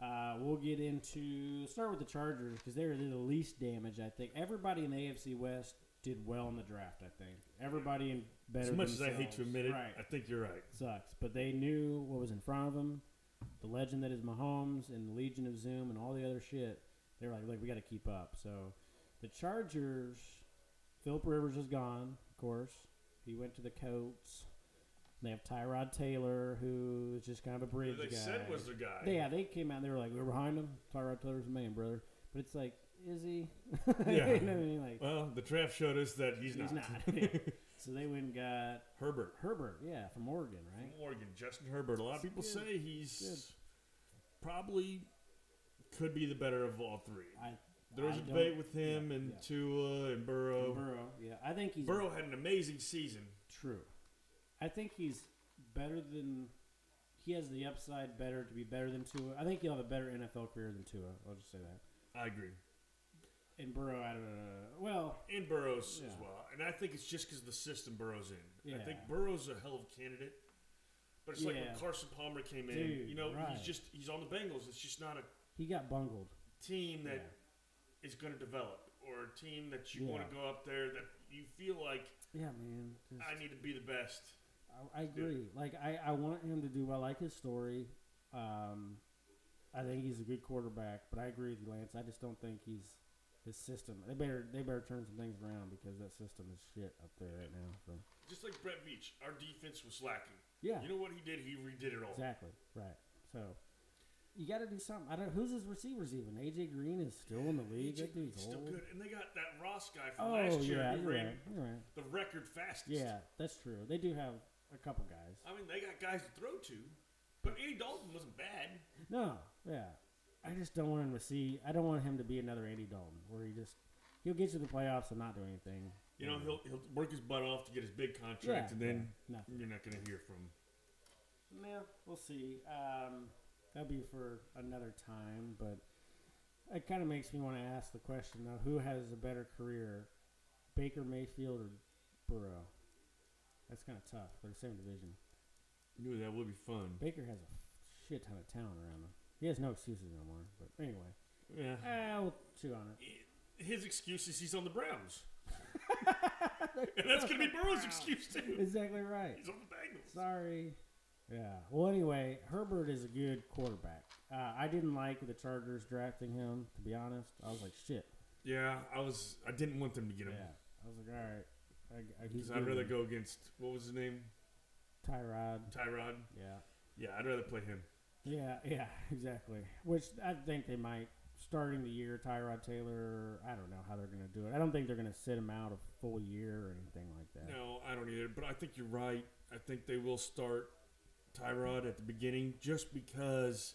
Speaker 2: uh, we'll get into start with the Chargers because they did the least damage. I think everybody in the AFC West did well in the draft. I think everybody in better.
Speaker 3: As much as I hate
Speaker 2: themselves.
Speaker 3: to admit it,
Speaker 2: right?
Speaker 3: I think you're right.
Speaker 2: sucks. But they knew what was in front of them. The legend that is Mahomes and the Legion of Zoom and all the other shit. They were like, look, we got to keep up. So the Chargers, Philip Rivers is gone, of course. He went to the Colts. They have Tyrod Taylor, who is just kind of a bridge
Speaker 3: They
Speaker 2: guy.
Speaker 3: said was their guy.
Speaker 2: yeah, they came out and they were like, we're behind him. Tyrod Taylor's the man, brother. But it's like, is he? *laughs*
Speaker 3: Yeah.
Speaker 2: you know what I mean? Like,
Speaker 3: Well, the draft showed us that he's,
Speaker 2: he's
Speaker 3: not.
Speaker 2: not. *laughs* Yeah. so they went and got
Speaker 3: Herbert.
Speaker 2: Herbert, yeah, from Oregon, right?
Speaker 3: *laughs* Morgan, Justin Herbert. A lot of people
Speaker 2: Good.
Speaker 3: say he's probably could be the better of all three.
Speaker 2: I,
Speaker 3: There was
Speaker 2: I
Speaker 3: a
Speaker 2: don't-
Speaker 3: debate with him
Speaker 2: yeah,
Speaker 3: and
Speaker 2: yeah.
Speaker 3: Tua and Burrow.
Speaker 2: Burrow. Yeah, I think he's
Speaker 3: Burrow had an amazing season.
Speaker 2: true. I think he's better than he has the upside better to be better than Tua. I think he'll have a better NFL career than Tua. I'll just say that.
Speaker 3: I agree.
Speaker 2: And Burrow, I don't know. Well,
Speaker 3: And Burrow's as
Speaker 2: Yeah.
Speaker 3: well. And I think it's just because of the system Burrow's in. I think
Speaker 2: Yeah.
Speaker 3: Burrow's a hell of a candidate. But it's like when
Speaker 2: Yeah.
Speaker 3: Carson Palmer came in,
Speaker 2: Dude,
Speaker 3: you know,
Speaker 2: right.
Speaker 3: he's just he's on the Bengals. It's just not a
Speaker 2: he got bungled.
Speaker 3: team that
Speaker 2: Yeah.
Speaker 3: is going to develop or a team that you want
Speaker 2: Yeah.
Speaker 3: to go up there that you feel like
Speaker 2: Yeah, man. Just-
Speaker 3: I need to be the best.
Speaker 2: I, I agree. Like I, I want him to do. I like his story. Um, I think he's a good quarterback, but I agree with you, Lance. I just don't think he's his system. They better they better turn some things around because that system is shit up there right now. So
Speaker 3: Just like Brett Beach, our defense was lacking.
Speaker 2: yeah,
Speaker 3: You know what he did? He redid it all.
Speaker 2: Exactly. Right. So you got to do something. I don't. Who's his receivers even? AJ Green is still in the league.
Speaker 3: He's
Speaker 2: That dude's
Speaker 3: still
Speaker 2: old.
Speaker 3: good. And they got that Ross guy from
Speaker 2: Oh
Speaker 3: last year
Speaker 2: yeah,
Speaker 3: who
Speaker 2: you're
Speaker 3: ran
Speaker 2: right. You're right.
Speaker 3: the record fastest.
Speaker 2: Yeah, that's true. They do have a couple guys.
Speaker 3: I mean, they got guys to throw to, but Andy Dalton wasn't bad.
Speaker 2: No, yeah. I just don't want him to see. I don't want him to be another Andy Dalton, where he just he'll get you to the playoffs and not do anything.
Speaker 3: You know, he'll, he'll work his butt off to get his big contract,
Speaker 2: Yeah,
Speaker 3: and then
Speaker 2: yeah, nothing.
Speaker 3: you're not going to hear from him.
Speaker 2: Yeah, we'll see. Um, that'll be for another time, but it kind of makes me want to ask the question though: Who has a better career, Baker Mayfield or Burrow? That's kind of tough. They're the same division.
Speaker 3: Knew that would be fun.
Speaker 2: Baker has a shit ton of talent around him. He has no excuses no more. But anyway,
Speaker 3: Yeah.
Speaker 2: eh, we'll chew on it.
Speaker 3: His excuse is he's on the Browns. *laughs* and that's going to be Burrow's excuse, too.
Speaker 2: Exactly right.
Speaker 3: He's on the Bengals.
Speaker 2: Sorry. Yeah. Well, anyway, Herbert is a good quarterback. Uh, I didn't like the Chargers drafting him. To be honest, I was like, shit.
Speaker 3: Yeah, I was. I didn't want them to get him
Speaker 2: Yeah, I was like, all right. I, I, he's
Speaker 3: because I'd rather
Speaker 2: good.
Speaker 3: go against what was his name,
Speaker 2: Tyrod.
Speaker 3: Tyrod.
Speaker 2: Yeah,
Speaker 3: Yeah, I'd rather play him.
Speaker 2: yeah, yeah, *laughs* exactly. Which I think they might starting the year. Tyrod Taylor. I don't know how they're going to do it. I don't think they're going to sit him out a full year or anything like that.
Speaker 3: No, I don't either. But I think you're right. I think they will start Tyrod at the beginning just because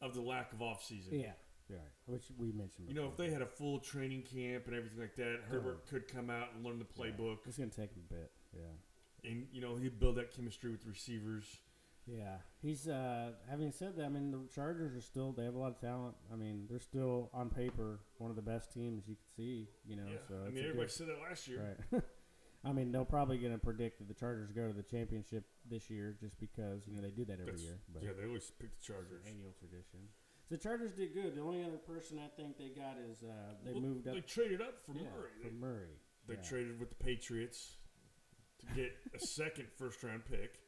Speaker 3: of the lack of offseason.
Speaker 2: Yeah. Right. Which we mentioned.
Speaker 3: You know,
Speaker 2: before.
Speaker 3: if they had a full training camp and everything like that, Herbert could come out and learn the playbook,
Speaker 2: it's gonna take him a bit. Yeah.
Speaker 3: and you know he'd build that chemistry with receivers.
Speaker 2: Yeah. He's uh having said that, I mean the Chargers are still they have a lot of talent. I mean, they're still on paper one of the best teams you can see, you know.
Speaker 3: Yeah,
Speaker 2: So
Speaker 3: I
Speaker 2: it's
Speaker 3: mean
Speaker 2: a
Speaker 3: everybody
Speaker 2: good-
Speaker 3: said that last year.
Speaker 2: Right. *laughs* I mean, they're probably going to predict that the Chargers go to the championship this year just because, you know, they do that every
Speaker 3: That's-
Speaker 2: year. But
Speaker 3: yeah, they always pick the Chargers.
Speaker 2: annual tradition. So the Chargers did good. The only other person I think they got is uh, they
Speaker 3: Well,
Speaker 2: moved up
Speaker 3: They traded up for
Speaker 2: yeah,
Speaker 3: Murray.
Speaker 2: for Murray.
Speaker 3: They, they
Speaker 2: yeah.
Speaker 3: traded with the Patriots to get a *laughs* second first round pick.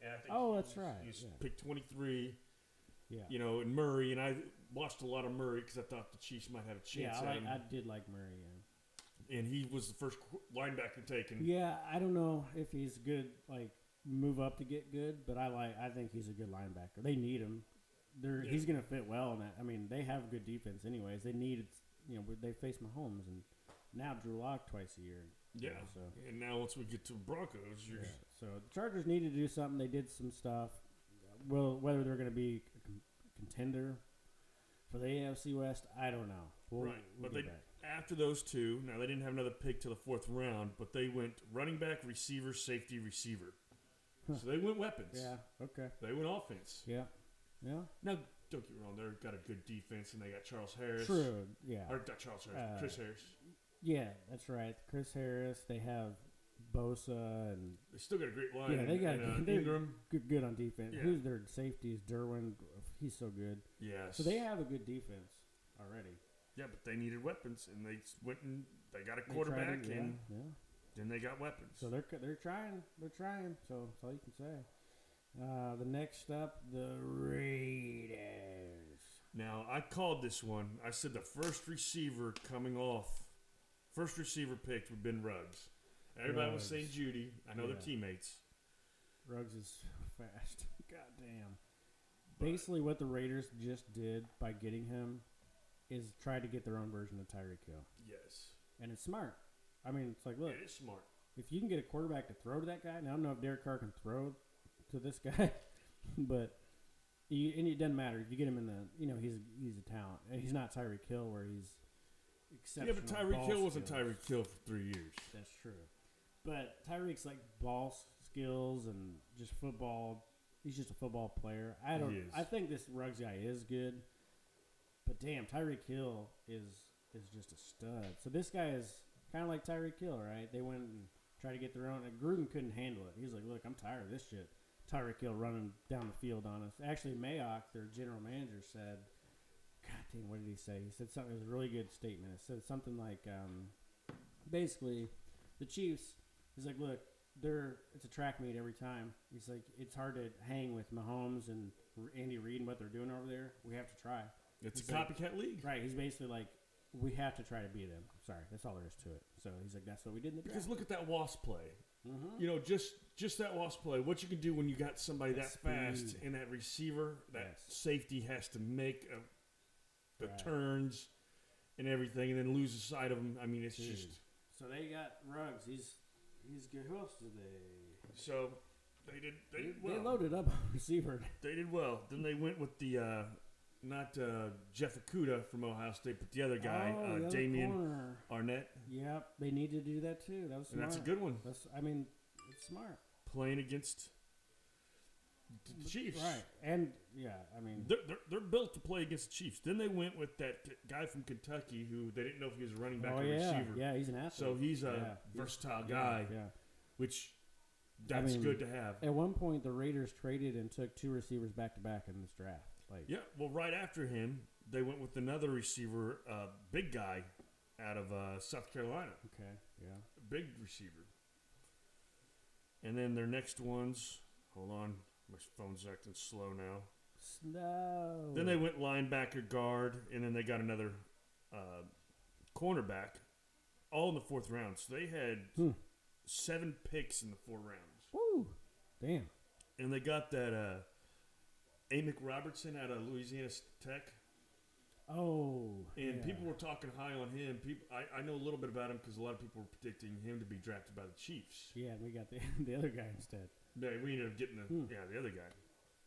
Speaker 3: And I think
Speaker 2: Oh,
Speaker 3: he
Speaker 2: that's
Speaker 3: was-
Speaker 2: right,
Speaker 3: He was
Speaker 2: yeah.
Speaker 3: picked twenty three.
Speaker 2: Yeah.
Speaker 3: You know, and Murray and I watched a lot of Murray because I thought the Chiefs might have a chance.
Speaker 2: yeah, I,
Speaker 3: at
Speaker 2: like,
Speaker 3: him.
Speaker 2: I did like Murray. Yeah.
Speaker 3: and he was the first qu- linebacker taken.
Speaker 2: yeah, I don't know if he's good, like move up to get good, but I like. I think he's a good linebacker. They need him. They're, He's going to fit well in that. I mean, they have good defense, anyways. They need, you know, they face Mahomes and now Drew Lock twice a year. you
Speaker 3: Yeah.
Speaker 2: know, so
Speaker 3: And now once we get to the Broncos, you're,
Speaker 2: Yeah, So the Chargers needed to do something. They did some stuff. Well, whether they're going to be a con- contender for the AFC West, I don't know. We'll,
Speaker 3: right.
Speaker 2: we'll
Speaker 3: but they
Speaker 2: get back.
Speaker 3: after those two, now they didn't have another pick till the fourth round, but they went running back, receiver, safety, receiver. So they went weapons.
Speaker 2: Yeah. Okay.
Speaker 3: They went offense.
Speaker 2: Yeah. Yeah.
Speaker 3: Now don't get me wrong, they've got a good defense and they got Charles Harris.
Speaker 2: True. Yeah.
Speaker 3: Or not Charles Harris,
Speaker 2: Uh,
Speaker 3: Chris Harris.
Speaker 2: Yeah. That's right. Chris Harris. They have Bosa and
Speaker 3: They still got a great line.
Speaker 2: yeah. They got
Speaker 3: and, uh,
Speaker 2: they're
Speaker 3: Ingram.
Speaker 2: good, good on defense.
Speaker 3: Yeah.
Speaker 2: Who's their safety is Derwin. He's so good.
Speaker 3: Yes.
Speaker 2: So they have a good defense already.
Speaker 3: Yeah, but they needed weapons and they s- went and they got a
Speaker 2: They tried to-
Speaker 3: quarterback
Speaker 2: yeah,
Speaker 3: and
Speaker 2: yeah.
Speaker 3: then they got weapons.
Speaker 2: So they're they're trying. They're trying. So that's all you can say. Uh, the next up, the Raiders.
Speaker 3: Now I called this one. I said the first receiver coming off, first receiver picked would have been Ruggs. Everybody was saying
Speaker 2: Ruggs.
Speaker 3: Judy. I know
Speaker 2: Yeah.
Speaker 3: they're teammates.
Speaker 2: Ruggs is *laughs* fast. God damn. Basically, what the Raiders just did by getting him is try to get their own version of Tyreek Hill,
Speaker 3: Yes,
Speaker 2: and it's smart. I mean, it's like, look,
Speaker 3: it is smart.
Speaker 2: if you can get a quarterback to throw to that guy, now I don't know if Derek Carr can throw to this *laughs* guy, but you, and it doesn't matter if you get him in the you know he's he's a talent. And He's not Tyreek Hill where he's
Speaker 3: Yeah,
Speaker 2: exceptional.
Speaker 3: but Tyreek
Speaker 2: ball
Speaker 3: Hill wasn't
Speaker 2: skills.
Speaker 3: Tyreek Hill for three years.
Speaker 2: That's true, but Tyreek's like ball skills and just football. He's just a football player. I
Speaker 3: He
Speaker 2: don't.
Speaker 3: is.
Speaker 2: I think this Ruggs guy is good, but damn, Tyreek Hill is is just a stud. So this guy is kind of like Tyreek Hill, right? They went and tried to get their own. And Gruden couldn't handle it. He was like, "Look, I'm tired of this shit." Tyreek Hill running down the field on us. Actually, Mayock, their general manager, said, "God damn, what did he say?" He said something. It was a really good statement. It said something like, um, basically, the Chiefs. He's like, "Look, they're it's a track meet every time." He's like, "It's hard to hang with Mahomes and Andy Reid and what they're doing over there. We have to try."
Speaker 3: It's a
Speaker 2: He's like-
Speaker 3: copycat league.
Speaker 2: Right. He's basically like, we have to try to beat him. Sorry, that's all there is to it. So he's like, that's what we did in the
Speaker 3: Because
Speaker 2: draft.
Speaker 3: look at that wasp play.
Speaker 2: Mm-hmm.
Speaker 3: You know, just just that wasp play. What you can do when you got somebody
Speaker 2: That
Speaker 3: that, fast
Speaker 2: speed.
Speaker 3: and that receiver, that
Speaker 2: Yes.
Speaker 3: safety has to make a, the
Speaker 2: Right.
Speaker 3: turns and everything, and then loses sight of them. I mean, it's just
Speaker 2: So they got rugs. He's he's good. Who else did they?
Speaker 3: so they did they did
Speaker 2: They
Speaker 3: well.
Speaker 2: loaded up *laughs* on receiver.
Speaker 3: They did well. Then they went with the uh, not uh, Jeff Okuda from Ohio State, but the other guy,
Speaker 2: oh, the
Speaker 3: uh,
Speaker 2: other
Speaker 3: Damian
Speaker 2: corner.
Speaker 3: Arnett,
Speaker 2: Yep, they need to do that too. That was
Speaker 3: and
Speaker 2: smart.
Speaker 3: that's a good one.
Speaker 2: That's I mean, it's smart.
Speaker 3: Playing against the Chiefs,
Speaker 2: Right. And yeah, I mean,
Speaker 3: They're, they're, they're built to play against the Chiefs. Then they went with that guy from Kentucky who they didn't know if he was a running back
Speaker 2: oh
Speaker 3: or
Speaker 2: yeah,
Speaker 3: receiver.
Speaker 2: yeah, he's an athlete.
Speaker 3: So he's
Speaker 2: Yeah.
Speaker 3: a versatile
Speaker 2: Yeah,
Speaker 3: guy,
Speaker 2: Yeah.
Speaker 3: which that's
Speaker 2: mean-
Speaker 3: good to have.
Speaker 2: At one point, the Raiders traded and took two receivers back to back in this draft. Like
Speaker 3: Yeah, well, right after him, they went with another receiver, uh, big guy out of uh, South Carolina,
Speaker 2: okay, yeah.
Speaker 3: big receiver. And then their next ones, hold on, my phone's acting slow now.
Speaker 2: Snow.
Speaker 3: Then they went linebacker, guard, and then they got another uh, cornerback, all in the fourth round. So they had
Speaker 2: Hmm.
Speaker 3: seven picks in the four rounds,
Speaker 2: Woo. Damn.
Speaker 3: and they got that uh, Amick Robertson out of Louisiana Tech,
Speaker 2: Oh.
Speaker 3: and
Speaker 2: yeah.
Speaker 3: people were talking high on him. People, I, I know a little bit about him because a lot of people were predicting him to be drafted by the Chiefs.
Speaker 2: Yeah, we got *laughs* the the other guy instead.
Speaker 3: Yeah, we ended up getting the
Speaker 2: Hmm.
Speaker 3: yeah the other guy.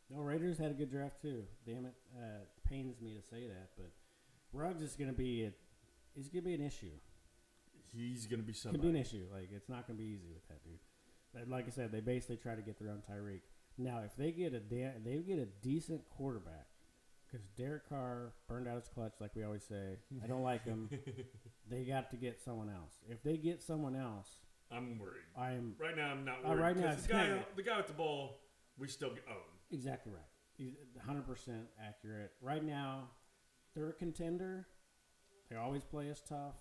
Speaker 2: No, Raiders had a good draft too. Damn it, uh, pains me to say that, but Ruggs is going to be a, is going to be an issue.
Speaker 3: He's going to be
Speaker 2: It could be an
Speaker 3: somebody.
Speaker 2: issue. Like it's not going to be easy with that dude. But like I said, they basically try to get their own Tyreek. Now, if they get a da- they get a decent quarterback, because Derek Carr burned out his clutch, like we always say. I don't like him. they got to get someone else. If they get someone else,
Speaker 3: I'm worried.
Speaker 2: I am
Speaker 3: Right now, I'm not
Speaker 2: Uh,
Speaker 3: worried.
Speaker 2: right now,
Speaker 3: 'cause
Speaker 2: it's
Speaker 3: the guy,
Speaker 2: kinda-
Speaker 3: the guy with the ball, we still get owned.
Speaker 2: exactly right. He's 100% accurate. Right now, they're a contender. They always play us tough.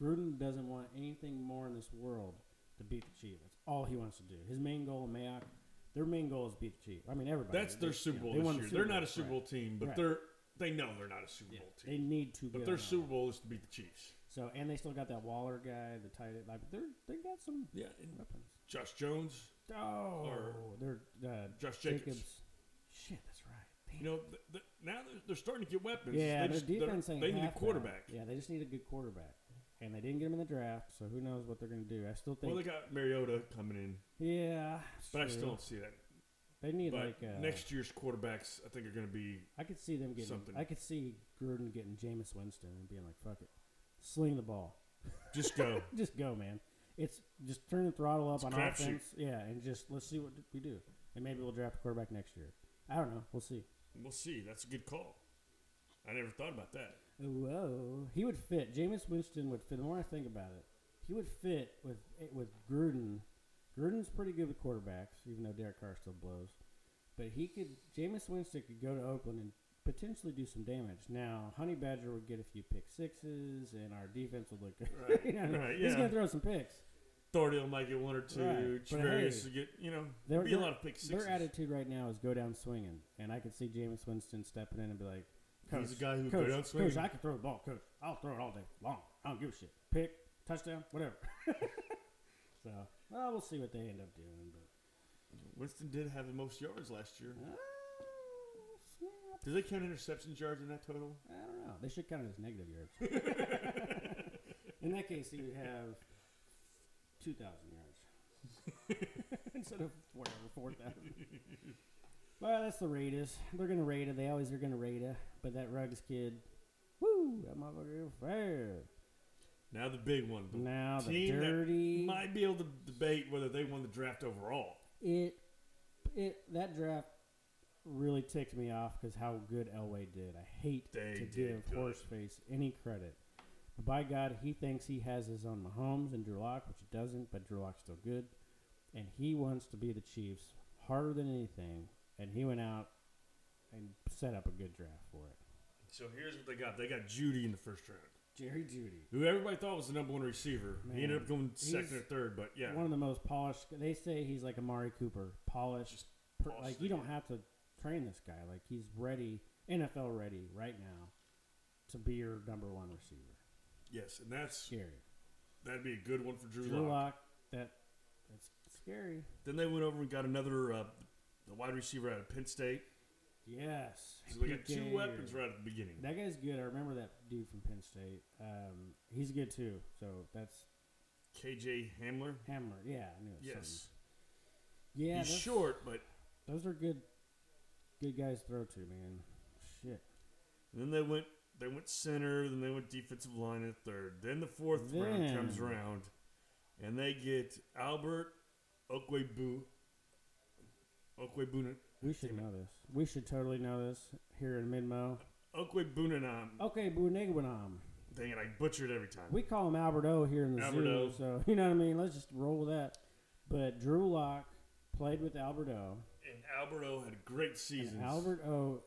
Speaker 2: Gruden doesn't want anything more in this world to beat the Chiefs. That's all he wants to do. His main goal, Mayock, their main goal is beat the Chiefs. I mean, everybody.
Speaker 3: That's their
Speaker 2: they-
Speaker 3: Super
Speaker 2: you know,
Speaker 3: Bowl
Speaker 2: they
Speaker 3: this
Speaker 2: won the
Speaker 3: year.
Speaker 2: Super
Speaker 3: they're
Speaker 2: Bowl,
Speaker 3: not a Super
Speaker 2: right.
Speaker 3: Bowl team, but
Speaker 2: Right.
Speaker 3: they're they know they're not a Super
Speaker 2: Yeah,
Speaker 3: Bowl
Speaker 2: They
Speaker 3: team.
Speaker 2: need to.
Speaker 3: But
Speaker 2: get
Speaker 3: their
Speaker 2: on.
Speaker 3: Super Bowl is to beat the Chiefs.
Speaker 2: So and they still got that Waller guy, the tight end. Like they're they got some
Speaker 3: Yeah, and
Speaker 2: weapons.
Speaker 3: Josh Jones.
Speaker 2: Oh,
Speaker 3: Or-
Speaker 2: they're uh,
Speaker 3: Josh Jacobs.
Speaker 2: Shit, that's right.
Speaker 3: You know, th- th- now they're, they're starting to get weapons.
Speaker 2: Yeah,
Speaker 3: they
Speaker 2: their
Speaker 3: just- they're-
Speaker 2: defense ain't
Speaker 3: They need a
Speaker 2: half bad.
Speaker 3: quarterback.
Speaker 2: Yeah, they just need a good quarterback, and they didn't get him in the draft, so who knows what they're going to do? I still think.
Speaker 3: Well, they got Mariota coming in,
Speaker 2: yeah,
Speaker 3: but I
Speaker 2: sure.
Speaker 3: still don't see that.
Speaker 2: they need
Speaker 3: But
Speaker 2: like uh,
Speaker 3: next year's quarterbacks, I think, are going to be
Speaker 2: I could see them getting.
Speaker 3: something.
Speaker 2: I could see Gruden getting Jameis Winston and being like, "Fuck it, sling the ball,
Speaker 3: just go. *laughs*
Speaker 2: just go, man." It's just turn the throttle up on
Speaker 3: crapshoot.
Speaker 2: offense, yeah, and just let's see what we do, and maybe we'll draft a quarterback next year. I don't know. We'll see.
Speaker 3: we'll see. That's a good call. I never thought about that.
Speaker 2: Whoa, he would fit. Jameis Winston would fit. The more I think about it, he would fit with with Gruden. Gruden's pretty good with quarterbacks, even though Derek Carr still blows. But he could. Jameis Winston could go to Oakland and potentially do some damage. Now, Honey Badger would get a few pick sixes, and our defense would *laughs* look. Right,
Speaker 3: right,
Speaker 2: He's
Speaker 3: yeah.
Speaker 2: gonna throw some picks.
Speaker 3: Thornhill might get one or two.
Speaker 2: Right, but
Speaker 3: Javarius
Speaker 2: hey,
Speaker 3: will get, you know,
Speaker 2: Their-
Speaker 3: there'll be a
Speaker 2: their-
Speaker 3: lot of pick sixes.
Speaker 2: Their attitude right now is go down swinging, and I could see Jameis Winston stepping in and be like, "Coach,
Speaker 3: He's a guy who go
Speaker 2: coach,
Speaker 3: down
Speaker 2: Coach,
Speaker 3: swinging."
Speaker 2: I can throw the ball, coach. I'll throw it all day long. I don't give a shit. Pick, touchdown, whatever." *laughs* so, well, we'll see what they end up doing. uh, But
Speaker 3: Winston did have the most yards last year.
Speaker 2: Oh, snap.
Speaker 3: Do they count interceptions, yards in that total?
Speaker 2: I don't know. They should count it as negative yards. *laughs* in that case, he would have two thousand yards *laughs* instead of whatever four thousand. well, that's the Raiders. They're gonna raid it. They always are gonna raid it. But that Ruggs kid, woo, that motherfucker is fair.
Speaker 3: Now the big one. The
Speaker 2: Now the
Speaker 3: team that
Speaker 2: dirty-
Speaker 3: might be able to debate whether they won the draft overall.
Speaker 2: It, it that draft really ticked me off because how good Elway did. I hate
Speaker 3: They
Speaker 2: to
Speaker 3: did
Speaker 2: give
Speaker 3: good.
Speaker 2: Horseface any credit. But by God, he thinks he has his own Mahomes and Drew Lock, which he doesn't, but Drew Lock's still good. And he wants to be the Chiefs harder than anything. And he went out and set up a good draft for it.
Speaker 3: So here's what they got. They got Judy in the first round,
Speaker 2: Jerry Judy.
Speaker 3: who everybody thought was the number one receiver.
Speaker 2: Man,
Speaker 3: he ended up going second
Speaker 2: he's
Speaker 3: or third, but yeah,
Speaker 2: One of the most polished. They say he's like Amari Cooper, polished.
Speaker 3: Just
Speaker 2: per-
Speaker 3: polished
Speaker 2: like you don't
Speaker 3: dude.
Speaker 2: have to train this guy. Like he's ready, NFL ready right now, to be your number one receiver.
Speaker 3: yes, and that's
Speaker 2: Scary.
Speaker 3: that'd be a good one for Drew,
Speaker 2: Drew
Speaker 3: Lock.
Speaker 2: Lock. That that's scary.
Speaker 3: Then they went over and got another uh, the wide receiver out of Penn State.
Speaker 2: Yes.
Speaker 3: So they got two
Speaker 2: PK.
Speaker 3: weapons right at the beginning.
Speaker 2: That guy's good. I remember that dude from Penn State. Um, he's good too. So that's
Speaker 3: KJ Hamler.
Speaker 2: Hammer. Yeah, I knew it was
Speaker 3: Yes,
Speaker 2: something. Yeah,
Speaker 3: he's
Speaker 2: that's-
Speaker 3: short, but
Speaker 2: Those are good, good guys to throw to, man. Shit.
Speaker 3: And then they went they went center, then they went defensive line at third. Then the fourth
Speaker 2: Then-
Speaker 3: round comes around and they get Albert Okwebu Okwebuna
Speaker 2: We should know this. We should totally know this here in Midmo.
Speaker 3: Okwebunanam.
Speaker 2: Okay, Bunigwanam.
Speaker 3: Dang it, I butchered every time.
Speaker 2: um, We call him Albert O here in the
Speaker 3: Albert
Speaker 2: zoo,
Speaker 3: O.
Speaker 2: so *laughs* you know what I mean. Let's just roll with that. But Drew Lock played with Albert O.
Speaker 3: and Albert O had a great
Speaker 2: and
Speaker 3: season.
Speaker 2: Albert O.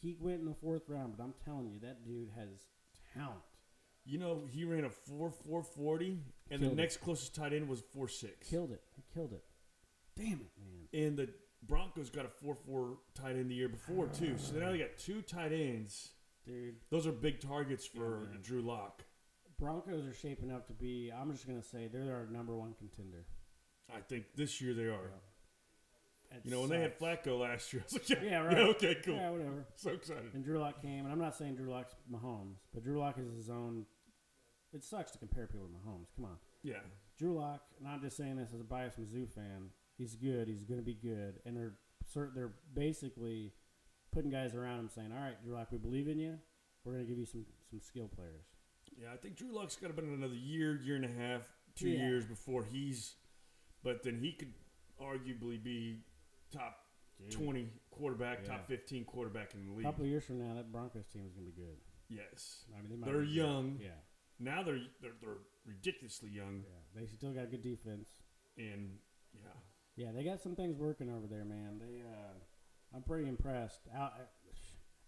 Speaker 2: He went in the fourth round, but I'm telling you, that dude has talent.
Speaker 3: you know, he ran a four four forty and the
Speaker 2: Killed it.
Speaker 3: next closest tight end was four six.
Speaker 2: Killed it. He killed it. Damn it, man.
Speaker 3: And the Broncos got a four four tight end the year before too. So now they got two tight ends.
Speaker 2: Dude,
Speaker 3: Those are big targets for Drew Lock.
Speaker 2: Broncos are shaping up to be, I'm just going to say, they're our number one contender.
Speaker 3: I think this year they are.
Speaker 2: That
Speaker 3: You know, when they had
Speaker 2: sucks.
Speaker 3: Flacco last year, I was like, yeah,
Speaker 2: Yeah, right.
Speaker 3: okay, cool.
Speaker 2: Yeah, whatever.
Speaker 3: So excited.
Speaker 2: And Drew Lock came, and I'm not saying Drew Lock's Mahomes, but Drew Lock is his own. It sucks to compare people to Mahomes. Come on.
Speaker 3: Yeah.
Speaker 2: Drew Lock, and I'm just saying this as a biased Mizzou fan, he's good. He's going to be good. And they're cer- they're basically putting guys around him saying, "All right, Drew Lock, we believe in you. We're going to give you some some skill players."
Speaker 3: Yeah, I think Drew Luck's got about another year, year and a half, two
Speaker 2: Yeah.
Speaker 3: years before he's. But then he could arguably be top
Speaker 2: Dude.
Speaker 3: twenty quarterback,
Speaker 2: Yeah.
Speaker 3: top fifteen quarterback in the
Speaker 2: A
Speaker 3: league.
Speaker 2: couple of years from now, that Broncos team is going to be good.
Speaker 3: Yes.
Speaker 2: I mean, they might
Speaker 3: They're
Speaker 2: be good.
Speaker 3: young.
Speaker 2: Yeah,
Speaker 3: Now they're they're, they're ridiculously young,
Speaker 2: yeah. They still got good defense.
Speaker 3: and yeah,
Speaker 2: Yeah, they got some things working over there, man. They, uh, I'm pretty impressed. I,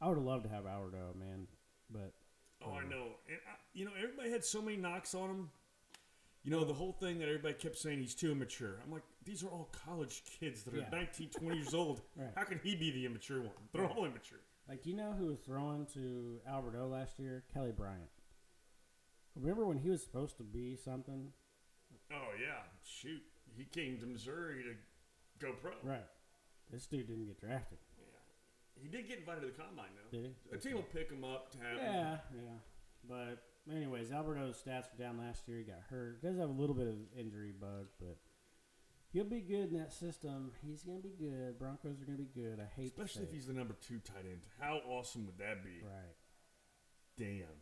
Speaker 2: I would have loved to have Alvarado, man, but
Speaker 3: Oh, I know. And I, you know, everybody had so many knocks on him. You know, the whole thing that everybody kept saying he's too immature. I'm like, these are all college kids that are
Speaker 2: Yeah.
Speaker 3: 19,
Speaker 2: *laughs*
Speaker 3: 20 years old.
Speaker 2: Right.
Speaker 3: How can he be the immature one? They're all immature.
Speaker 2: like you know who was throwing to Alvarado last year? Kelly Bryant. Remember when he was supposed to be something?
Speaker 3: Oh yeah, shoot. He came to Missouri to go pro.
Speaker 2: Right. This dude didn't get drafted.
Speaker 3: Yeah. He did get invited to the combine though.
Speaker 2: Did
Speaker 3: A team will pick him up to have him.
Speaker 2: Yeah, yeah. But anyways, Alberto's stats were down last year. He got hurt. Does have a little bit of injury bug, but he'll be good in that system. He's gonna be good. Broncos are gonna be good. I hate to
Speaker 3: Especially
Speaker 2: say
Speaker 3: if he's the number two tight end. How awesome would that be?
Speaker 2: it. right.
Speaker 3: Damn.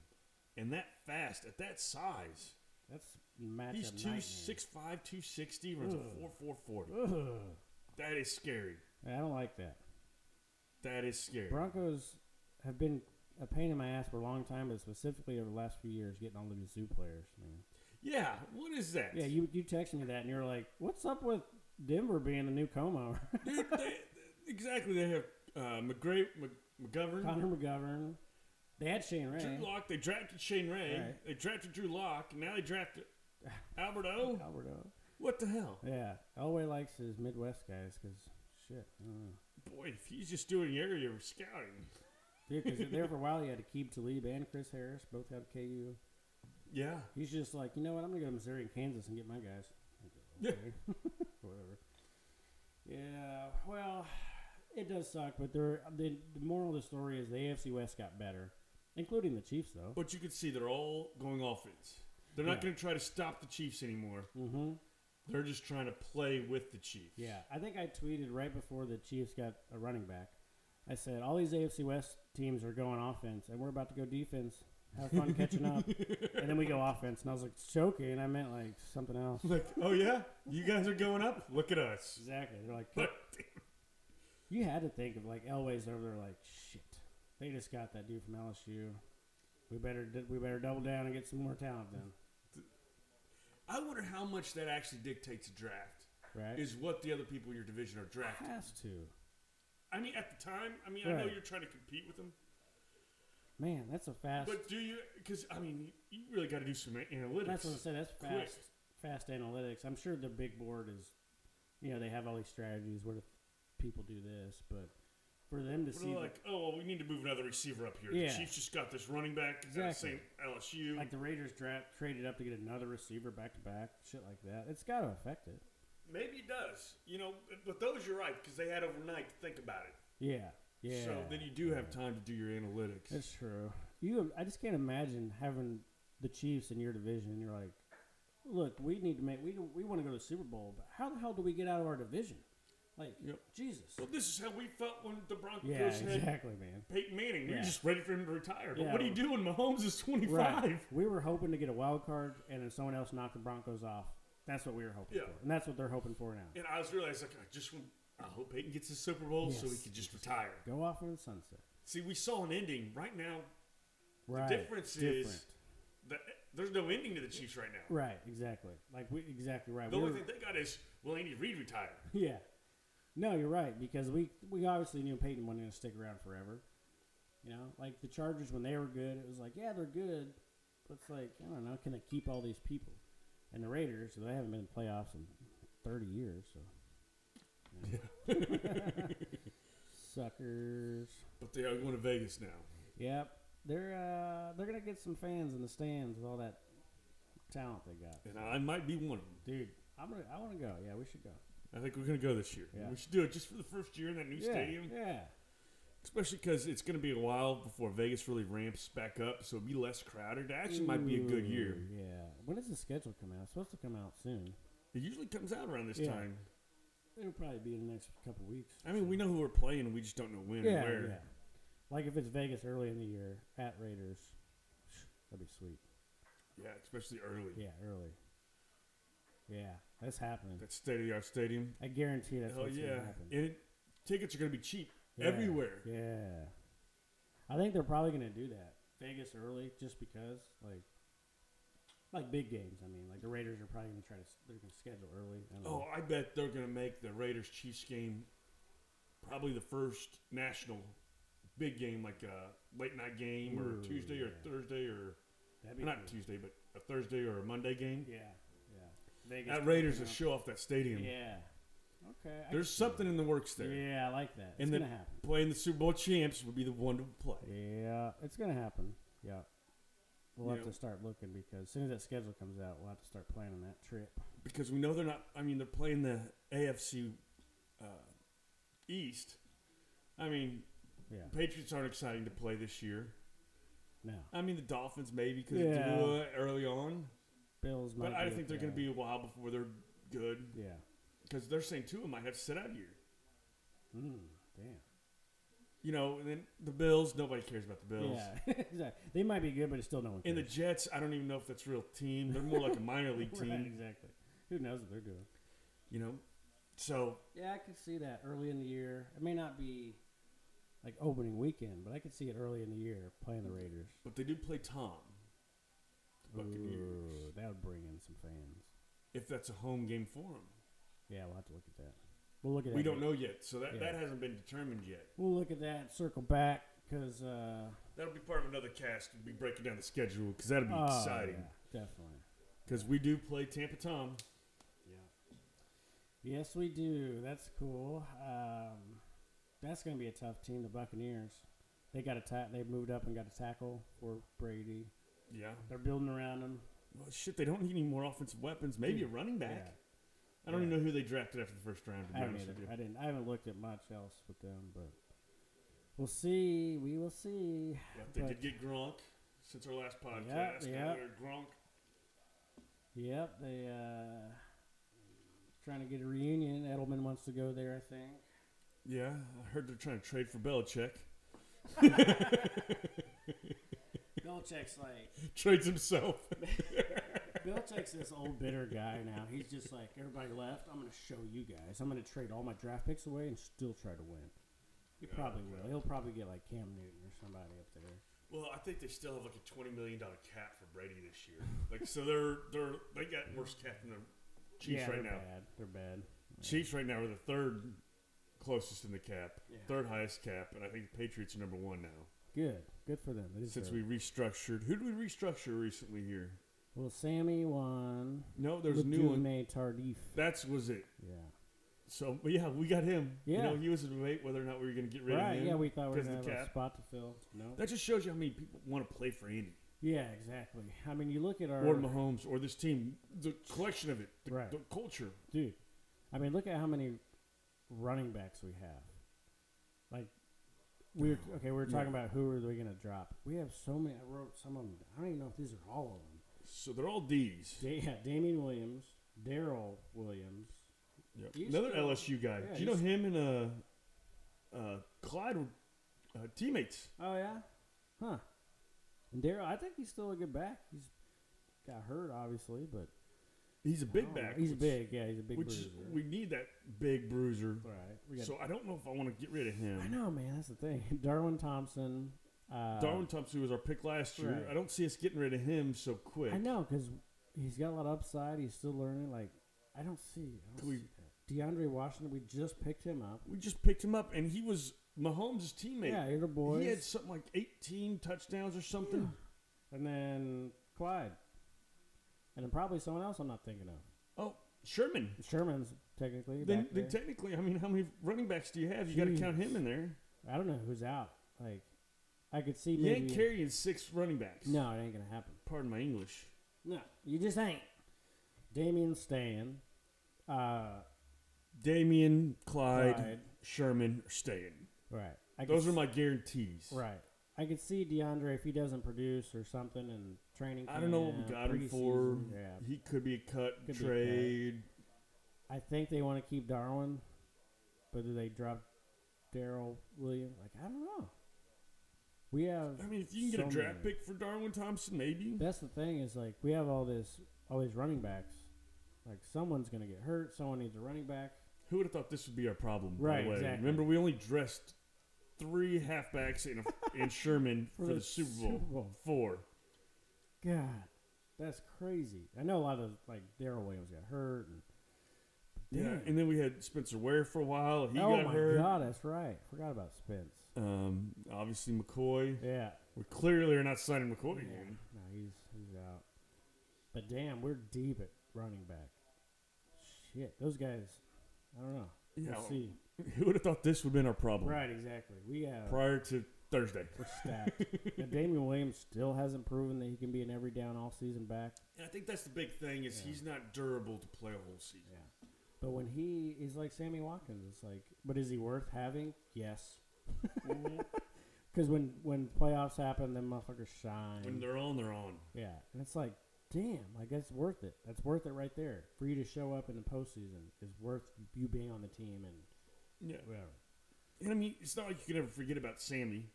Speaker 3: And that fast at that size.
Speaker 2: That's matchup.
Speaker 3: He's
Speaker 2: nightmare.
Speaker 3: 265, 260, runs
Speaker 2: Ugh.
Speaker 3: a 4 4 40.
Speaker 2: Ugh.
Speaker 3: That is scary.
Speaker 2: I don't like that.
Speaker 3: That is scary.
Speaker 2: Broncos have been a pain in my ass for a long time, but specifically over the last few years, getting all the zoo players. Man.
Speaker 3: Yeah, what is that?
Speaker 2: Yeah, you you texted me that, and you were like, "What's up with Denver being the new Como? *laughs*
Speaker 3: Dude, they- exactly. They have uh, McGray, Mc, McGovern,
Speaker 2: Connor McGovern? They had Shane Ray.
Speaker 3: Drew Lock. They drafted Shane Ray.
Speaker 2: Right.
Speaker 3: They drafted Drew Lock. and Now
Speaker 2: *laughs*
Speaker 3: they drafted Albert O.
Speaker 2: Alberto.
Speaker 3: What the hell?
Speaker 2: Yeah, Elway likes his Midwest guys because shit, I don't know.
Speaker 3: Boy, if he's just doing area scouting.
Speaker 2: Dude, 'cause there for a while, he had Akib Talib and Chris Harris both had KU.
Speaker 3: Yeah.
Speaker 2: He's just like, you know what? I'm gonna go to Missouri and Kansas and get my guys.
Speaker 3: Yeah.
Speaker 2: Okay. *laughs* Whatever. Yeah. Well, it does suck, but they're, the the moral of the story is the AFC West got better, including the Chiefs though.
Speaker 3: But you can see they're all going offense. They're not
Speaker 2: Yeah.
Speaker 3: going to try to stop the Chiefs anymore.
Speaker 2: Mm-hmm.
Speaker 3: They're just trying to play with the Chiefs.
Speaker 2: Yeah, I think I tweeted right before the Chiefs got a running back. I said all these AFC West teams are going offense, and we're about to go defense. Have fun catching up, and then we go offense. And I was like joking. I meant like something else.
Speaker 3: Like, oh yeah, you guys are going up. Look at us.
Speaker 2: Exactly. They're like,
Speaker 3: But
Speaker 2: you had to think of like Elway's over there. Like, shit, they just got that dude from LSU. We better we better double down and get some more talent then,
Speaker 3: *laughs* I wonder how much that actually dictates a draft.
Speaker 2: right?
Speaker 3: Is what the other people in your division are drafting.
Speaker 2: has to.
Speaker 3: I mean, at the time, I mean, I know
Speaker 2: Right.
Speaker 3: you're trying to compete with them,
Speaker 2: Man, that's a fast.
Speaker 3: but do you? Because I mean, you really got to do some analytics.
Speaker 2: That's what I said. That's
Speaker 3: Quick.
Speaker 2: fast, fast analytics. I'm sure the big board is, you know, they have all these strategies. What if people do this? But for them to
Speaker 3: But
Speaker 2: see,
Speaker 3: they're like, oh, well, we need to move another receiver up here.
Speaker 2: Yeah.
Speaker 3: The Chiefs just got this running back.
Speaker 2: Exactly.
Speaker 3: Exactly. Same LSU.
Speaker 2: like the Raiders draft traded up to get another receiver back to back, shit like that. It's got to affect it.
Speaker 3: Maybe it does. You know, but those you're right because they had overnight to think about it.
Speaker 2: Yeah, yeah.
Speaker 3: So then you do have time to do your analytics.
Speaker 2: That's true. You, I just can't imagine having the Chiefs in your division. and You're like, look, we need to make we we want to go to the Super Bowl, but how the hell do we get out of our division? Like,
Speaker 3: Yep.
Speaker 2: Jesus.
Speaker 3: well, this is how we felt when the Broncos
Speaker 2: Yeah,
Speaker 3: had
Speaker 2: exactly, man.
Speaker 3: Peyton Manning. We
Speaker 2: Yeah.
Speaker 3: We're just ready for him to retire. But
Speaker 2: Yeah.
Speaker 3: what do you do when Mahomes is 25?
Speaker 2: We were hoping to get a wild card, and then someone else knocked the Broncos off. That's what we were hoping
Speaker 3: Yeah.
Speaker 2: for, and that's what they're hoping for now.
Speaker 3: And I was realized like I just want, I hope Peyton gets his Super Bowl so he
Speaker 2: Yes.
Speaker 3: can just retire.
Speaker 2: Go off into the sunset.
Speaker 3: See, we saw an ending right now.
Speaker 2: Right.
Speaker 3: difference is- The, there's no ending to the Chiefs right now.
Speaker 2: right. Exactly. Like we exactly right.
Speaker 3: The
Speaker 2: We
Speaker 3: only
Speaker 2: were-
Speaker 3: thing they got is will Andy Reid retire?
Speaker 2: yeah. No, you're right because we we obviously knew Peyton wasn't going to stick around forever. You know, like the Chargers when they were good, it was like yeah they're good, but it's like I don't know can they keep all these people? And the Raiders, they haven't been in the playoffs in 30 years, so. Yeah. Suckers.
Speaker 3: But they are going to Vegas now.
Speaker 2: Yep, they're uh, they're gonna get some fans in the stands with all that talent they got.
Speaker 3: And I might be one of them.
Speaker 2: Dude, I'm gonna, I want to go. Yeah, we should go.
Speaker 3: I think we're going to go this year.
Speaker 2: Yeah.
Speaker 3: We should do it just for the first year in that new
Speaker 2: yeah,
Speaker 3: stadium.
Speaker 2: Yeah,
Speaker 3: Especially because it's going to be a while before Vegas really ramps back up, so it'll be less crowded. It actually might be a good year.
Speaker 2: Ooh, Yeah. When does the schedule come out? It's supposed to come out soon.
Speaker 3: It usually comes out around this
Speaker 2: Yeah.
Speaker 3: time.
Speaker 2: It'll probably be in the next couple weeks.
Speaker 3: I mean, we know who we're playing, we just don't know when and where.
Speaker 2: Like if it's Vegas early in the year at Raiders, that'd be sweet.
Speaker 3: Yeah, especially early.
Speaker 2: Yeah, early. Yeah, that's happening.
Speaker 3: That state of the art stadium.
Speaker 2: I guarantee that's
Speaker 3: Hell
Speaker 2: what's
Speaker 3: yeah.
Speaker 2: gonna happen.
Speaker 3: And it, tickets are going to be cheap
Speaker 2: Yeah,
Speaker 3: everywhere.
Speaker 2: Yeah, I think they're probably gonna do that Vegas early, just because like like big games. I mean, like the Raiders are probably gonna try to s- they're gonna schedule early. I don't
Speaker 3: Oh,
Speaker 2: know.
Speaker 3: I bet they're going to make the Raiders Chiefs game probably the first national big game, like a late night game
Speaker 2: Ooh,
Speaker 3: or Tuesday or
Speaker 2: yeah.
Speaker 3: Thursday or
Speaker 2: that'd be
Speaker 3: not
Speaker 2: cool.
Speaker 3: Tuesday, but a Thursday or a Monday game.
Speaker 2: Yeah, yeah. Vegas
Speaker 3: That Raiders
Speaker 2: you
Speaker 3: to
Speaker 2: know.
Speaker 3: show off that stadium.
Speaker 2: Yeah. Okay. I
Speaker 3: There's something in the works there.
Speaker 2: Yeah, I like that. It's
Speaker 3: And then
Speaker 2: gonna happen.
Speaker 3: playing the Super Bowl champs would be the one to play.
Speaker 2: Yeah, it's gonna happen. Yeah. We'll have
Speaker 3: Yeah.
Speaker 2: to start looking because as soon as that schedule comes out, we'll have to start planning that trip.
Speaker 3: because we know they're not. I mean, they're playing the AFC uh, East. I mean,
Speaker 2: Yeah.
Speaker 3: Patriots aren't exciting to play this year.
Speaker 2: Now,
Speaker 3: I mean, the Dolphins maybe because
Speaker 2: Yeah.
Speaker 3: do it early on,
Speaker 2: Bills.
Speaker 3: but
Speaker 2: might
Speaker 3: I
Speaker 2: be
Speaker 3: think they're going to
Speaker 2: okay.
Speaker 3: be a while before they're good
Speaker 2: Yeah.
Speaker 3: because they're saying Tua might have to sit out a year.
Speaker 2: Mm, damn.
Speaker 3: You know, and then the Bills. Nobody cares about the Bills.
Speaker 2: Yeah. *laughs* exactly. They might be good, but it's still no one.
Speaker 3: And the
Speaker 2: cares.
Speaker 3: Jets, I don't even know if that's a real team. They're more like a minor league team.
Speaker 2: *laughs* Right, exactly. Who knows what they're doing?
Speaker 3: You know, so
Speaker 2: Yeah, I could see that early in the year. It may not be like opening weekend, but I could see it early in the year playing the Raiders.
Speaker 3: but they do play Tom. The Buccaneers.
Speaker 2: Ooh, that would bring in some fans.
Speaker 3: If that's a home game for them.
Speaker 2: Yeah, we'll have to look at that. We'll look at
Speaker 3: We
Speaker 2: that.
Speaker 3: don't know yet, so that,
Speaker 2: Yeah.
Speaker 3: that hasn't been determined yet.
Speaker 2: We'll look at that. Circle back because uh,
Speaker 3: That'll be part of another cast. We'll be breaking down the schedule because that'll be
Speaker 2: oh,
Speaker 3: exciting.
Speaker 2: yeah, definitely.
Speaker 3: Because we do play Tampa Tom.
Speaker 2: Yeah. Yes, we do. That's cool. Um, that's going to be a tough team. The Buccaneers. They got a ta- They moved up and got a tackle for Brady.
Speaker 3: Yeah.
Speaker 2: They're building around him.
Speaker 3: Well, shit, they don't need any more offensive weapons. Maybe a running back. I don't
Speaker 2: Yeah.
Speaker 3: even know who they drafted after the first round. To
Speaker 2: I
Speaker 3: be
Speaker 2: haven't,
Speaker 3: honest
Speaker 2: either.
Speaker 3: with you.
Speaker 2: I didn't. I haven't looked at much else with them, but we'll see. We will see.
Speaker 3: But they
Speaker 2: But-
Speaker 3: did get Gronk since our last podcast.
Speaker 2: yeah.
Speaker 3: Tyler Gronk.
Speaker 2: Yep, they uh, trying to get a reunion. Edelman wants to go there, I think.
Speaker 3: Yeah, I heard they're trying to trade for Belichick. *laughs*
Speaker 2: Belichick's like
Speaker 3: Trades himself. *laughs*
Speaker 2: Belichick's this old bitter guy now. He's just like everybody left. I'm gonna show you guys. I'm gonna trade all my draft picks away and still try to win. He probably will. He'll probably get like Cam Newton or somebody up there.
Speaker 3: Well, I think they still have like a twenty million dollar cap for Brady this *laughs* year. Like, so they're they're they got worse cap than the Chiefs
Speaker 2: yeah, they're
Speaker 3: right now.
Speaker 2: bad. They're bad.
Speaker 3: Chiefs right now are the third closest in the cap,
Speaker 2: Yeah.
Speaker 3: third highest cap, and I think the Patriots are number one now.
Speaker 2: Good. Good for them. They
Speaker 3: Since
Speaker 2: deserve
Speaker 3: we
Speaker 2: it.
Speaker 3: restructured, who did we restructure recently here?
Speaker 2: well, Sammy won.
Speaker 3: No, there's a new one.
Speaker 2: May Tardif.
Speaker 3: That's was it.
Speaker 2: Yeah.
Speaker 3: So, but yeah, we got him.
Speaker 2: Yeah.
Speaker 3: you know, he was a debate whether or not we were going to get rid of
Speaker 2: Right.
Speaker 3: him.
Speaker 2: Yeah, we thought we were
Speaker 3: 'cause
Speaker 2: gonna
Speaker 3: of
Speaker 2: have
Speaker 3: the
Speaker 2: a
Speaker 3: cap.
Speaker 2: spot to fill. No.
Speaker 3: That just shows you how many people want to play for Andy
Speaker 2: Yeah, exactly. I mean, you look at our
Speaker 3: or Mahomes or this team, the collection of it, the,
Speaker 2: Right.
Speaker 3: the culture.
Speaker 2: dude. I mean, look at how many running backs we have. Like we were okay. We were talking about who are we going to drop. We have so many. I wrote some of them. I don't even know if these are all of them.
Speaker 3: So they're all D's.
Speaker 2: Da- yeah, Damien Williams, Daryl Williams.
Speaker 3: Yep.
Speaker 2: He's
Speaker 3: Another
Speaker 2: still-
Speaker 3: LSU guy.
Speaker 2: yeah,
Speaker 3: Do you know
Speaker 2: he's-
Speaker 3: him and uh, uh, Clyde were uh, teammates?
Speaker 2: Oh yeah, huh? And Daryl, I think he's still a good back. He's got hurt obviously, but
Speaker 3: He's a
Speaker 2: I
Speaker 3: big
Speaker 2: don't know.
Speaker 3: back.
Speaker 2: Oh, He's
Speaker 3: which-
Speaker 2: big. Yeah, he's a big
Speaker 3: Which
Speaker 2: bruiser.
Speaker 3: we need that big bruiser.
Speaker 2: All right, we got.
Speaker 3: So I don't know if I want to get rid of
Speaker 2: I
Speaker 3: him.
Speaker 2: know, man. That's the thing. *laughs* Darwin Thompson. Uh,
Speaker 3: Darwin Thompson was our pick last year.
Speaker 2: Right.
Speaker 3: I don't see us getting rid of him so quick.
Speaker 2: I know because he's got a lot of upside. He's still learning. Like I don't see. I don't
Speaker 3: We-
Speaker 2: see that. DeAndre Washington. We just picked him up.
Speaker 3: We just picked him up, and he was Mahomes' teammate.
Speaker 2: Yeah, you're the boys.
Speaker 3: he had something like 18 touchdowns or something.
Speaker 2: and then Clyde, and then probably someone else I'm not thinking of.
Speaker 3: Oh, Sherman.
Speaker 2: Sherman's technically.
Speaker 3: Then,
Speaker 2: back
Speaker 3: then
Speaker 2: there.
Speaker 3: technically, I mean, how many running backs do you have? You got to count
Speaker 2: Jeez.
Speaker 3: him in there.
Speaker 2: I don't know who's out. Like I could see
Speaker 3: You
Speaker 2: maybe.
Speaker 3: ain't carrying six running backs.
Speaker 2: no, it ain't gonna happen.
Speaker 3: Pardon my English.
Speaker 2: No, you just ain't. Damien Stan. Uh,
Speaker 3: Damien, Clyde,
Speaker 2: Clyde.
Speaker 3: Sherman are staying.
Speaker 2: right. I could
Speaker 3: Those are
Speaker 2: s-
Speaker 3: my guarantees.
Speaker 2: Right. I could see DeAndre if he doesn't produce or something in training.
Speaker 3: I don't know what we
Speaker 2: camp,
Speaker 3: got him for.
Speaker 2: preseason. Yeah.
Speaker 3: He could be a cut
Speaker 2: Could be a cut.
Speaker 3: trade.
Speaker 2: I think they want to keep Darwin, but do they drop Daryl Williams? Like I don't know. We have.
Speaker 3: I mean, if you can get
Speaker 2: so
Speaker 3: a draft
Speaker 2: many.
Speaker 3: pick for Darwin Thompson, maybe.
Speaker 2: That's the thing is like we have all this, all these running backs. Like someone's gonna get hurt. Someone needs a running back.
Speaker 3: Who would have thought this would be our problem? by the
Speaker 2: Right,
Speaker 3: way?
Speaker 2: exactly.
Speaker 3: Remember, we only dressed three halfbacks and, a,
Speaker 2: *laughs*
Speaker 3: and Sherman for, the, Super Bowl.
Speaker 2: Super Bowl.
Speaker 3: Four.
Speaker 2: God, that's crazy. I know a lot of like Daryl Williams got hurt. And,
Speaker 3: Yeah.
Speaker 2: Damn.
Speaker 3: And then we had Spencer Ware for a while. He
Speaker 2: oh
Speaker 3: got
Speaker 2: my
Speaker 3: hurt.
Speaker 2: god, that's right. Forgot about Spence.
Speaker 3: Um, obviously McCoy.
Speaker 2: Yeah.
Speaker 3: We clearly are not signing McCoy again. *laughs*
Speaker 2: No, he's he's out. But damn, we're deep at running back. Shit, those guys. I don't know.
Speaker 3: Yeah.
Speaker 2: We'll see.
Speaker 3: Who would have thought this would have been our problem
Speaker 2: Right, exactly. We have
Speaker 3: prior to Thursday?
Speaker 2: we're stacked. now, Damian Williams still hasn't proven that he can be an every down all season back.
Speaker 3: And I think that's the big thing is he's not durable to play a whole season.
Speaker 2: Yeah. But when he is like Sammy Watkins, it's like, but is he worth having? Yes.
Speaker 3: Mm-hmm.
Speaker 2: *laughs* Because when when playoffs happen, them motherfuckers shine.
Speaker 3: When they're on, they're on.
Speaker 2: Yeah, and it's like, damn, like that's worth it. That's worth it right there. For you to show up in the postseason is worth you being on the team and
Speaker 3: Yeah.
Speaker 2: whatever.
Speaker 3: And I mean, it's not like you can ever forget about Sammy.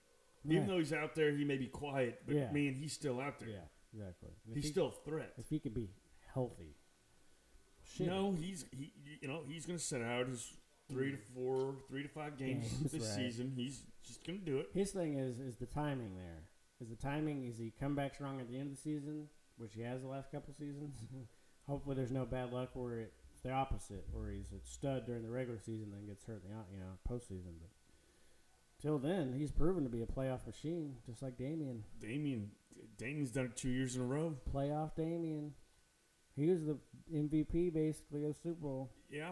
Speaker 2: Right.
Speaker 3: Even though he's out there, he may be quiet, but
Speaker 2: Yeah.
Speaker 3: man, he's still out there.
Speaker 2: Yeah, exactly. And if
Speaker 3: He's
Speaker 2: he-
Speaker 3: still a threat.
Speaker 2: if he could be healthy. Shit.
Speaker 3: No, he's he. You know, he's going to set out his three to four, three to five games
Speaker 2: Games,
Speaker 3: *laughs* this
Speaker 2: right.
Speaker 3: season. He's just going to do it.
Speaker 2: His thing is is the timing there. Is the timing is he come back strong at the end of the season, which he has the last couple seasons. *laughs* Hopefully, there's no bad luck where it's the opposite, where he's a stud during the regular season, then gets hurt in the out- you know postseason. But till then, he's proven to be a playoff machine, just like Damien.
Speaker 3: Damien, Damien's done it two years in a row.
Speaker 2: Playoff Damien. He was the MVP basically of the Super Bowl.
Speaker 3: Yeah,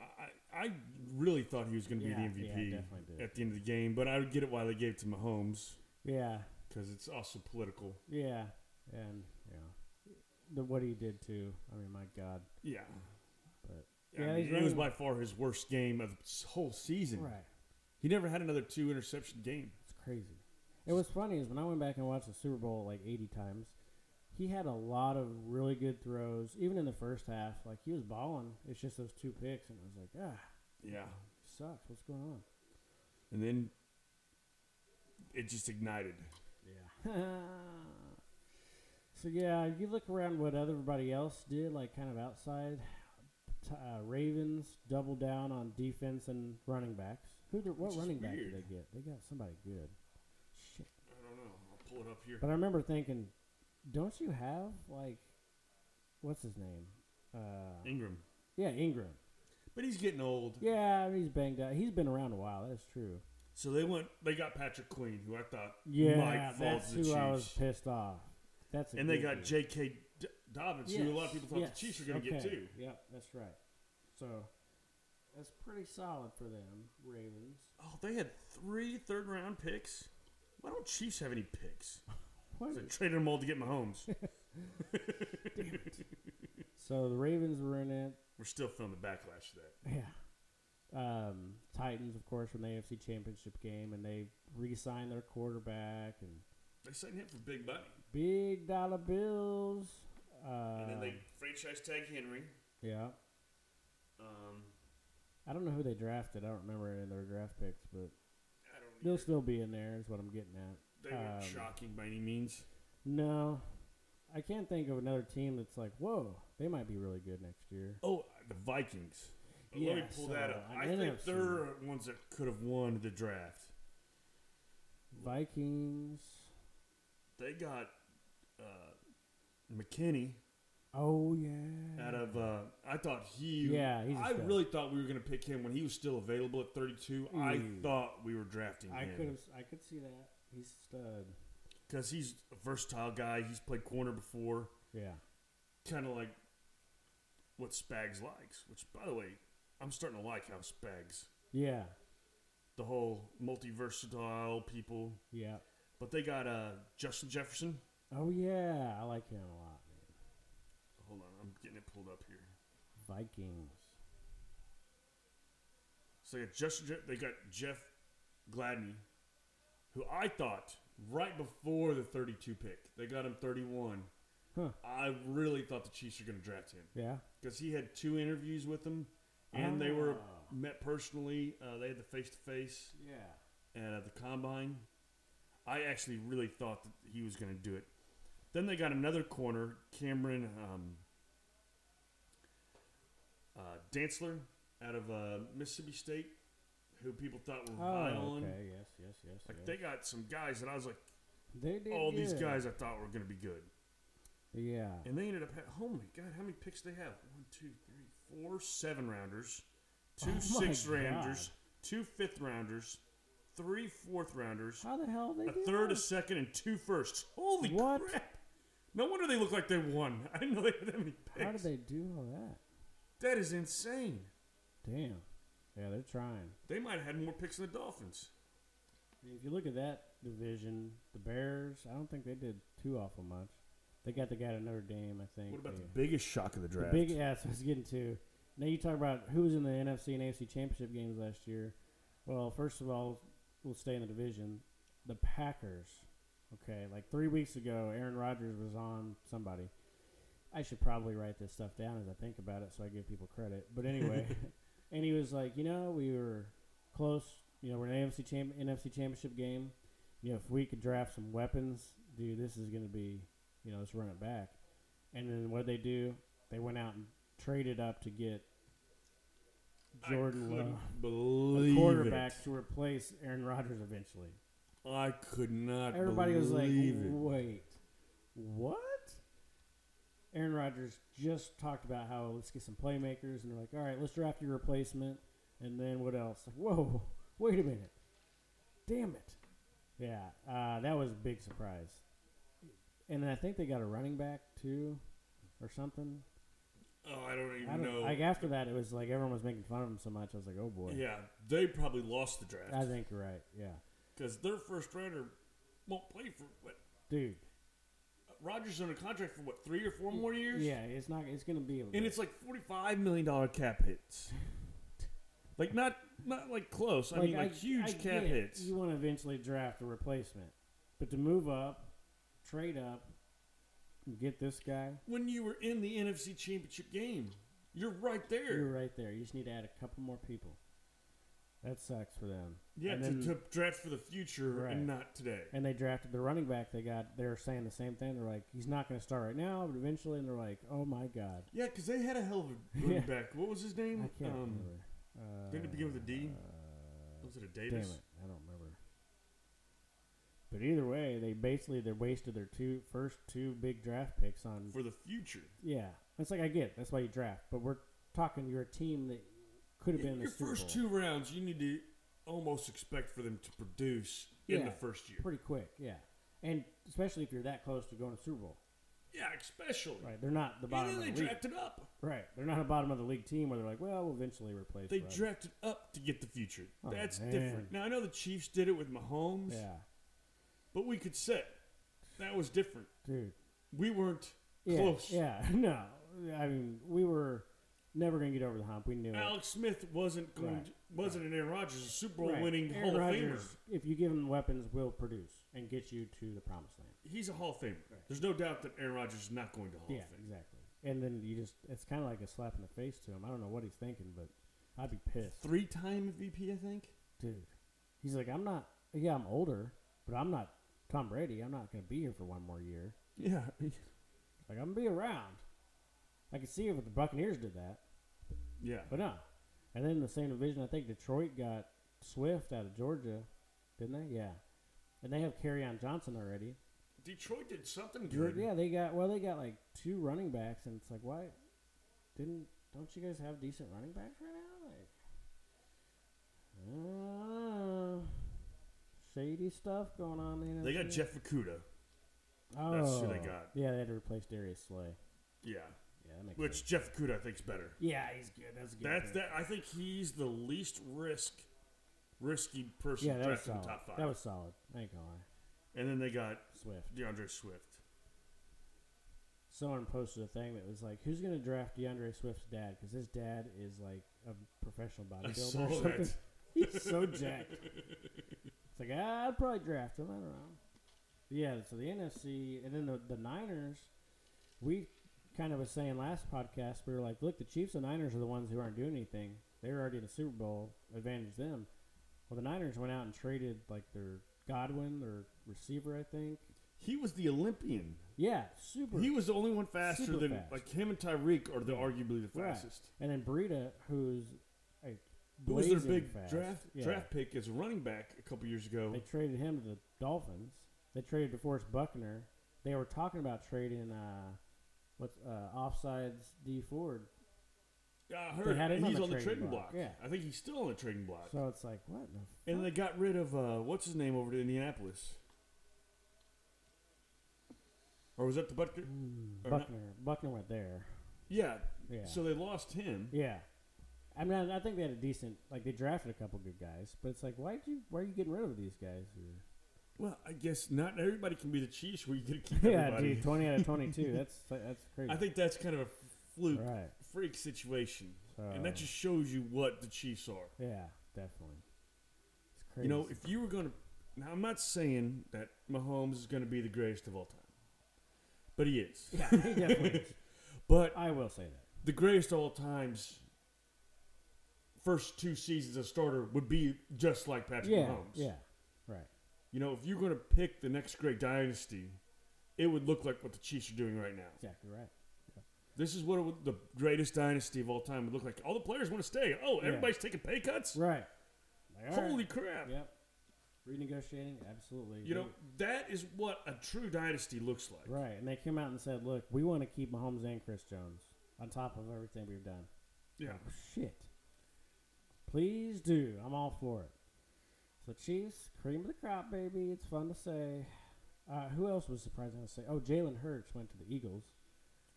Speaker 3: I, I I really thought he was going to
Speaker 2: Yeah, yeah,
Speaker 3: be the MVP
Speaker 2: definitely did.
Speaker 3: at the end of the game, but I would get it why they gave it to Mahomes
Speaker 2: Yeah,
Speaker 3: because it's also political.
Speaker 2: yeah, and you know the, what he did too. I mean, my God,
Speaker 3: Yeah,
Speaker 2: but
Speaker 3: I
Speaker 2: yeah,
Speaker 3: mean,
Speaker 2: he's
Speaker 3: it was
Speaker 2: running-
Speaker 3: by far his worst game of this whole season.
Speaker 2: right.
Speaker 3: He never had another two interception game.
Speaker 2: It's crazy. It was funny is when I went back and watched the Super Bowl like 80 times, he had a lot of really good throws, even in the first half. Like he was balling. It's just those two picks, and I was like, ah,
Speaker 3: Yeah,
Speaker 2: sucks. What's going on?
Speaker 3: and then it just ignited.
Speaker 2: Yeah. *laughs* so yeah, you look around what everybody else did, like kind of outside. T- Uh, Ravens double down on defense and running backs. Who? Did, what
Speaker 3: Which is
Speaker 2: running back did
Speaker 3: weird.
Speaker 2: they get? They got somebody good. Shit.
Speaker 3: I don't know. I'll pull it up here.
Speaker 2: But I remember thinking, don't you have like, what's his name? Uh,
Speaker 3: Ingram,
Speaker 2: yeah, Ingram.
Speaker 3: but he's getting old.
Speaker 2: Yeah, he's banged up. He's been around a while. That's true.
Speaker 3: So they went. They got Patrick Queen, who I thought
Speaker 2: Yeah,
Speaker 3: might fall
Speaker 2: that's
Speaker 3: to
Speaker 2: who
Speaker 3: the
Speaker 2: I was
Speaker 3: Chiefs,
Speaker 2: pissed off. That's a
Speaker 3: and they
Speaker 2: good
Speaker 3: got
Speaker 2: dude.
Speaker 3: J.K. D- Dobbins, who a lot of people thought
Speaker 2: yes,
Speaker 3: the Chiefs were going to get
Speaker 2: okay.
Speaker 3: too.
Speaker 2: Yep, that's right. So that's pretty solid for them, Ravens.
Speaker 3: Oh, they had three third round picks. Why don't Chiefs have any picks?
Speaker 2: What? *laughs*
Speaker 3: They traded them all to get Mahomes.
Speaker 2: So the Ravens were in it.
Speaker 3: We're still feeling the backlash to that.
Speaker 2: Yeah. Um, Titans, of course, from the AFC Championship game, and they re-signed their quarterback and
Speaker 3: They signed him for big money,
Speaker 2: big dollar bills. Uh,
Speaker 3: and then they franchise tag Henry.
Speaker 2: yeah.
Speaker 3: Um,
Speaker 2: I don't know who they drafted. I don't remember any of their draft picks, but
Speaker 3: I don't
Speaker 2: they'll
Speaker 3: know.
Speaker 2: still be in there. Is what I'm getting at.
Speaker 3: They weren't
Speaker 2: um,
Speaker 3: shocking by any means.
Speaker 2: No, I can't think of another team that's like, whoa, they might be really good next year.
Speaker 3: Oh, the Vikings. Let me
Speaker 2: Yeah,
Speaker 3: pull
Speaker 2: so
Speaker 3: that up.
Speaker 2: an
Speaker 3: I think
Speaker 2: NFC.
Speaker 3: they're ones that could have won the draft.
Speaker 2: Vikings.
Speaker 3: They got uh, McKinney
Speaker 2: Oh yeah.
Speaker 3: out of. Uh, I thought he.
Speaker 2: Yeah, he's a
Speaker 3: I
Speaker 2: stud.
Speaker 3: really thought we were going to pick him when he was still available at 32. I
Speaker 2: Mm.
Speaker 3: thought we were drafting
Speaker 2: I could
Speaker 3: him
Speaker 2: have. I could see that. He's a stud.
Speaker 3: because he's a versatile guy. He's played corner before,
Speaker 2: Yeah.
Speaker 3: kind of like what Spags likes. Which, by the way, I'm starting to like how Spags,
Speaker 2: Yeah.
Speaker 3: the whole multi-versatile people.
Speaker 2: Yeah.
Speaker 3: But they got uh, Justin Jefferson.
Speaker 2: Oh yeah. I like him a lot. man.
Speaker 3: Hold on, I'm getting it pulled up here.
Speaker 2: Vikings.
Speaker 3: So they got Justin. Je- They got Jeff Gladney, who I thought right before the 32 pick, they got him 31.
Speaker 2: Huh.
Speaker 3: I really thought the Chiefs were going to draft him
Speaker 2: Yeah.
Speaker 3: because he had two interviews with them, and they were
Speaker 2: Ah.
Speaker 3: met personally. Uh, they had the face to face
Speaker 2: Yeah.
Speaker 3: at the combine. I actually really thought that he was going to do it. Then they got another corner, Cameron um, uh, Dantzler out of uh, Mississippi State, who people thought were high
Speaker 2: Oh,
Speaker 3: on.
Speaker 2: okay. Yes, yes, yes.
Speaker 3: Like
Speaker 2: yes.
Speaker 3: they got some guys that I was like,
Speaker 2: They did
Speaker 3: all these
Speaker 2: good.
Speaker 3: guys I thought were going to be good,
Speaker 2: Yeah.
Speaker 3: and they ended up ha- holy god, how many picks they have? One, two, three, four, seven rounders,
Speaker 2: *laughs*
Speaker 3: two
Speaker 2: Oh my
Speaker 3: six rounders, two fifth rounders, three fourth rounders,
Speaker 2: How the hell they
Speaker 3: a
Speaker 2: do
Speaker 3: third, a
Speaker 2: that?
Speaker 3: second, and two firsts. Holy
Speaker 2: What?
Speaker 3: crap! No wonder they look like they won. *laughs* I didn't know they had that many picks.
Speaker 2: How did they do all that?
Speaker 3: That is insane.
Speaker 2: Damn. Yeah, they're trying.
Speaker 3: They might have had more picks than the Dolphins.
Speaker 2: I mean, if you look at that division, the Bears, I don't think they did too awful much. They got the guy at Notre Dame, I think.
Speaker 3: What about
Speaker 2: yeah.
Speaker 3: the biggest shock of the draft?
Speaker 2: Big ass I was getting to. Now you talk about who was in the NFC and AFC championship games last year. Well, first of all, we'll stay in the division. The Packers. Okay, like three weeks ago, Aaron Rodgers was on somebody. I should probably write this stuff down as I think about it, so I give people credit. But
Speaker 3: *laughs*
Speaker 2: anyway, *laughs* and he was like, you know, we were close. You know, we're in an AFC champ- NFC championship game. You know, if we could draft some weapons, dude, this is going to be, you know, let's run it back. And then what did they do? They went out and traded up to get Jordan Love, a
Speaker 3: believe
Speaker 2: quarterback, to replace Aaron Rodgers eventually.
Speaker 3: it. I could not.
Speaker 2: Everybody was like,
Speaker 3: believe it.
Speaker 2: wait, what? Aaron Rodgers just talked about how let's get some playmakers, and they're like, all right, let's draft your replacement, and then what else? Like, whoa, *laughs* wait a minute. Damn it. Yeah, uh, that was a big surprise. And then I think they got a running back, too, or something.
Speaker 3: Oh, I don't even
Speaker 2: I don't,
Speaker 3: know.
Speaker 2: Like after that, it was like everyone was making fun of him so much. I was like, oh boy.
Speaker 3: yeah, they probably lost the draft.
Speaker 2: I think you're right. Yeah,
Speaker 3: because their first rounder won't play for what.
Speaker 2: dude.
Speaker 3: Rogers under contract for what three or four more years?
Speaker 2: Yeah, it's not. It's gonna be. A
Speaker 3: and it's like forty-five million dollar cap hits. Like not not like close. I mean like huge
Speaker 2: I
Speaker 3: cap
Speaker 2: get it.
Speaker 3: hits.
Speaker 2: You want to eventually draft a replacement, but to move up, trade up, and get this guy.
Speaker 3: When you were in the NFC Championship game, you're right there.
Speaker 2: You're right there. You just need to add a couple more people. That sucks for them.
Speaker 3: Yeah,
Speaker 2: and
Speaker 3: to,
Speaker 2: then-
Speaker 3: to draft for the future
Speaker 2: Right.
Speaker 3: and not today.
Speaker 2: and they drafted the running back. They got. They're saying the same thing. They're like, he's not going to start right now, but eventually, and they're like, oh my god,
Speaker 3: Yeah, because they had a hell of *laughs* a running back. What was his
Speaker 2: I
Speaker 3: name?
Speaker 2: can't
Speaker 3: um,
Speaker 2: remember. Uh,
Speaker 3: didn't it begin with a D?
Speaker 2: uh,
Speaker 3: was it a
Speaker 2: Damn
Speaker 3: Davis?
Speaker 2: it, I don't remember. But either way, they basically they wasted their two first two big draft picks on.
Speaker 3: For the future,
Speaker 2: Yeah, it's like I get it, that's why you draft, but we're talking you're a team that could have been in the
Speaker 3: your
Speaker 2: Super
Speaker 3: first
Speaker 2: Bowl
Speaker 3: two rounds, you need to almost expect for them to produce in
Speaker 2: Yeah.
Speaker 3: the first year.
Speaker 2: pretty quick. Yeah, and especially if you're that close to going to the Super Bowl,
Speaker 3: Yeah, especially.
Speaker 2: right? They're not the
Speaker 3: And
Speaker 2: bottom
Speaker 3: then
Speaker 2: of
Speaker 3: they
Speaker 2: the league,
Speaker 3: drafted up.
Speaker 2: right? They're not a bottom of the league team where they're like, well, we'll eventually replace.
Speaker 3: They
Speaker 2: Rodgers."
Speaker 3: drafted up to get the future.
Speaker 2: Oh,
Speaker 3: That's
Speaker 2: man.
Speaker 3: different. Now I know the Chiefs did it with Mahomes,
Speaker 2: Yeah,
Speaker 3: but we could set. That was different.
Speaker 2: dude.
Speaker 3: We weren't
Speaker 2: Yeah,
Speaker 3: close.
Speaker 2: Yeah, *laughs* no, I mean we were never gonna get over the hump. We knew it.
Speaker 3: Alex Smith wasn't going.
Speaker 2: Right.
Speaker 3: to- wasn't an Aaron Rodgers, a Super Bowl
Speaker 2: Right.
Speaker 3: winning
Speaker 2: Aaron
Speaker 3: Hall of
Speaker 2: Rodgers,
Speaker 3: Famer.
Speaker 2: If you give him weapons, will produce and get you to the promised land.
Speaker 3: He's a Hall of Famer. There's no doubt that Aaron Rodgers is not going to Hall
Speaker 2: yeah,
Speaker 3: of Fame.
Speaker 2: exactly. And then you just—it's kind of like a slap in the face to him. I don't know what he's thinking, but I'd be pissed,
Speaker 3: Three-time MVP, I think.
Speaker 2: dude. He's like, I'm not. Yeah, I'm older, but I'm not Tom Brady. I'm not gonna be here for one more year.
Speaker 3: Yeah,
Speaker 2: Like I'm gonna be around. I could see if the Buccaneers did that,
Speaker 3: yeah.
Speaker 2: but no. And then in the same division, I think Detroit got Swift out of Georgia, didn't they? Yeah. And they have on Johnson already.
Speaker 3: Detroit did something
Speaker 2: You're-
Speaker 3: good.
Speaker 2: Yeah, they got well, they got like two running backs, and it's like, why didn't don't you guys have decent running backs right now? Like, uh, shady stuff going on. In
Speaker 3: They got
Speaker 2: NFC.
Speaker 3: Jeff Okuda.
Speaker 2: Oh,
Speaker 3: that's who they got.
Speaker 2: Yeah, they had to replace Darius Slay.
Speaker 3: Yeah,
Speaker 2: Yeah, that makes
Speaker 3: which
Speaker 2: sense.
Speaker 3: Jeff Okuda I think is better.
Speaker 2: Yeah, he's good. That's a good.
Speaker 3: That's
Speaker 2: pick.
Speaker 3: that. I think he's the least risk, risky person
Speaker 2: Yeah, that was
Speaker 3: drafted in
Speaker 2: solid.
Speaker 3: the top five.
Speaker 2: That was solid. I ain't gonna lie.
Speaker 3: and then they got
Speaker 2: Swift.
Speaker 3: DeAndre Swift.
Speaker 2: someone posted a thing that was like, "Who's going to draft DeAndre Swift's dad? Because his dad is like a professional bodybuilder or
Speaker 3: saw that.
Speaker 2: something. *laughs* He's so jacked." It's like "Ah, I'd probably draft him. I don't know. Yeah. So the NFC and then the, the Niners. we kind of was saying last podcast, we were like, look, the Chiefs and Niners are the ones who aren't doing anything. They're already in the Super Bowl. Advantage them. Well, the Niners went out and traded like their Godwin, their receiver, I think.
Speaker 3: He was the Olympian.
Speaker 2: Yeah, super.
Speaker 3: He was the only one faster
Speaker 2: Super
Speaker 3: than
Speaker 2: fast.
Speaker 3: like him and Tyreek are the arguably the
Speaker 2: Right.
Speaker 3: fastest.
Speaker 2: And then Breida, who's a
Speaker 3: Who was their
Speaker 2: blazing
Speaker 3: big
Speaker 2: fast.
Speaker 3: draft
Speaker 2: yeah.
Speaker 3: draft pick as a running back a couple years ago?
Speaker 2: They traded him to the Dolphins. They traded DeForest Buckner. They were talking about trading uh, what's uh, offsides D Ford.
Speaker 3: I heard
Speaker 2: had him
Speaker 3: and
Speaker 2: on
Speaker 3: he's
Speaker 2: the
Speaker 3: on the
Speaker 2: trading
Speaker 3: trading block.
Speaker 2: block, yeah.
Speaker 3: I think he's still on the trading block.
Speaker 2: So it's like what in the
Speaker 3: and they got rid of uh, what's his name over to Indianapolis, or was that the Butker?
Speaker 2: f-
Speaker 3: Or not-
Speaker 2: Buckner. Buckner went there.
Speaker 3: Yeah.
Speaker 2: Hmm, Yeah.
Speaker 3: So they lost him.
Speaker 2: Yeah. I mean, I, I think they had a decent. Like they drafted a couple good guys, but it's like, why did you? Why are you getting rid of these
Speaker 3: *laughs*
Speaker 2: guys?
Speaker 3: Well, I guess not everybody can be the Chiefs where you get to
Speaker 2: *laughs*
Speaker 3: keep
Speaker 2: yeah,
Speaker 3: everybody.
Speaker 2: dude, twenty out of twenty-two. that's that's crazy.
Speaker 3: *laughs* I think that's kind of a fluke,
Speaker 2: Right.
Speaker 3: freak situation, and
Speaker 2: So-
Speaker 3: that just shows you what the Chiefs are.
Speaker 2: Yeah, definitely. It's crazy.
Speaker 3: You know, if you were going to, now I'm not saying that Mahomes is going to be the greatest of all time, but he is.
Speaker 2: yeah, *laughs* he definitely is.
Speaker 3: But
Speaker 2: I will say that.
Speaker 3: the greatest of all times, first two seasons as starter would be just like Patrick
Speaker 2: Yeah,
Speaker 3: Mahomes.
Speaker 2: yeah, right.
Speaker 3: You know, if you're going to pick the next great dynasty, it would look like what the Chiefs are doing right now.
Speaker 2: Exactly right.
Speaker 3: This is what it would, the greatest dynasty of all time would look like. All the players want to stay. Oh,
Speaker 2: Yeah.
Speaker 3: everybody's taking pay cuts.
Speaker 2: Right. Like, all right.
Speaker 3: Holy *laughs* crap!
Speaker 2: Yep. Renegotiating, absolutely.
Speaker 3: You
Speaker 2: They-
Speaker 3: know that is what a true dynasty looks like.
Speaker 2: Right, and they came out and said, "Look, we want to keep Mahomes and Chris Jones on top of everything we've done."
Speaker 3: Yeah.
Speaker 2: Like, Shit. Please do. I'm all for it. So Chiefs, cream of the crop, baby. It's fun to say. Uh, who else was surprising to say? Oh, Jalen Hurts went to the Eagles.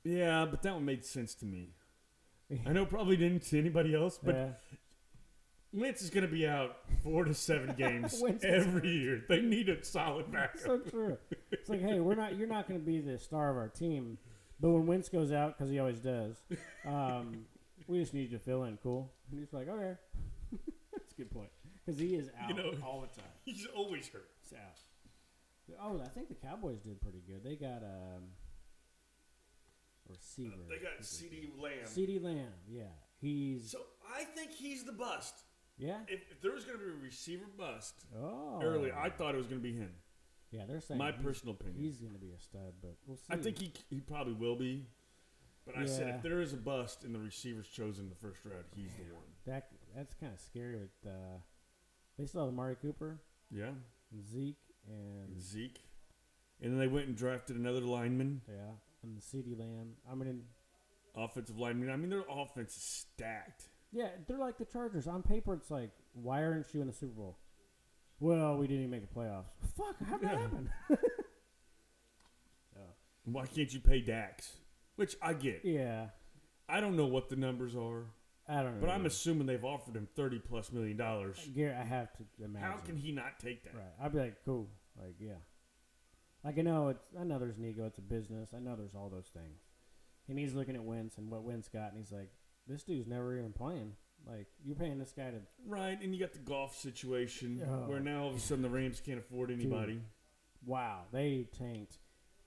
Speaker 3: Yeah, but that one made sense to me.
Speaker 2: *laughs*
Speaker 3: I know it probably didn't to anybody else, but
Speaker 2: Yeah.
Speaker 3: Wentz is going to be out four
Speaker 2: *laughs*
Speaker 3: to seven games
Speaker 2: Wentz is-
Speaker 3: every year. They need a solid backup.
Speaker 2: so true. It's like, hey, we're not. You're not going to be the star of our team, but when Wentz goes out, because he always does, um, we just need you to fill in. Cool. And he's like, okay, *laughs* that's a good point, because he is out
Speaker 3: You know-
Speaker 2: all the time.
Speaker 3: *laughs* He's always hurt.
Speaker 2: He's out. Oh, I think the Cowboys did pretty good. They got um, a receiver.
Speaker 3: They got CD Lamb.
Speaker 2: C.D. Lamb. Yeah, he's
Speaker 3: so I think he's the bust.
Speaker 2: yeah.
Speaker 3: If, if there was going to be a receiver bust
Speaker 2: Oh,
Speaker 3: early, I thought it was going to be him.
Speaker 2: yeah, they're saying
Speaker 3: My
Speaker 2: he's-
Speaker 3: personal opinion.
Speaker 2: He's going to be a stud, but we'll see.
Speaker 3: I think he he probably will be. But I said
Speaker 2: Yeah.
Speaker 3: if there is a bust and the receiver's chosen in the first round, he's the one.
Speaker 2: That that's kind of scary. With uh, they still have Amari Cooper,
Speaker 3: Yeah,
Speaker 2: and Zeke, and
Speaker 3: Zeke, and then they went and drafted another lineman,
Speaker 2: yeah, and C.D. Lamb. I mean, and-
Speaker 3: offensive lineman. I mean, their offense is stacked.
Speaker 2: yeah, they're like the Chargers. On paper, it's like, why aren't you in the Super Bowl? Well, we didn't even make the playoffs. Fuck, how'd that happen? *laughs*
Speaker 3: Why can't you pay Dax? Which I get.
Speaker 2: yeah,
Speaker 3: I don't know what the numbers are,
Speaker 2: I don't know.
Speaker 3: but I'm assuming they've offered him thirty plus million dollars.
Speaker 2: Garrett, I have to imagine.
Speaker 3: How can he not take that?
Speaker 2: Right, I'd be like, cool, like yeah. Like I know it's I know there's an ego, it's a business. I know there's all those things, and he's looking at Wentz and what Wentz got, and he's like, this dude's never even playing. Like you're paying this guy to
Speaker 3: Right, and you got the golf situation
Speaker 2: Oh.
Speaker 3: where now all of a sudden the Rams can't afford anybody.
Speaker 2: Wow, they tanked.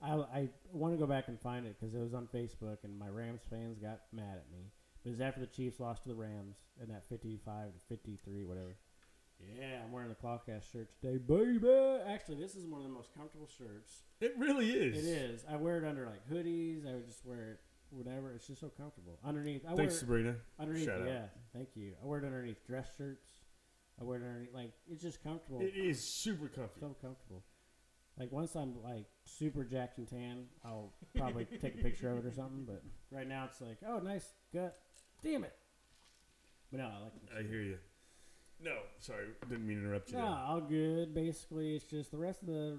Speaker 2: I, I want to go back and find it because it was on Facebook and my Rams fans got mad at me. But it was after the Chiefs lost to the Rams in that 55 to 53, whatever. Yeah, I'm wearing the Clawcast shirt today, baby. Actually, this is one of the most comfortable shirts.
Speaker 3: It really
Speaker 2: It
Speaker 3: is.
Speaker 2: is. I wear it under like hoodies. I would just wear it whatever. It's just so comfortable. Underneath, I
Speaker 3: Thanks,
Speaker 2: wear it-
Speaker 3: Sabrina.
Speaker 2: underneath.
Speaker 3: Shout out.
Speaker 2: yeah, thank you. I wear it underneath dress shirts. I wear it underneath like it's just comfortable.
Speaker 3: It is super comfy.
Speaker 2: so comfortable. Like once I'm like super jacked and tan, I'll probably *laughs* take a picture of it or something. But right now it's like, oh, nice gut. Damn it. But no, I like.
Speaker 3: I hear you. No, sorry, didn't mean to interrupt you.
Speaker 2: No,
Speaker 3: there.
Speaker 2: all good. Basically, it's just the rest of the,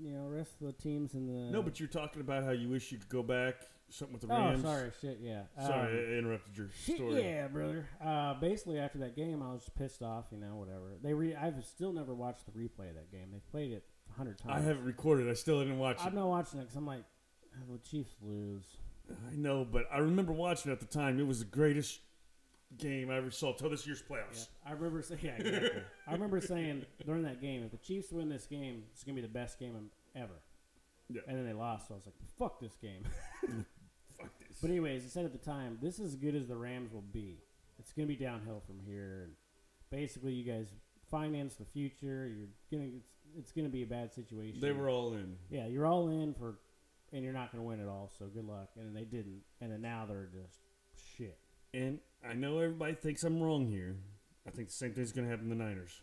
Speaker 2: you know, rest of the teams in the.
Speaker 3: No, but you're talking about how you wish you could go back something with the
Speaker 2: oh,
Speaker 3: Rams.
Speaker 2: sorry, shit, yeah.
Speaker 3: sorry,
Speaker 2: Um,
Speaker 3: I interrupted your
Speaker 2: Shit,
Speaker 3: story.
Speaker 2: yeah, brother. Uh, basically, after that game, I was pissed off. You know, whatever. They re- I've still never watched the replay of that game. They've played it a hundred
Speaker 3: I
Speaker 2: times.
Speaker 3: haven't recorded. I still didn't watch
Speaker 2: I'm
Speaker 3: it.
Speaker 2: not watching it because I'm like, oh, the Chiefs lose.
Speaker 3: I know, but I remember watching it at the time. It was the greatest game I ever saw till this year's
Speaker 2: Yeah,
Speaker 3: playoffs.
Speaker 2: I remember saying. *laughs* Yeah, exactly. I remember saying during that game, if the Chiefs win this game, it's gonna be the best game I'm- ever.
Speaker 3: Yeah.
Speaker 2: And then they lost, so I was like, "Fuck this game."
Speaker 3: fuck this.
Speaker 2: But anyways, I said at the time, this is as good as the Rams will be. It's going to be downhill from here. And basically, you guys finance the future. You're going to it's, it's going to be a bad situation.
Speaker 7: They were all in.
Speaker 2: yeah, you're all in for, and you're not going to win at all. So good luck. And they didn't. And then now they're just shit.
Speaker 3: And I know everybody thinks I'm wrong here. I think the same thing's going to happen to the Niners.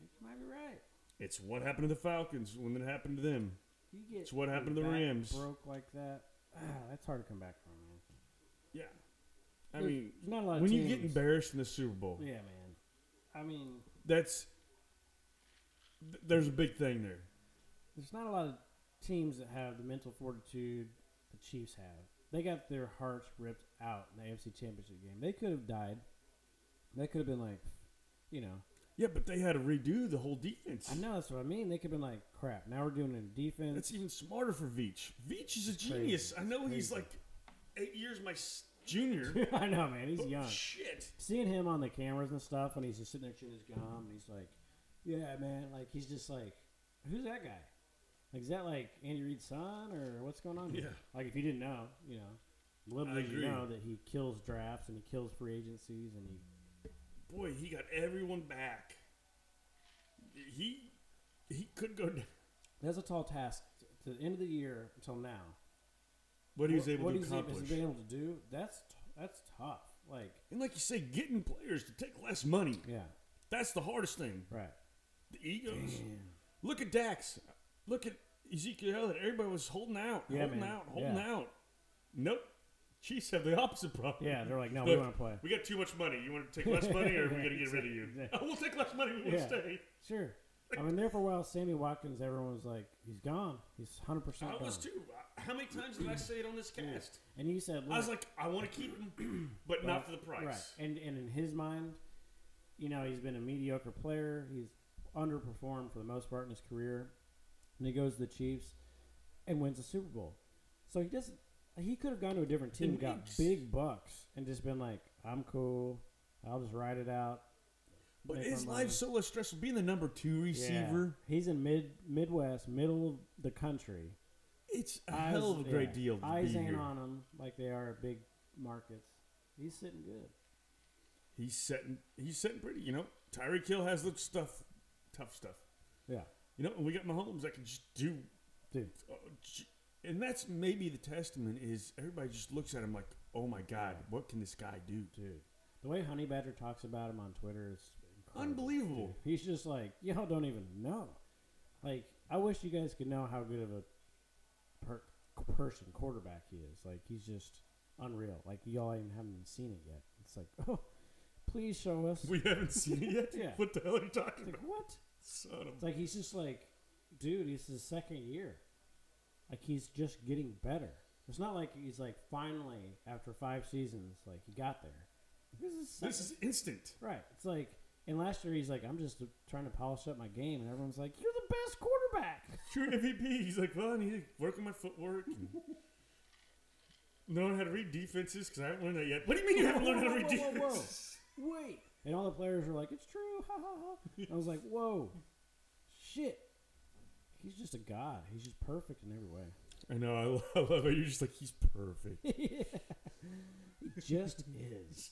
Speaker 2: You might be right.
Speaker 3: It's what happened to the Falcons when it happened to them.
Speaker 2: You get
Speaker 3: It's what happened to
Speaker 2: your
Speaker 3: the
Speaker 2: back
Speaker 3: Rams.
Speaker 2: Broke like that. Ah, that's hard to come back from, man.
Speaker 3: Yeah. I mean,
Speaker 2: There's not a lot of
Speaker 3: when you get
Speaker 2: teams-
Speaker 3: embarrassed in the Super Bowl,
Speaker 2: Yeah, man. I mean,
Speaker 3: that's th- there's a big thing there.
Speaker 2: there's not a lot of teams that have the mental fortitude the Chiefs have. They got their hearts ripped out in the AFC Championship game. They could have died. They could have been like, you know,
Speaker 3: Yeah, but they had to redo the whole defense.
Speaker 2: I know that's what I mean. They could have been like, crap. Now we're doing it in defense.
Speaker 3: That's even smarter for Veach. Veach is a
Speaker 2: crazy.
Speaker 3: genius. I know he's
Speaker 2: Crazy.
Speaker 3: like eight years my s- junior.
Speaker 2: *laughs*
Speaker 3: Oh,
Speaker 2: I know, man. He's young.
Speaker 3: Shit.
Speaker 2: Seeing him on the cameras and stuff when he's just sitting there chewing his gum, and he's like, yeah, man. Like he's just like, who's that guy? Like is that like Andy Reid's son or what's going on? Here?
Speaker 3: Yeah.
Speaker 2: Like if you didn't know, you know, little
Speaker 3: I
Speaker 2: did you
Speaker 3: agree.
Speaker 2: know that he kills drafts and he kills free agencies and he
Speaker 3: Boy, he got everyone back. He he could go down,
Speaker 2: That's a tall task to the end of the year until now.
Speaker 3: but he was able
Speaker 2: what
Speaker 3: to
Speaker 2: he's a-
Speaker 3: accomplish.
Speaker 2: Has he been able to do that's t- that's tough. Like
Speaker 3: and like you say, getting players to take less money.
Speaker 2: yeah,
Speaker 3: That's the hardest thing.
Speaker 2: right.
Speaker 3: The egos. Look at Dax. Look at Ezekiel Elliott. Everybody was holding out,
Speaker 2: Yeah,
Speaker 3: holding
Speaker 2: man.
Speaker 3: out, holding
Speaker 2: Yeah.
Speaker 3: out. Nope. Chiefs have the opposite problem.
Speaker 2: Yeah, they're like, no, we
Speaker 3: Look,
Speaker 2: want to play.
Speaker 3: We got too much money. You want to take less money, or are we
Speaker 2: Yeah,
Speaker 3: going to get rid of
Speaker 2: *laughs*
Speaker 3: you?
Speaker 2: exactly.
Speaker 3: Oh, we'll take less money. We want
Speaker 2: Yeah.
Speaker 3: to stay.
Speaker 2: Sure. I mean, there for a while, Sammy Watkins. Everyone was like, he's gone. He's hundred percent
Speaker 3: I
Speaker 2: gone.
Speaker 3: was too. I- How many times did I say it on this cast?
Speaker 2: And you said,
Speaker 3: I
Speaker 2: look,
Speaker 3: was like, I want to keep
Speaker 2: *clears throat*
Speaker 3: him, but not for the price.
Speaker 2: Right. And and in his mind, you know, he's been a mediocre player. He's underperformed for the most part in his career. And he goes to the Chiefs and wins the Super Bowl. So he doesn't he could have gone to a different team,
Speaker 3: And
Speaker 2: got
Speaker 3: we-
Speaker 2: big bucks, and just been like, I'm cool. I'll just ride it out.
Speaker 3: But
Speaker 2: Make
Speaker 3: his
Speaker 2: my money."
Speaker 3: life's so less stressful. Being the number two
Speaker 2: Yeah.
Speaker 3: receiver,
Speaker 2: He's in mid Midwest, middle of the country.
Speaker 3: it's a hell of a
Speaker 2: Eyes-
Speaker 3: great
Speaker 2: yeah,
Speaker 3: deal to
Speaker 2: Eyes
Speaker 3: be
Speaker 2: ain't
Speaker 3: here.
Speaker 2: on him like they are at big markets. He's sitting good.
Speaker 3: He's setting. He's setting pretty. You know, Tyreek Hill has the stuff, tough stuff.
Speaker 2: Yeah.
Speaker 3: You know, and we got Mahomes that can just do.
Speaker 2: Dude.
Speaker 3: oh, j- And that's maybe the testament is everybody just looks at him like, oh my god, what can this guy do?
Speaker 2: dude. oh The way Honey Badger talks about him on Twitter is incredible,
Speaker 3: Unbelievable.
Speaker 2: dude. He's just like, y'all don't even know. Like, I wish you guys could know how good of a per- person quarterback he is. Like, he's just unreal. Like, y'all even haven't even seen it yet. It's like, *laughs* oh, please show us.
Speaker 3: We haven't seen it yet.
Speaker 2: Yeah.
Speaker 3: What the hell are you talking
Speaker 2: It's *laughs*
Speaker 3: about?
Speaker 2: like, what?
Speaker 3: Son of
Speaker 2: It's like he's just like, dude, he's his second year. Like he's just getting better. It's not like he's like finally after five seasons, like he got there. This is
Speaker 3: This is instant.
Speaker 2: Right. It's like, and last year he's like, I'm just trying to polish up my game, and everyone's like, you're the best quarterback. *laughs*
Speaker 3: True MVP. He's like, well, I need to work on my footwork. And knowing how to read defenses because I haven't learned that yet. What do you mean you haven't learned how to read
Speaker 2: Whoa, whoa, whoa, whoa.
Speaker 3: defenses?
Speaker 2: Wait. And all the players were like, it's true. *laughs* Ha ha ha. I was like, whoa, shit. He's just a god. He's just perfect in every way. *laughs*
Speaker 3: I know. I lo- I love it. You're just like, he's perfect.
Speaker 2: He just is.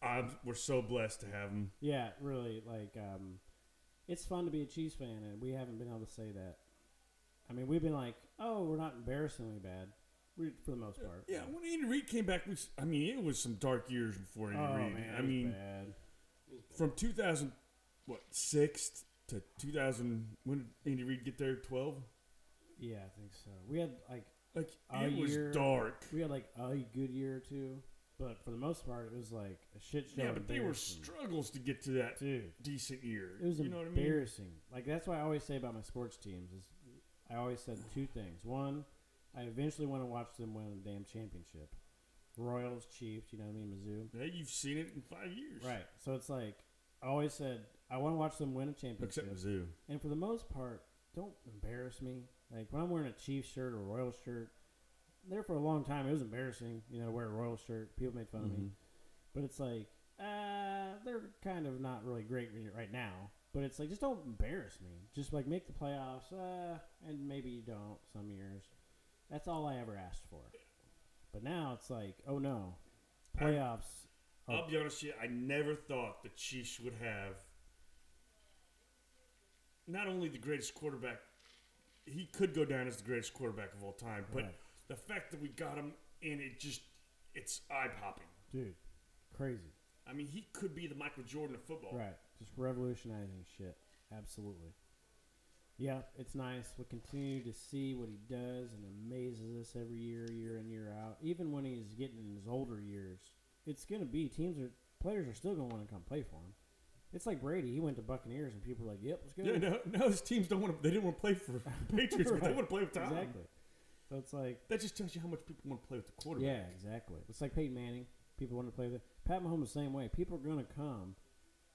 Speaker 3: I'm, we're so blessed to have him.
Speaker 2: Yeah, really. Like, um, it's fun to be a Chiefs fan, and we haven't been able to say that. I mean, we've been like, oh, we're not embarrassingly bad, we, for the most part.
Speaker 3: Yeah, when Andy Reid came back, we, s- I mean, it was some dark years before Andy
Speaker 2: Oh
Speaker 3: Reid.
Speaker 2: man,
Speaker 3: I mean,
Speaker 2: bad.
Speaker 3: from 2000, what, 6th to 2000, when did Andy Reid get there? 12?
Speaker 2: Yeah, I think so. We had like
Speaker 3: Like,
Speaker 2: A
Speaker 3: it was
Speaker 2: year.
Speaker 3: dark.
Speaker 2: we had like a good year or two, but for the most part, it was like a shit show.
Speaker 3: Yeah, but they were
Speaker 2: embarrassing.
Speaker 3: struggles to get to that
Speaker 2: dude.
Speaker 3: decent year.
Speaker 2: It was
Speaker 3: you know what I mean?
Speaker 2: embarrassing. Like that's why I always say about my sports teams is I always said two things. One, I eventually want to watch them win the damn championship. Royals, Chiefs, you know what I mean, Mizzou.
Speaker 3: Yeah, you've seen it in five years.
Speaker 2: Right. So it's like I always said I want to watch them win a championship.
Speaker 3: Except Mizzou.
Speaker 2: And for the most part, don't embarrass me. Like when I'm wearing a Chiefs shirt or Royal shirt, there for a long time it was embarrassing, you know, to wear a Royal shirt. People made fun of me. But it's like, uh, they're kind of not really great re- right now. But it's like, just don't embarrass me. Just like make the playoffs, uh, and maybe you don't some years. That's all I ever asked for. But now it's like, oh no, playoffs.
Speaker 3: I'll be honest with you, I never thought the Chiefs would have not only the greatest quarterback, he could go down as the greatest quarterback of all time, but
Speaker 2: Right.
Speaker 3: the fact that we got him and it just, it's eye popping.
Speaker 2: dude, crazy.
Speaker 3: I mean, he could be the Michael Jordan of football. *laughs*
Speaker 2: Right. Just revolutionizing shit. Absolutely. Yeah, it's nice. We continue to see what he does and amazes us every year, year in, year out. Even when he's getting in his older years, it's going to be teams are players are still going to want to come play for him. It's like Brady. He went to Buccaneers and people were like, "Yep, let's go."
Speaker 3: Yeah, no, no, his teams don't want to. They didn't want to play for *laughs* the Patriots, but they
Speaker 2: Right.
Speaker 3: want to play with Tom.
Speaker 2: Exactly. So it's like,
Speaker 3: That just tells you how much people want to play with the quarterback.
Speaker 2: yeah, exactly. It's like Peyton Manning. People want to play with it. Pat Mahomes the same way. People are going to come.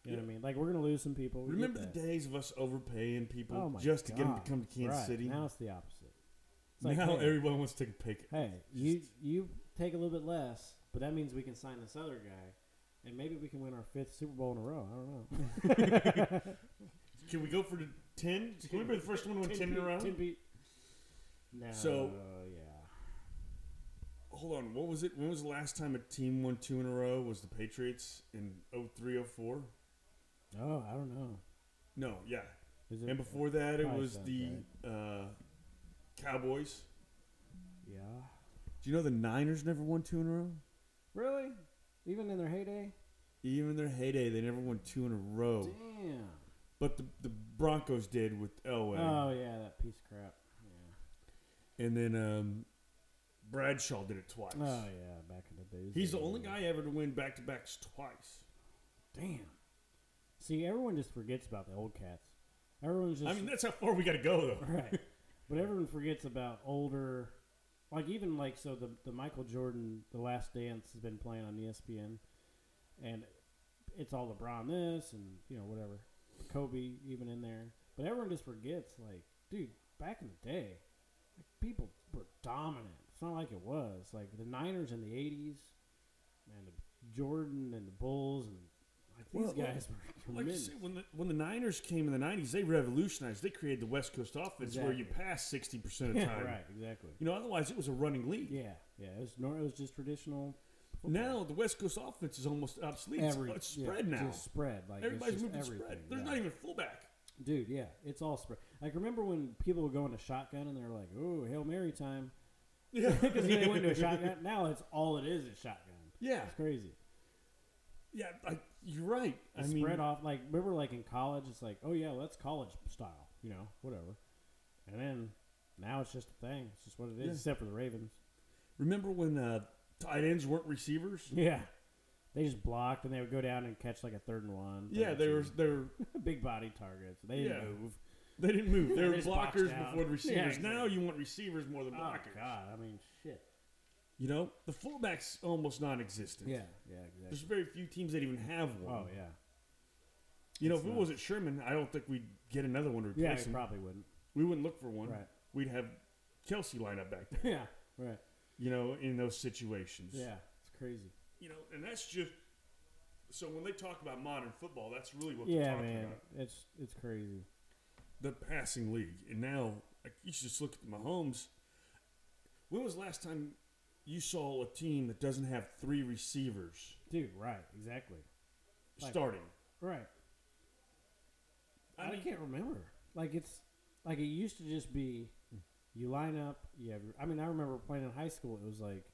Speaker 2: You know what I mean? Like we're going to lose some people. We get
Speaker 3: Remember the
Speaker 2: that.
Speaker 3: days of us overpaying people
Speaker 2: Oh my
Speaker 3: just to get them to
Speaker 2: God.
Speaker 3: come to Kansas
Speaker 2: Right.
Speaker 3: City?
Speaker 2: Now it's the opposite. It's like,
Speaker 3: now
Speaker 2: hey,
Speaker 3: everyone wants to take a pay cut.
Speaker 2: hey, you you take a little bit less, but that means we can sign this other guy, and maybe we can win our fifth Super Bowl in a row. I don't know.
Speaker 3: Can we go for the ten? Can we be the first one to win *laughs* ten, in a
Speaker 2: beat-
Speaker 3: row?
Speaker 2: Ten beat. No.
Speaker 3: So-
Speaker 2: yeah,
Speaker 3: Hold on, what was it? When was the last time a team won two in a row? Was the Patriots in 0304?
Speaker 2: oh, I don't know.
Speaker 3: No, yeah.
Speaker 2: Is
Speaker 3: And before that, it
Speaker 2: Probably
Speaker 3: was
Speaker 2: sounds
Speaker 3: the uh, Cowboys.
Speaker 2: Yeah.
Speaker 3: Do you know the Niners never won two in a row?
Speaker 2: Really? Even in their heyday?
Speaker 3: Even in their heyday, they never won two in a row.
Speaker 2: Damn.
Speaker 3: But the, the Broncos did with Elway.
Speaker 2: Oh yeah, that piece of crap. Yeah.
Speaker 3: and then um, Bradshaw did it twice.
Speaker 2: Oh yeah, back in the days.
Speaker 3: He's the
Speaker 2: yeah.
Speaker 3: only guy ever to win back to backs twice.
Speaker 2: Damn. See, everyone just forgets about the old cats. Everyone's just
Speaker 3: I mean, that's how far we got to go, though.
Speaker 2: right. *laughs* But everyone forgets about older, like even like so the the Michael Jordan The Last Dance has been playing on E ESPN, and it's all LeBron this and you know whatever, Kobe even in there. But everyone just forgets like, dude, back in the day, like, people were dominant. It's not like it was like the Niners in the '80s, and the Jordan and the Bulls and like these
Speaker 3: Well,
Speaker 2: guys were
Speaker 3: Like you
Speaker 2: *laughs* tremendous.
Speaker 3: said, when the, when the Niners came in the 90s, they revolutionized. They created the West Coast offense where you
Speaker 2: Exactly.
Speaker 3: pass 60% of
Speaker 2: *laughs*
Speaker 3: the
Speaker 2: yeah,
Speaker 3: time.
Speaker 2: right, exactly.
Speaker 3: You know, otherwise it was a running league.
Speaker 2: Yeah, yeah. It was nor it was just traditional. football.
Speaker 3: Now the West Coast offense is almost obsolete. It's-
Speaker 2: Every-
Speaker 3: it's
Speaker 2: yeah,
Speaker 3: spread now.
Speaker 2: Just spread. Like it's
Speaker 3: Everybody's
Speaker 2: just
Speaker 3: moving
Speaker 2: everything,
Speaker 3: spread. There's
Speaker 2: yeah.
Speaker 3: not even a
Speaker 2: *laughs*
Speaker 3: fullback.
Speaker 2: Dude, yeah, it's all spread. Like remember when people would go into shotgun and they're like, "Oh, hail mary
Speaker 3: *laughs*
Speaker 2: time,"
Speaker 3: Yeah.
Speaker 2: because they went into a shotgun. Now it's all it is is shotgun.
Speaker 3: *laughs* yeah.
Speaker 2: It's crazy.
Speaker 3: Yeah. I, you're right. I
Speaker 2: It's
Speaker 3: mean,
Speaker 2: spread off. Like remember, like in college, it's like, "Oh yeah, well, that's college style," you know, whatever. And then now it's just a thing. It's just what it is,
Speaker 3: Yeah.
Speaker 2: except for the Ravens.
Speaker 3: remember when uh, tight ends weren't receivers?
Speaker 2: Yeah, they just blocked and they would go down and catch like a third and one. third
Speaker 3: Yeah,
Speaker 2: and
Speaker 3: they
Speaker 2: two.
Speaker 3: were they were
Speaker 2: big body targets. They didn't
Speaker 3: Yeah.
Speaker 2: move.
Speaker 3: they
Speaker 2: *laughs*
Speaker 3: didn't move. They were
Speaker 2: just boxed
Speaker 3: blockers
Speaker 2: out.
Speaker 3: before the receivers.
Speaker 2: Yeah, exactly.
Speaker 3: Now you want receivers more than
Speaker 2: Oh
Speaker 3: blockers.
Speaker 2: God! I mean, shit.
Speaker 3: You know, the fullback's almost non-existent.
Speaker 2: Yeah, yeah,
Speaker 3: There's
Speaker 2: exactly.
Speaker 3: very few teams that even have one.
Speaker 2: Oh yeah,
Speaker 3: You know, if
Speaker 2: It's
Speaker 3: it
Speaker 2: not-
Speaker 3: wasn't Sherman, I don't think we'd get another one to replace
Speaker 2: yeah.
Speaker 3: him.
Speaker 2: They probably wouldn't.
Speaker 3: We wouldn't look for one.
Speaker 2: Right.
Speaker 3: We'd have Kelsey line up back there.
Speaker 2: *laughs* Yeah, right.
Speaker 3: You know, in those situations.
Speaker 2: Yeah, it's crazy.
Speaker 3: You know, and that's just. So when they talk about modern football, that's really what they're
Speaker 2: Yeah,
Speaker 3: talking
Speaker 2: man,
Speaker 3: about.
Speaker 2: it's it's crazy.
Speaker 3: The passing league, and now like, you should just look at Mahomes. When was the last time you saw a team that doesn't have three receivers
Speaker 2: Dude, right? Exactly. Like-
Speaker 3: starting?
Speaker 2: Right.
Speaker 3: I
Speaker 2: I,
Speaker 3: mean-
Speaker 2: can't remember. Like it's like it used to just be you line up. You have. Your, I mean, I remember playing in high school. It was like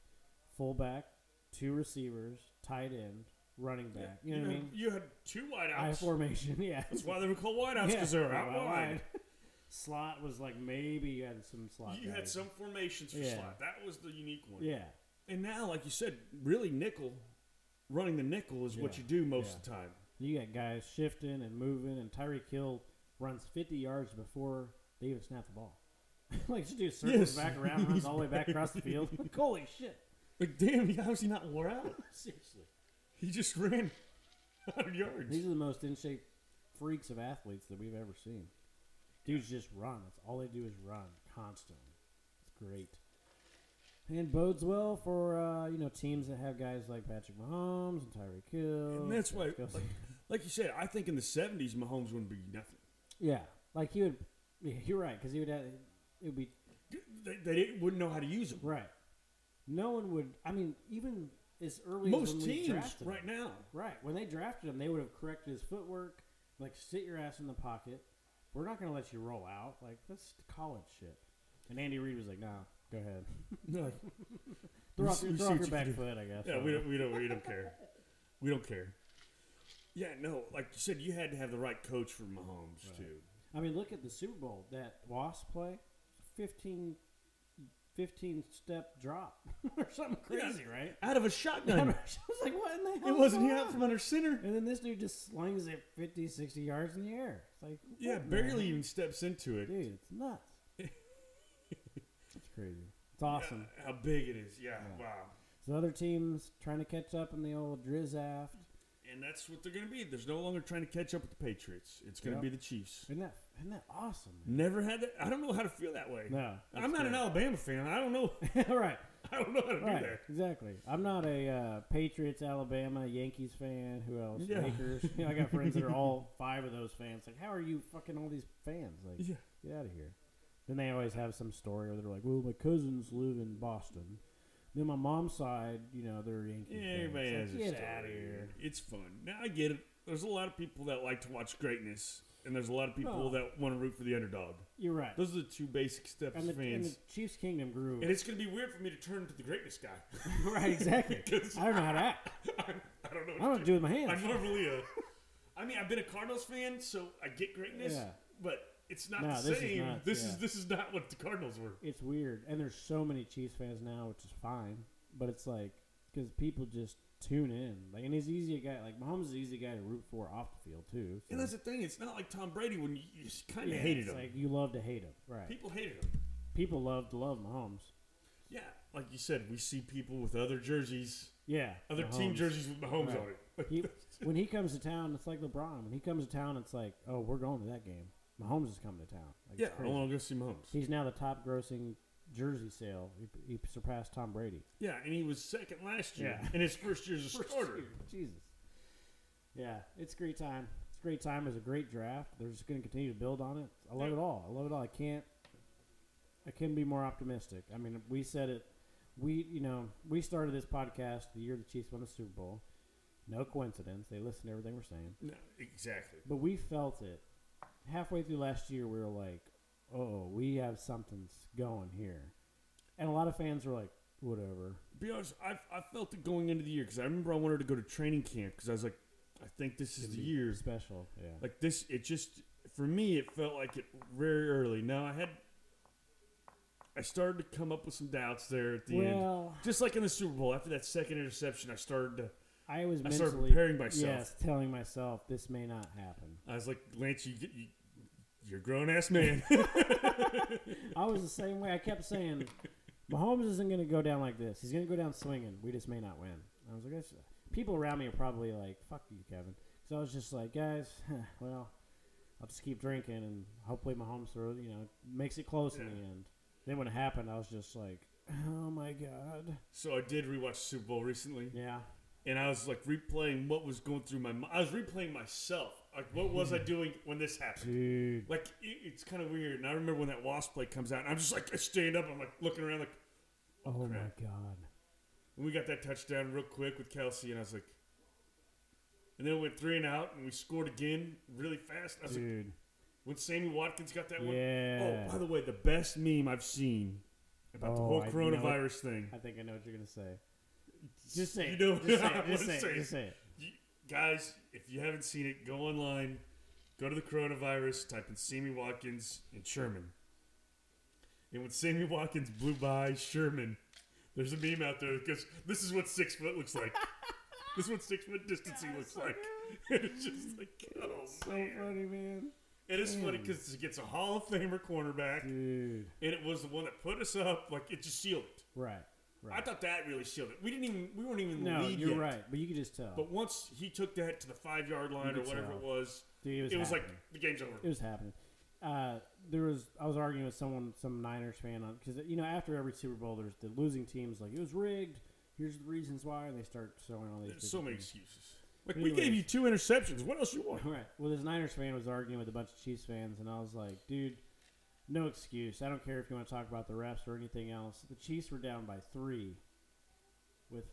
Speaker 2: fullback, two receivers, tight end, running back. You know what I
Speaker 3: had-
Speaker 2: mean?
Speaker 3: you had two
Speaker 2: I
Speaker 3: wideouts.
Speaker 2: formation. *laughs* Yeah.
Speaker 3: That's why they were called wideouts because
Speaker 2: *laughs* Yeah,
Speaker 3: they're out
Speaker 2: well,
Speaker 3: wide.
Speaker 2: *laughs* Slot was like maybe you had some slot.
Speaker 3: You had
Speaker 2: guys.
Speaker 3: some formations for
Speaker 2: Yeah.
Speaker 3: slot. That was the unique one.
Speaker 2: Yeah.
Speaker 3: And now, like you said, really nickel, running the nickel is what
Speaker 2: Yeah.
Speaker 3: you do most
Speaker 2: Yeah.
Speaker 3: of the time.
Speaker 2: You got guys shifting and moving, and Tyreek Hill runs 50 yards before they even snap the ball. *laughs* like, just do circles
Speaker 3: Yes.
Speaker 2: back around,
Speaker 3: *laughs*
Speaker 2: runs all the way back across the field. Like, *laughs* holy shit.
Speaker 3: Like, damn, how is he not wore out?
Speaker 2: *laughs* Seriously.
Speaker 3: He just ran *laughs* 100 yards.
Speaker 2: These are the most in shape freaks of athletes that we've ever seen. Dudes just run. That's all they do is run constantly. It's great. And bodes well for uh, you know teams that have guys like Patrick Mahomes and Tyreek Hill.
Speaker 3: and that's why,
Speaker 2: Travis
Speaker 3: like,
Speaker 2: Kelce.
Speaker 3: like you said, I think in the 70s, Mahomes wouldn't be nothing.
Speaker 2: yeah, like he would. Yeah, you're right because he would have. It would be
Speaker 3: They, they didn't, wouldn't know how to use him.
Speaker 2: right. no one would. I mean, even as early as
Speaker 3: Most
Speaker 2: when we
Speaker 3: teams
Speaker 2: drafted
Speaker 3: right
Speaker 2: him. *laughs*
Speaker 3: now.
Speaker 2: Right. When they drafted him, they would have corrected his footwork. Like, sit your ass in the pocket. We're not going to let you roll out. Like, that's college shit. And Andy Reid was like, nah, go
Speaker 3: *laughs*
Speaker 2: ahead.
Speaker 3: No,
Speaker 2: Throw
Speaker 3: We
Speaker 2: off
Speaker 3: see-
Speaker 2: your,
Speaker 3: we
Speaker 2: throw
Speaker 3: see
Speaker 2: off
Speaker 3: what
Speaker 2: your
Speaker 3: you
Speaker 2: back
Speaker 3: can do.
Speaker 2: foot, I guess.
Speaker 3: yeah, we don't, we don't, we don't care. We don't care. Yeah, no, like you said, you had to have the right coach for Mahomes too.
Speaker 2: I mean, look at the Super Bowl. That Wasp play, 15, 15 step drop *laughs* or something crazy,
Speaker 3: *laughs*
Speaker 2: right?
Speaker 3: Out of a
Speaker 2: *laughs* I
Speaker 3: shotgun,
Speaker 2: was like, what in the hell?
Speaker 3: it
Speaker 2: is
Speaker 3: wasn't
Speaker 2: going
Speaker 3: out
Speaker 2: on?
Speaker 3: from under center.
Speaker 2: And then this dude just slings it 50, 60 yards in the air. It's like,
Speaker 3: Yeah,
Speaker 2: what,
Speaker 3: barely
Speaker 2: man?
Speaker 3: even steps into it.
Speaker 2: Dude, it's nuts. *laughs* it's crazy. It's awesome.
Speaker 3: How big it is? Yeah,
Speaker 2: Yeah.
Speaker 3: wow.
Speaker 2: So other teams trying to catch up in the old drizzaft.
Speaker 3: And that's what they're going to be. There's no longer trying to catch up with the Patriots. It's going
Speaker 2: Yep.
Speaker 3: to be the Chiefs.
Speaker 2: Isn't that, isn't that awesome? Man?
Speaker 3: Never had that. I don't know how to feel that way.
Speaker 2: No, that's
Speaker 3: I'm not an
Speaker 2: good.
Speaker 3: Alabama fan. I don't know. *laughs*
Speaker 2: All *laughs* right.
Speaker 3: I don't know how to do
Speaker 2: Right,
Speaker 3: that.
Speaker 2: exactly. I'm not a uh, Patriots, Alabama, Yankees fan. Who else?
Speaker 3: Yeah.
Speaker 2: Lakers. *laughs* You know, I got friends that are
Speaker 3: *laughs*
Speaker 2: all five of those fans. Like, how are you fucking all these fans? Like,
Speaker 3: Yeah.
Speaker 2: get out of here. Then they always have some story where they're like, well, my cousins live in Boston. Then my mom's side, you know, they're Yankees.
Speaker 3: Yeah, everybody has
Speaker 2: fans. It's like,
Speaker 3: a story.
Speaker 2: Get out of here.
Speaker 3: It's fun. Now I get it. There's a lot of people that like to watch greatness, and there's a lot of people
Speaker 2: Oh.
Speaker 3: that want to root for the underdog.
Speaker 2: You're right.
Speaker 3: Those are the two basic steps
Speaker 2: and, the,
Speaker 3: of
Speaker 2: and the
Speaker 3: fans.
Speaker 2: Chiefs Kingdom grew.
Speaker 3: And it's going to be weird for me to turn to the greatness guy.
Speaker 2: *laughs* right,
Speaker 3: *laughs*
Speaker 2: exactly.
Speaker 3: 'Cause
Speaker 2: I don't know how to act.
Speaker 3: I don't know.
Speaker 2: I
Speaker 3: What
Speaker 2: don't know what to do with my *laughs* hands.
Speaker 3: I'm normally a. I mean, I've been a Cardinals fan, so I get greatness,
Speaker 2: Yeah.
Speaker 3: but it's not
Speaker 2: No,
Speaker 3: the
Speaker 2: this is
Speaker 3: same.
Speaker 2: not-
Speaker 3: this
Speaker 2: yeah.
Speaker 3: is this is not what the Cardinals were.
Speaker 2: it's weird. And there's so many Chiefs fans now, which is fine. But it's like because people just tune in. Like, and he's an easy guy. Like Mahomes is an easy guy to root for off the field too. so-
Speaker 3: And that's the thing. It's not like Tom Brady when you, you just kind
Speaker 2: Yeah,
Speaker 3: of hated
Speaker 2: it's
Speaker 3: him.
Speaker 2: Like you love to hate him, right? People,
Speaker 3: People hated him.
Speaker 2: love to love Mahomes.
Speaker 3: Yeah, like you said, we see people with other jerseys,
Speaker 2: Yeah,
Speaker 3: other team
Speaker 2: Mahomes.
Speaker 3: jerseys with Mahomes
Speaker 2: Right.
Speaker 3: on it. Like, *laughs*
Speaker 2: He, when he comes to town, it's like LeBron. When he comes to town, it's like, oh, we're going to that game. Mahomes is coming to town. Like, it's
Speaker 3: yeah, I
Speaker 2: crazy.
Speaker 3: want to go see Mahomes.
Speaker 2: he's now the top grossing jersey sale. He, he surpassed Tom Brady.
Speaker 3: Yeah, and he was second last year
Speaker 2: Yeah.
Speaker 3: in his first year as a starter.
Speaker 2: *laughs* Jesus. Yeah, it's a great time. It's a great time. It's a great draft. They're just going to continue to build on it. I love it all. I love it all. I can't. I can be more optimistic. I mean, we said it. We, you know, we started this podcast the year the Chiefs won the Super Bowl. No coincidence. They listened to everything we're saying.
Speaker 3: No, exactly.
Speaker 2: But we felt it halfway through last year. We were like, "Oh, we have something's going here," and a lot of fans were like, "Whatever."
Speaker 3: be honest, I, I felt it going into the year because I remember I wanted to go to training camp because I was like, I think this is the year.
Speaker 2: special. Yeah.
Speaker 3: Like this, it just for me, it felt like it very early. Now I had, I started to come up with some doubts there at the
Speaker 2: Well-
Speaker 3: end, just like in the Super Bowl after that second interception. I started to,
Speaker 2: I was
Speaker 3: I
Speaker 2: mentally
Speaker 3: started preparing myself.
Speaker 2: Yes, telling myself this may not happen.
Speaker 3: I was like, Lance, you, get- you you're a grown ass man. *laughs*
Speaker 2: I was the same way. I kept saying, Mahomes isn't going to go down like this. He's going to go down swinging. We just may not win. I was like, "That's- people around me are probably like, "Fuck you, Kevin." So I was just like, guys, *laughs* well, I'll just keep drinking and hopefully Mahomes throws, you know, makes it close in the end. Then when it happened, I was just like, oh my god,
Speaker 3: so I did rewatch the Super Bowl recently,
Speaker 2: yeah.
Speaker 3: and I was like replaying what was going through my. mi- I was replaying myself. Like, what was I doing when this happened?
Speaker 2: Dude,
Speaker 3: Like it, it's kind of weird. And I remember when that wasp play comes out, and I'm just like I stand up. I'm like looking around, like
Speaker 2: oh
Speaker 3: crap.
Speaker 2: my god.
Speaker 3: when we got that touchdown real quick with Kelsey, and I was like, and then it went three and out, and we scored again really fast. I was like,
Speaker 2: Dude.
Speaker 3: when Sammy Watkins got that one.
Speaker 2: Yeah.
Speaker 3: Oh, by the way, the best meme I've seen about the
Speaker 2: Oh,
Speaker 3: whole
Speaker 2: I- you know what-
Speaker 3: coronavirus thing.
Speaker 2: I think I know what you're gonna say. Just say
Speaker 3: You
Speaker 2: it.
Speaker 3: know
Speaker 2: just say
Speaker 3: what I
Speaker 2: it. Just say
Speaker 3: wanna
Speaker 2: it.
Speaker 3: say.
Speaker 2: Just say it.
Speaker 3: You, guys, if you haven't seen it, go online, go to the coronavirus, type in Sammy Watkins and Sherman. And when Sammy Watkins blew by Sherman, there's a meme out there because this is what six foot
Speaker 2: *laughs*
Speaker 3: looks like. this is what six foot distancing looks like. *laughs* it's just like, oh
Speaker 2: So
Speaker 3: man.
Speaker 2: funny, man.
Speaker 3: It is funny because it gets a Hall of Famer cornerback,
Speaker 2: Dude.
Speaker 3: and it was the one that put us up. Like it just sealed it.
Speaker 2: Right.
Speaker 3: I
Speaker 2: Right.
Speaker 3: thought that really sealed it. We didn't even. We weren't even in the
Speaker 2: No,
Speaker 3: lead
Speaker 2: you're
Speaker 3: yet.
Speaker 2: right, but you could just tell.
Speaker 3: But once he took that to the five yard line or
Speaker 2: could
Speaker 3: whatever
Speaker 2: tell.
Speaker 3: it was,
Speaker 2: Dude, it was,
Speaker 3: it was like
Speaker 2: happening.
Speaker 3: the game's over.
Speaker 2: it was happening. Uh, there was I was arguing with someone, some Niners fan, on because you know after every Super Bowl, there's the losing team's like it was rigged. Here's the reasons why, and they start showing all these.
Speaker 3: There's so
Speaker 2: different
Speaker 3: many
Speaker 2: things.
Speaker 3: excuses. Like
Speaker 2: But
Speaker 3: we gave
Speaker 2: anyways.
Speaker 3: you two interceptions. What else you want?
Speaker 2: *laughs* All *laughs* right. Well, this Niners fan was arguing with a bunch of Chiefs fans, and I was like, dude, no excuse. I don't care if you want to talk about the refs or anything else. The Chiefs were down by three with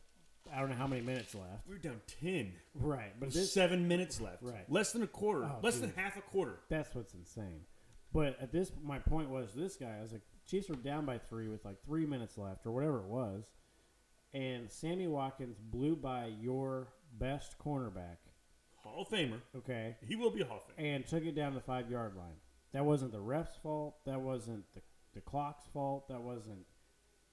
Speaker 2: I don't know how many minutes left.
Speaker 3: We were down ten.
Speaker 2: Right, but
Speaker 3: With
Speaker 2: this
Speaker 3: seven minutes left.
Speaker 2: Right.
Speaker 3: Less than a quarter.
Speaker 2: Oh,
Speaker 3: less
Speaker 2: dude.
Speaker 3: than half a quarter.
Speaker 2: that's what's insane. But at this, my point was this guy. I was like, Chiefs were down by three with like three minutes left or whatever it was, and Sammy Watkins blew by your best cornerback.
Speaker 3: Hall of Famer.
Speaker 2: Okay,
Speaker 3: He will be a Hall of Famer.
Speaker 2: and took it down the five yard line. That wasn't the ref's fault. That wasn't the, the clock's fault. That wasn't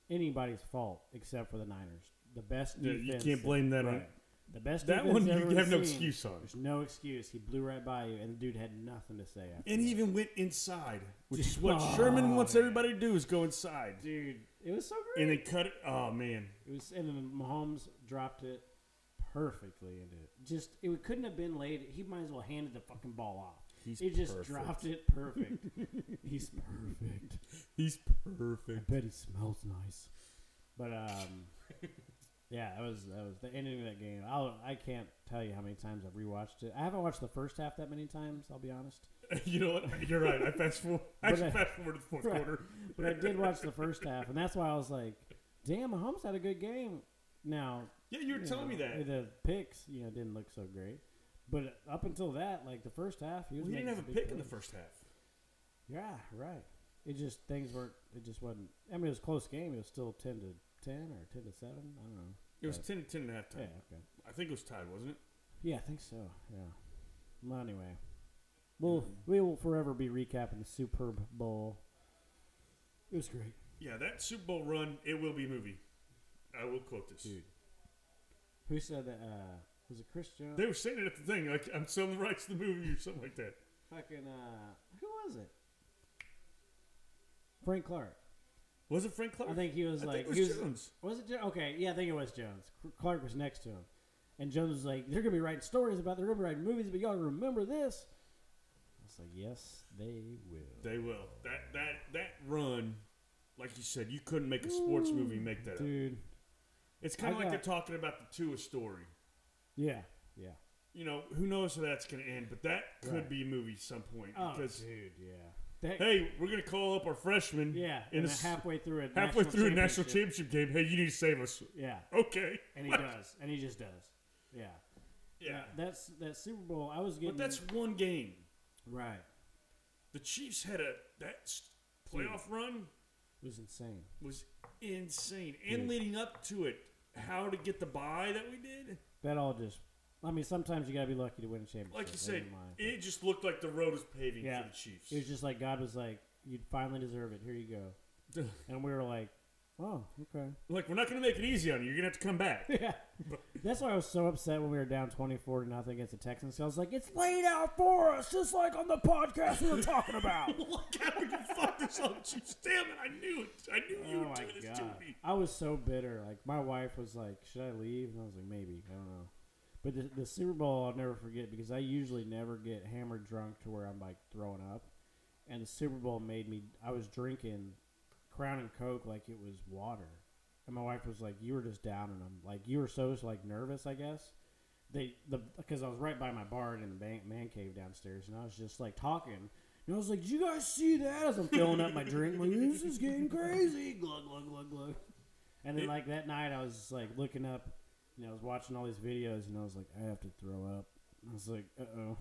Speaker 2: anybody's fault except for the Niners. The best
Speaker 3: Yeah, you
Speaker 2: defense.
Speaker 3: can't blame that on-
Speaker 2: the best.
Speaker 3: That
Speaker 2: defense
Speaker 3: one you
Speaker 2: everyone's
Speaker 3: have no
Speaker 2: seen.
Speaker 3: excuse on.
Speaker 2: There's no excuse. He blew right by you, and the dude had nothing to say after.
Speaker 3: And he even went inside, which is
Speaker 2: *laughs*
Speaker 3: what Sherman wants everybody to do is go inside.
Speaker 2: Oh, dude, it was so great.
Speaker 3: And they cut it. Oh man,
Speaker 2: it was, and then Mahomes dropped it perfectly into it. Just it couldn't have been laid. He might as well handed the fucking ball off.
Speaker 3: He's
Speaker 2: he just
Speaker 3: perfect.
Speaker 2: dropped *laughs* it perfect. He's perfect.
Speaker 3: he's perfect. *laughs*
Speaker 2: bet he smells nice. But um, yeah, that was that was the ending of that game. I'll I can't tell you how many times I've rewatched it. I haven't watched the first half that many times. I'll be honest,
Speaker 3: you know what? You're right. I fast forward. I
Speaker 2: But I-
Speaker 3: fast forward to the
Speaker 2: *laughs*
Speaker 3: fourth
Speaker 2: Right.
Speaker 3: quarter.
Speaker 2: but I did watch the first half, and that's why I was like, "Damn, Mahomes had a good game." Now
Speaker 3: Yeah, you were
Speaker 2: you
Speaker 3: telling me
Speaker 2: know,
Speaker 3: that.
Speaker 2: the picks, you know, didn't look so great. But up until that, like the first half, he was.
Speaker 3: We didn't
Speaker 2: making
Speaker 3: have a
Speaker 2: big
Speaker 3: pick in the
Speaker 2: plays.
Speaker 3: first half.
Speaker 2: Yeah, right. It just things weren't. It just wasn't. I mean, it was a close game. It was still ten to ten or ten to seven. I don't know.
Speaker 3: It was
Speaker 2: Right.
Speaker 3: 10 to 10 and a half time.
Speaker 2: Yeah. Okay.
Speaker 3: I think it was tied, wasn't it?
Speaker 2: Yeah, I think so. Yeah. Well, anyway, we'll we will forever be recapping the Superb Bowl. It was great.
Speaker 3: Yeah, that Super Bowl run, it will be a movie. I will quote this.
Speaker 2: Dude. Who said that? Uh, was it Chris Jones?
Speaker 3: They were saying it at the thing, like I'm selling the rights to the movie or something like that.
Speaker 2: Fucking uh, who was it? Frank Clark.
Speaker 3: Was it Frank Clark?
Speaker 2: I think he was
Speaker 3: I
Speaker 2: like
Speaker 3: think it
Speaker 2: he
Speaker 3: was
Speaker 2: was,
Speaker 3: Jones.
Speaker 2: Was it Jones? Okay, yeah, I think it was Jones. C- Clark was next to him, and Jones was like, "They're gonna be writing stories about. They're gonna be writing movies, but y'all remember this." I was like, "Yes, they will."
Speaker 3: They will. That that that run, like you said, you couldn't make a sports movie make that up.
Speaker 2: Dude,
Speaker 3: It's kind
Speaker 2: I
Speaker 3: of like
Speaker 2: got-
Speaker 3: they're talking about the Tua story.
Speaker 2: yeah, yeah.
Speaker 3: You know, who knows how that's going to end, but that could
Speaker 2: Right.
Speaker 3: be a movie some point.
Speaker 2: Oh,
Speaker 3: because,
Speaker 2: dude, yeah. That,
Speaker 3: hey, we're going to call up our freshman.
Speaker 2: yeah,
Speaker 3: in
Speaker 2: and
Speaker 3: the s-
Speaker 2: halfway through it,
Speaker 3: halfway through a national championship game. Hey, you need to save us.
Speaker 2: Yeah,
Speaker 3: Okay.
Speaker 2: and he
Speaker 3: What?
Speaker 2: does, and he just does. Yeah,
Speaker 3: Yeah.
Speaker 2: That's that Super Bowl. I was getting
Speaker 3: But that's one game.
Speaker 2: right.
Speaker 3: The Chiefs had a that s- playoff run
Speaker 2: It was insane.
Speaker 3: was insane, and leading up to it, how to get the buy that we did.
Speaker 2: That all just. I mean, sometimes you gotta be lucky to win a championship.
Speaker 3: Like you
Speaker 2: never
Speaker 3: said,
Speaker 2: mind.
Speaker 3: it just looked like the road was paving
Speaker 2: Yeah.
Speaker 3: for the Chiefs.
Speaker 2: It was just like God was like, "You finally deserve it. Here you go." and we were like, "Oh, okay."
Speaker 3: *laughs* *laughs* like we're not going to make it easy on you. You're going to have to
Speaker 2: *laughs*
Speaker 3: come back. *laughs*
Speaker 2: Yeah. That's why I was so upset when we were down twenty-four to nothing against the Texans. I was like, "It's laid out for us, just like on the podcast we were talking
Speaker 3: *laughs*
Speaker 2: about."
Speaker 3: Look how you fucked us up, Chiefs. Damn it! I knew it. I knew
Speaker 2: Oh
Speaker 3: you would do this to me.
Speaker 2: I was so bitter. Like my wife was like, "Should I leave?" And I was like, "Maybe. I don't know." But the, the Super Bowl I'll never forget because I usually never get hammered drunk to where I'm like throwing up, and the Super Bowl made me. I was drinking Crown and Coke like it was water, and my wife was like, "You were just down," and I'm like, "You were so like nervous, I guess." they the because I was right by my bar in the ban- man cave downstairs, and I was just like talking. And I was like, "Did you guys see that?" As I'm filling up my drink, I'm like this is getting crazy. Glug glug glug glug. And then like that night, I was just, like looking up, and I was watching all these videos, and I was like, "I have to throw up." I was like, "Uh oh."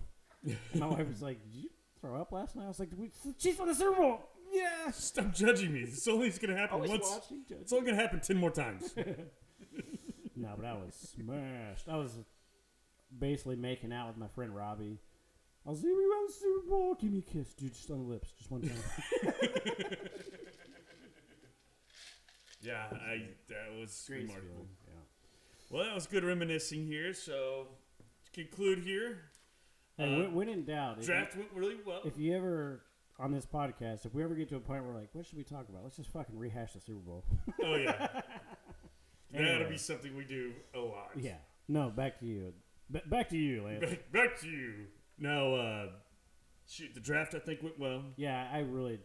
Speaker 2: My wife was like, "Did you throw up last night?" I was like, "We Chiefs won the Super Bowl." Yeah.
Speaker 3: Stop judging me. It's only going to happen
Speaker 2: Always
Speaker 3: once.
Speaker 2: watching. Judge.
Speaker 3: It's only going to happen ten more times.
Speaker 2: No, but I was smashed. I was basically making out with my friend Robbie. I was like, we won the Super Bowl. Give me a kiss, dude, just on the lips, just one time.
Speaker 3: yeah, I that was remarkable.
Speaker 2: Yeah.
Speaker 3: Well, that was good reminiscing here. So to conclude here,
Speaker 2: Hey,
Speaker 3: Uh,
Speaker 2: when, when in doubt, if,
Speaker 3: draft went really
Speaker 2: *laughs*
Speaker 3: well.
Speaker 2: if you ever on this podcast, if we ever get to a point where like, what should we talk about? Let's just fucking rehash the Super
Speaker 3: *laughs*
Speaker 2: Bowl. *laughs*
Speaker 3: Oh yeah, that'll
Speaker 2: Anyway.
Speaker 3: be something we do a lot.
Speaker 2: yeah. No, back to you. B- back to you, Lance.
Speaker 3: *laughs* Back, back to you. No, uh, shoot, the draft I think went well.
Speaker 2: yeah, I really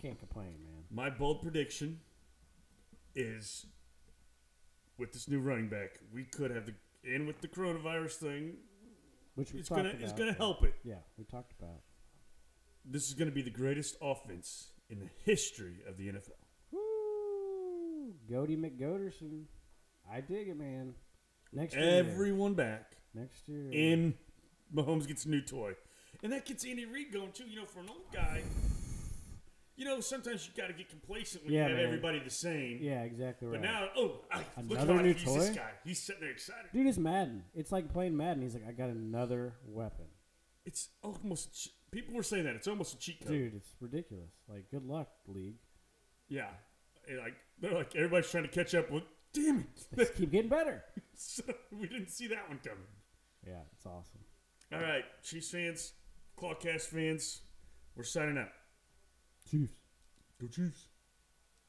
Speaker 2: can't complain, man.
Speaker 3: My bold prediction is with this new running back, we could have the and with the coronavirus thing,
Speaker 2: Which we
Speaker 3: it's
Speaker 2: talked
Speaker 3: gonna
Speaker 2: about.
Speaker 3: it's gonna help it.
Speaker 2: Yeah, we talked about.
Speaker 3: This is gonna be the greatest offense in the history of the NFL.
Speaker 2: Woo! Goaty McGoderson. I dig it, man. Next year,
Speaker 3: Everyone back.
Speaker 2: next year,
Speaker 3: And Mahomes gets a new toy. And that gets Andy Reid going too. You know, for an old guy, you know, sometimes you got to get complacent when
Speaker 2: Yeah,
Speaker 3: you have
Speaker 2: man.
Speaker 3: everybody the same.
Speaker 2: yeah, exactly
Speaker 3: But
Speaker 2: right.
Speaker 3: now, oh, I, look at
Speaker 2: Another
Speaker 3: him,
Speaker 2: new
Speaker 3: he's this
Speaker 2: toy?
Speaker 3: guy. He's sitting there excited.
Speaker 2: Dude, it's Madden. It's like playing Madden. He's like, I got another weapon.
Speaker 3: It's almost che- people were saying that it's almost a cheat code.
Speaker 2: Dude, it's ridiculous. Like, good luck, league.
Speaker 3: Yeah, And like they're like everybody's trying to catch up with. Damn
Speaker 2: They *laughs*
Speaker 3: it! *laughs*
Speaker 2: just keep getting better.
Speaker 3: So, we didn't see that one coming.
Speaker 2: Yeah, it's awesome.
Speaker 3: All right, Chiefs fans, Clawcast fans, we're signing out.
Speaker 2: Chiefs.
Speaker 3: Go Chiefs.